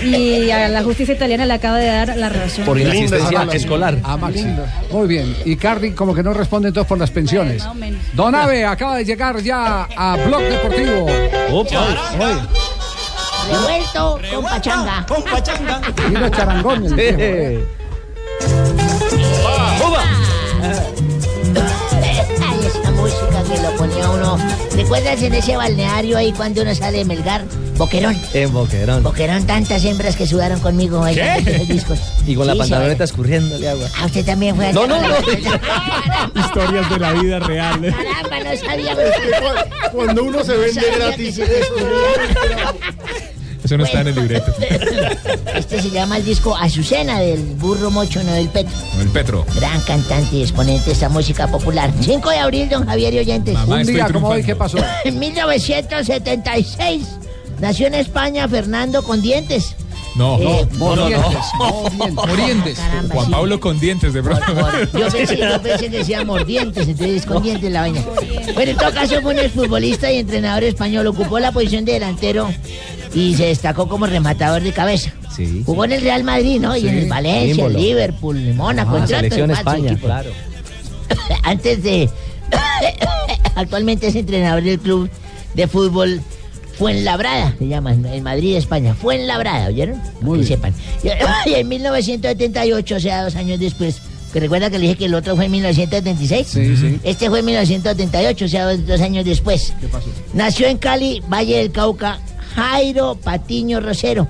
Speaker 6: y a la justicia italiana le acaba de dar la razón.
Speaker 2: Por
Speaker 1: Linda
Speaker 2: inasistencia
Speaker 1: esa palabra.
Speaker 2: escolar.
Speaker 1: A Ah, Maxi. Muy bien. Y Cardi como que no responde entonces por las pensiones.
Speaker 6: Más o menos.
Speaker 1: Donave acaba de llegar ya a Blog Deportivo.
Speaker 14: Revuelto con pachanga. Con pachanga.
Speaker 1: Vino charangón. el viejo, ¿eh?
Speaker 14: Ah. Ay, esa música que lo ponía uno. ¿Recuerdas en ese balneario ahí cuando uno sale de Melgar? Boquerón.
Speaker 2: En Boquerón.
Speaker 14: Boquerón, tantas hembras que sudaron conmigo. ahí con esos discos.
Speaker 2: Y con la
Speaker 14: Sí,
Speaker 2: pantaloneta escurriéndole agua.
Speaker 14: Ah, usted también fue a-
Speaker 2: No, no, no.
Speaker 14: Historias
Speaker 2: de la vida real.
Speaker 14: Caramba, no sabía.
Speaker 8: Cuando uno se vende
Speaker 14: Sabía
Speaker 8: gratis,
Speaker 14: que se
Speaker 8: eso
Speaker 21: Eso no está en el libreto.
Speaker 14: Este se llama el disco Azucena del burro mocho, no del petro.
Speaker 21: El Petro.
Speaker 14: Gran cantante y exponente de esta música popular. 5 de abril, don Javier y oyentes.
Speaker 1: Un día como hoy, ¿qué pasó?
Speaker 14: En 1976 nació en España Fernando con dientes.
Speaker 21: No,
Speaker 14: Eh,
Speaker 21: no, no, no.
Speaker 14: Morientes.
Speaker 21: Morientes.
Speaker 14: Caramba,
Speaker 21: Juan
Speaker 14: sí.
Speaker 21: Pablo con dientes de pronto.
Speaker 14: Yo pensé, yo pensé que decía mordientes, entonces con dientes la vaina. Bueno, en todo caso fue un exfutbolista y entrenador español. Ocupó la posición de delantero y se destacó como rematador de cabeza. Jugó en el Real Madrid, ¿no? Y en el Valencia, el
Speaker 2: símbolo.
Speaker 14: Liverpool, el Mónaco,
Speaker 2: Ah,
Speaker 14: entre otros,
Speaker 2: selección
Speaker 14: más
Speaker 2: España,
Speaker 14: equipos.
Speaker 2: claro.
Speaker 14: Antes de. Actualmente es entrenador del club de fútbol Fuenlabrada, se llama, en en Madrid, España. Fuenlabrada, ¿oyeron? Muy que sepan. Y, en 1978, o sea, dos años después. Que recuerda que le dije que el otro fue en 1976.
Speaker 28: Sí, sí.
Speaker 14: Este fue en 1978, o sea, dos, dos años después.
Speaker 28: ¿Qué pasó?
Speaker 14: Nació en Cali, Valle del Cauca, Jairo Patiño Rosero,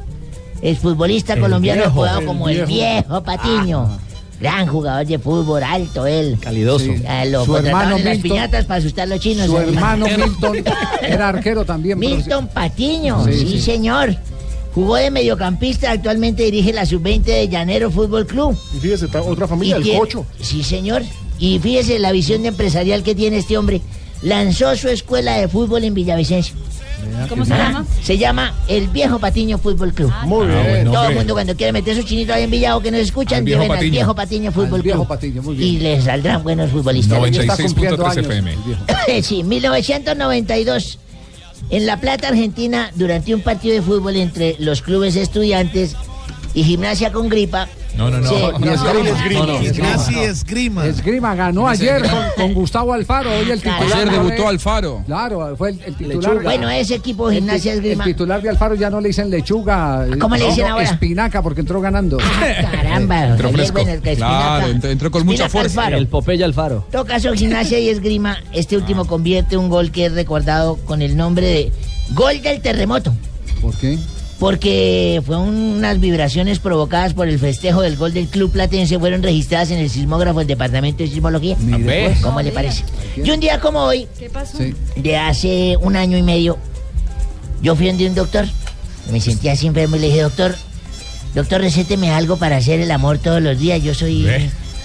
Speaker 14: el futbolista
Speaker 28: El
Speaker 14: colombiano
Speaker 28: viejo,
Speaker 14: apodado
Speaker 28: el
Speaker 14: como el
Speaker 28: viejo.
Speaker 14: viejo Patiño.
Speaker 1: Ah.
Speaker 14: Gran jugador de fútbol, alto él.
Speaker 2: Calidoso.
Speaker 14: Ah, lo
Speaker 1: Su
Speaker 14: contrataban
Speaker 1: hermano
Speaker 14: en las
Speaker 1: Milton-
Speaker 14: piñatas para asustar a los chinos.
Speaker 1: Su hermano
Speaker 14: Milton
Speaker 1: era arquero también.
Speaker 14: Milton Patiño,
Speaker 1: Sí,
Speaker 14: sí,
Speaker 1: sí.
Speaker 14: señor. Jugó de mediocampista, actualmente dirige la sub-20 de Llanero Fútbol Club.
Speaker 8: Y fíjese, ta- otra familia,
Speaker 14: Y
Speaker 8: el
Speaker 14: tiene-
Speaker 8: Cocho.
Speaker 14: Sí, señor. Y fíjese la visión de empresarial que tiene este hombre. Lanzó su escuela de fútbol en Villavicencio.
Speaker 6: ¿Cómo se llama?
Speaker 14: Se llama El Viejo Patiño Fútbol Club. Ah,
Speaker 8: Muy
Speaker 1: Ah, bien. buen
Speaker 14: Todo el
Speaker 1: nombre.
Speaker 14: mundo cuando quiere meter sus chinitos ahí en Villavo que nos escuchan,
Speaker 1: Al Viejo
Speaker 14: lleven al
Speaker 1: Patiño.
Speaker 14: Viejo Patiño Fútbol
Speaker 1: viejo
Speaker 14: Club.
Speaker 1: Patiño, muy bien.
Speaker 14: Y les saldrán buenos futbolistas.
Speaker 1: Está cumpliendo
Speaker 21: 96.3
Speaker 1: años.
Speaker 21: FM.
Speaker 14: sí, 1992. En La Plata, Argentina, durante un partido de fútbol entre los clubes estudiantes y gimnasia con gripa.
Speaker 21: No, no, no.
Speaker 14: se-
Speaker 1: Esgrima. Esgrima ganó
Speaker 14: Ese
Speaker 1: ayer con,
Speaker 14: Esgrima.
Speaker 1: con Gustavo Alfaro, hoy el titular.
Speaker 12: Ayer
Speaker 1: ahora
Speaker 12: debutó
Speaker 1: es-
Speaker 12: Alfaro.
Speaker 1: Claro, fue el, el titular.
Speaker 14: Lechuga. Bueno, ese equipo
Speaker 1: El ti-
Speaker 14: Gimnasia Esgrima.
Speaker 1: El titular de Alfaro ya no le dicen lechuga.
Speaker 14: ¿Cómo le dicen
Speaker 1: no,
Speaker 14: ahora?
Speaker 1: Espinaca, porque entró ganando.
Speaker 14: Caramba,
Speaker 1: Entró
Speaker 14: Javier
Speaker 1: fresco.
Speaker 14: Benalcázar,
Speaker 1: Claro,
Speaker 14: Espinaca.
Speaker 1: entró- entró con mucha
Speaker 14: Espinaca
Speaker 1: fuerza.
Speaker 14: Alfaro.
Speaker 2: El Popeye Alfaro.
Speaker 14: todo caso, gimnasia y esgrima, este
Speaker 1: Ah.
Speaker 14: último convierte un gol que es recordado con el nombre de gol del terremoto.
Speaker 1: ¿Por qué?
Speaker 14: Porque fue un- unas vibraciones provocadas por el festejo del gol del club platense fueron registradas en el sismógrafo del Departamento de Sismología.
Speaker 1: Mire, pues.
Speaker 14: ¿Cómo le parece? Y un día como hoy,
Speaker 6: ¿Qué pasó?
Speaker 14: de hace un año y medio, yo fui donde un doctor, me sentía así enfermo y le dije, doctor, doctor, recéteme algo para hacer el amor todos los días, yo soy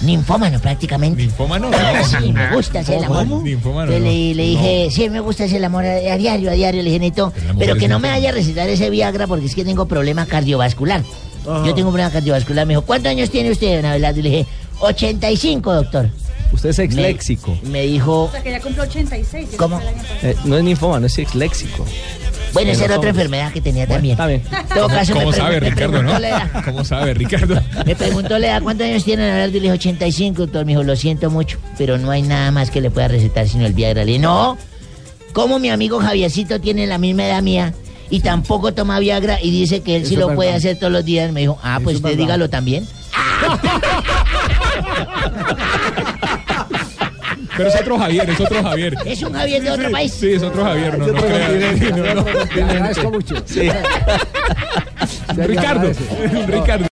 Speaker 14: ninfómano prácticamente.
Speaker 21: ¿Ninfómano?
Speaker 14: Sí, me gusta hacer el amor.
Speaker 21: Ninfómano,
Speaker 14: Yo
Speaker 21: no.
Speaker 14: le, le dije, sí, me gusta hacer el amor a, a diario, a diario, le dije, Neto, pero que no me vaya a recetar ese Viagra porque es que tengo problema cardiovascular. Yo tengo un problema cardiovascular. Me dijo, ¿cuántos años tiene usted, don Abelardo? Y le dije, 85, doctor.
Speaker 2: Usted es
Speaker 14: Me-
Speaker 2: exléxico.
Speaker 14: Me dijo,
Speaker 6: O sea, que ya cumplió 86. que
Speaker 14: ¿Cómo?
Speaker 6: fue el año pasado.
Speaker 2: Eh, no es ninfómano, es exléxico.
Speaker 14: bueno, esa
Speaker 2: Tiene
Speaker 14: era otra
Speaker 2: razón.
Speaker 14: enfermedad que tenía también. En todo caso, me
Speaker 21: ¿Cómo
Speaker 14: pre-
Speaker 21: sabe,
Speaker 14: me
Speaker 21: Ricardo, no?
Speaker 14: preguntó la edad.
Speaker 21: ¿Cómo sabe, Ricardo?
Speaker 14: Me preguntó la edad, ¿cuántos años tiene don Abelardo? Y le dije, 85, doctor. Me dijo, lo siento mucho, pero no hay nada más que le pueda recetar sino el Viagra. Le dije, no, ¿cómo mi amigo Javiercito tiene la misma edad mía y tampoco toma Viagra y dice que él sí
Speaker 28: Eso es
Speaker 14: lo puede
Speaker 28: verdad.
Speaker 14: hacer todos los días? Me dijo, ah,
Speaker 28: es
Speaker 14: pues usted
Speaker 28: verdad.
Speaker 14: dígalo también.
Speaker 21: Pero es otro Javier, es otro Javier.
Speaker 14: Es un Javier de otro país.
Speaker 21: Sí, es otro Javier, no, no crea. No, no.
Speaker 1: Le agradezco mucho.
Speaker 21: Ricardo, Ricardo.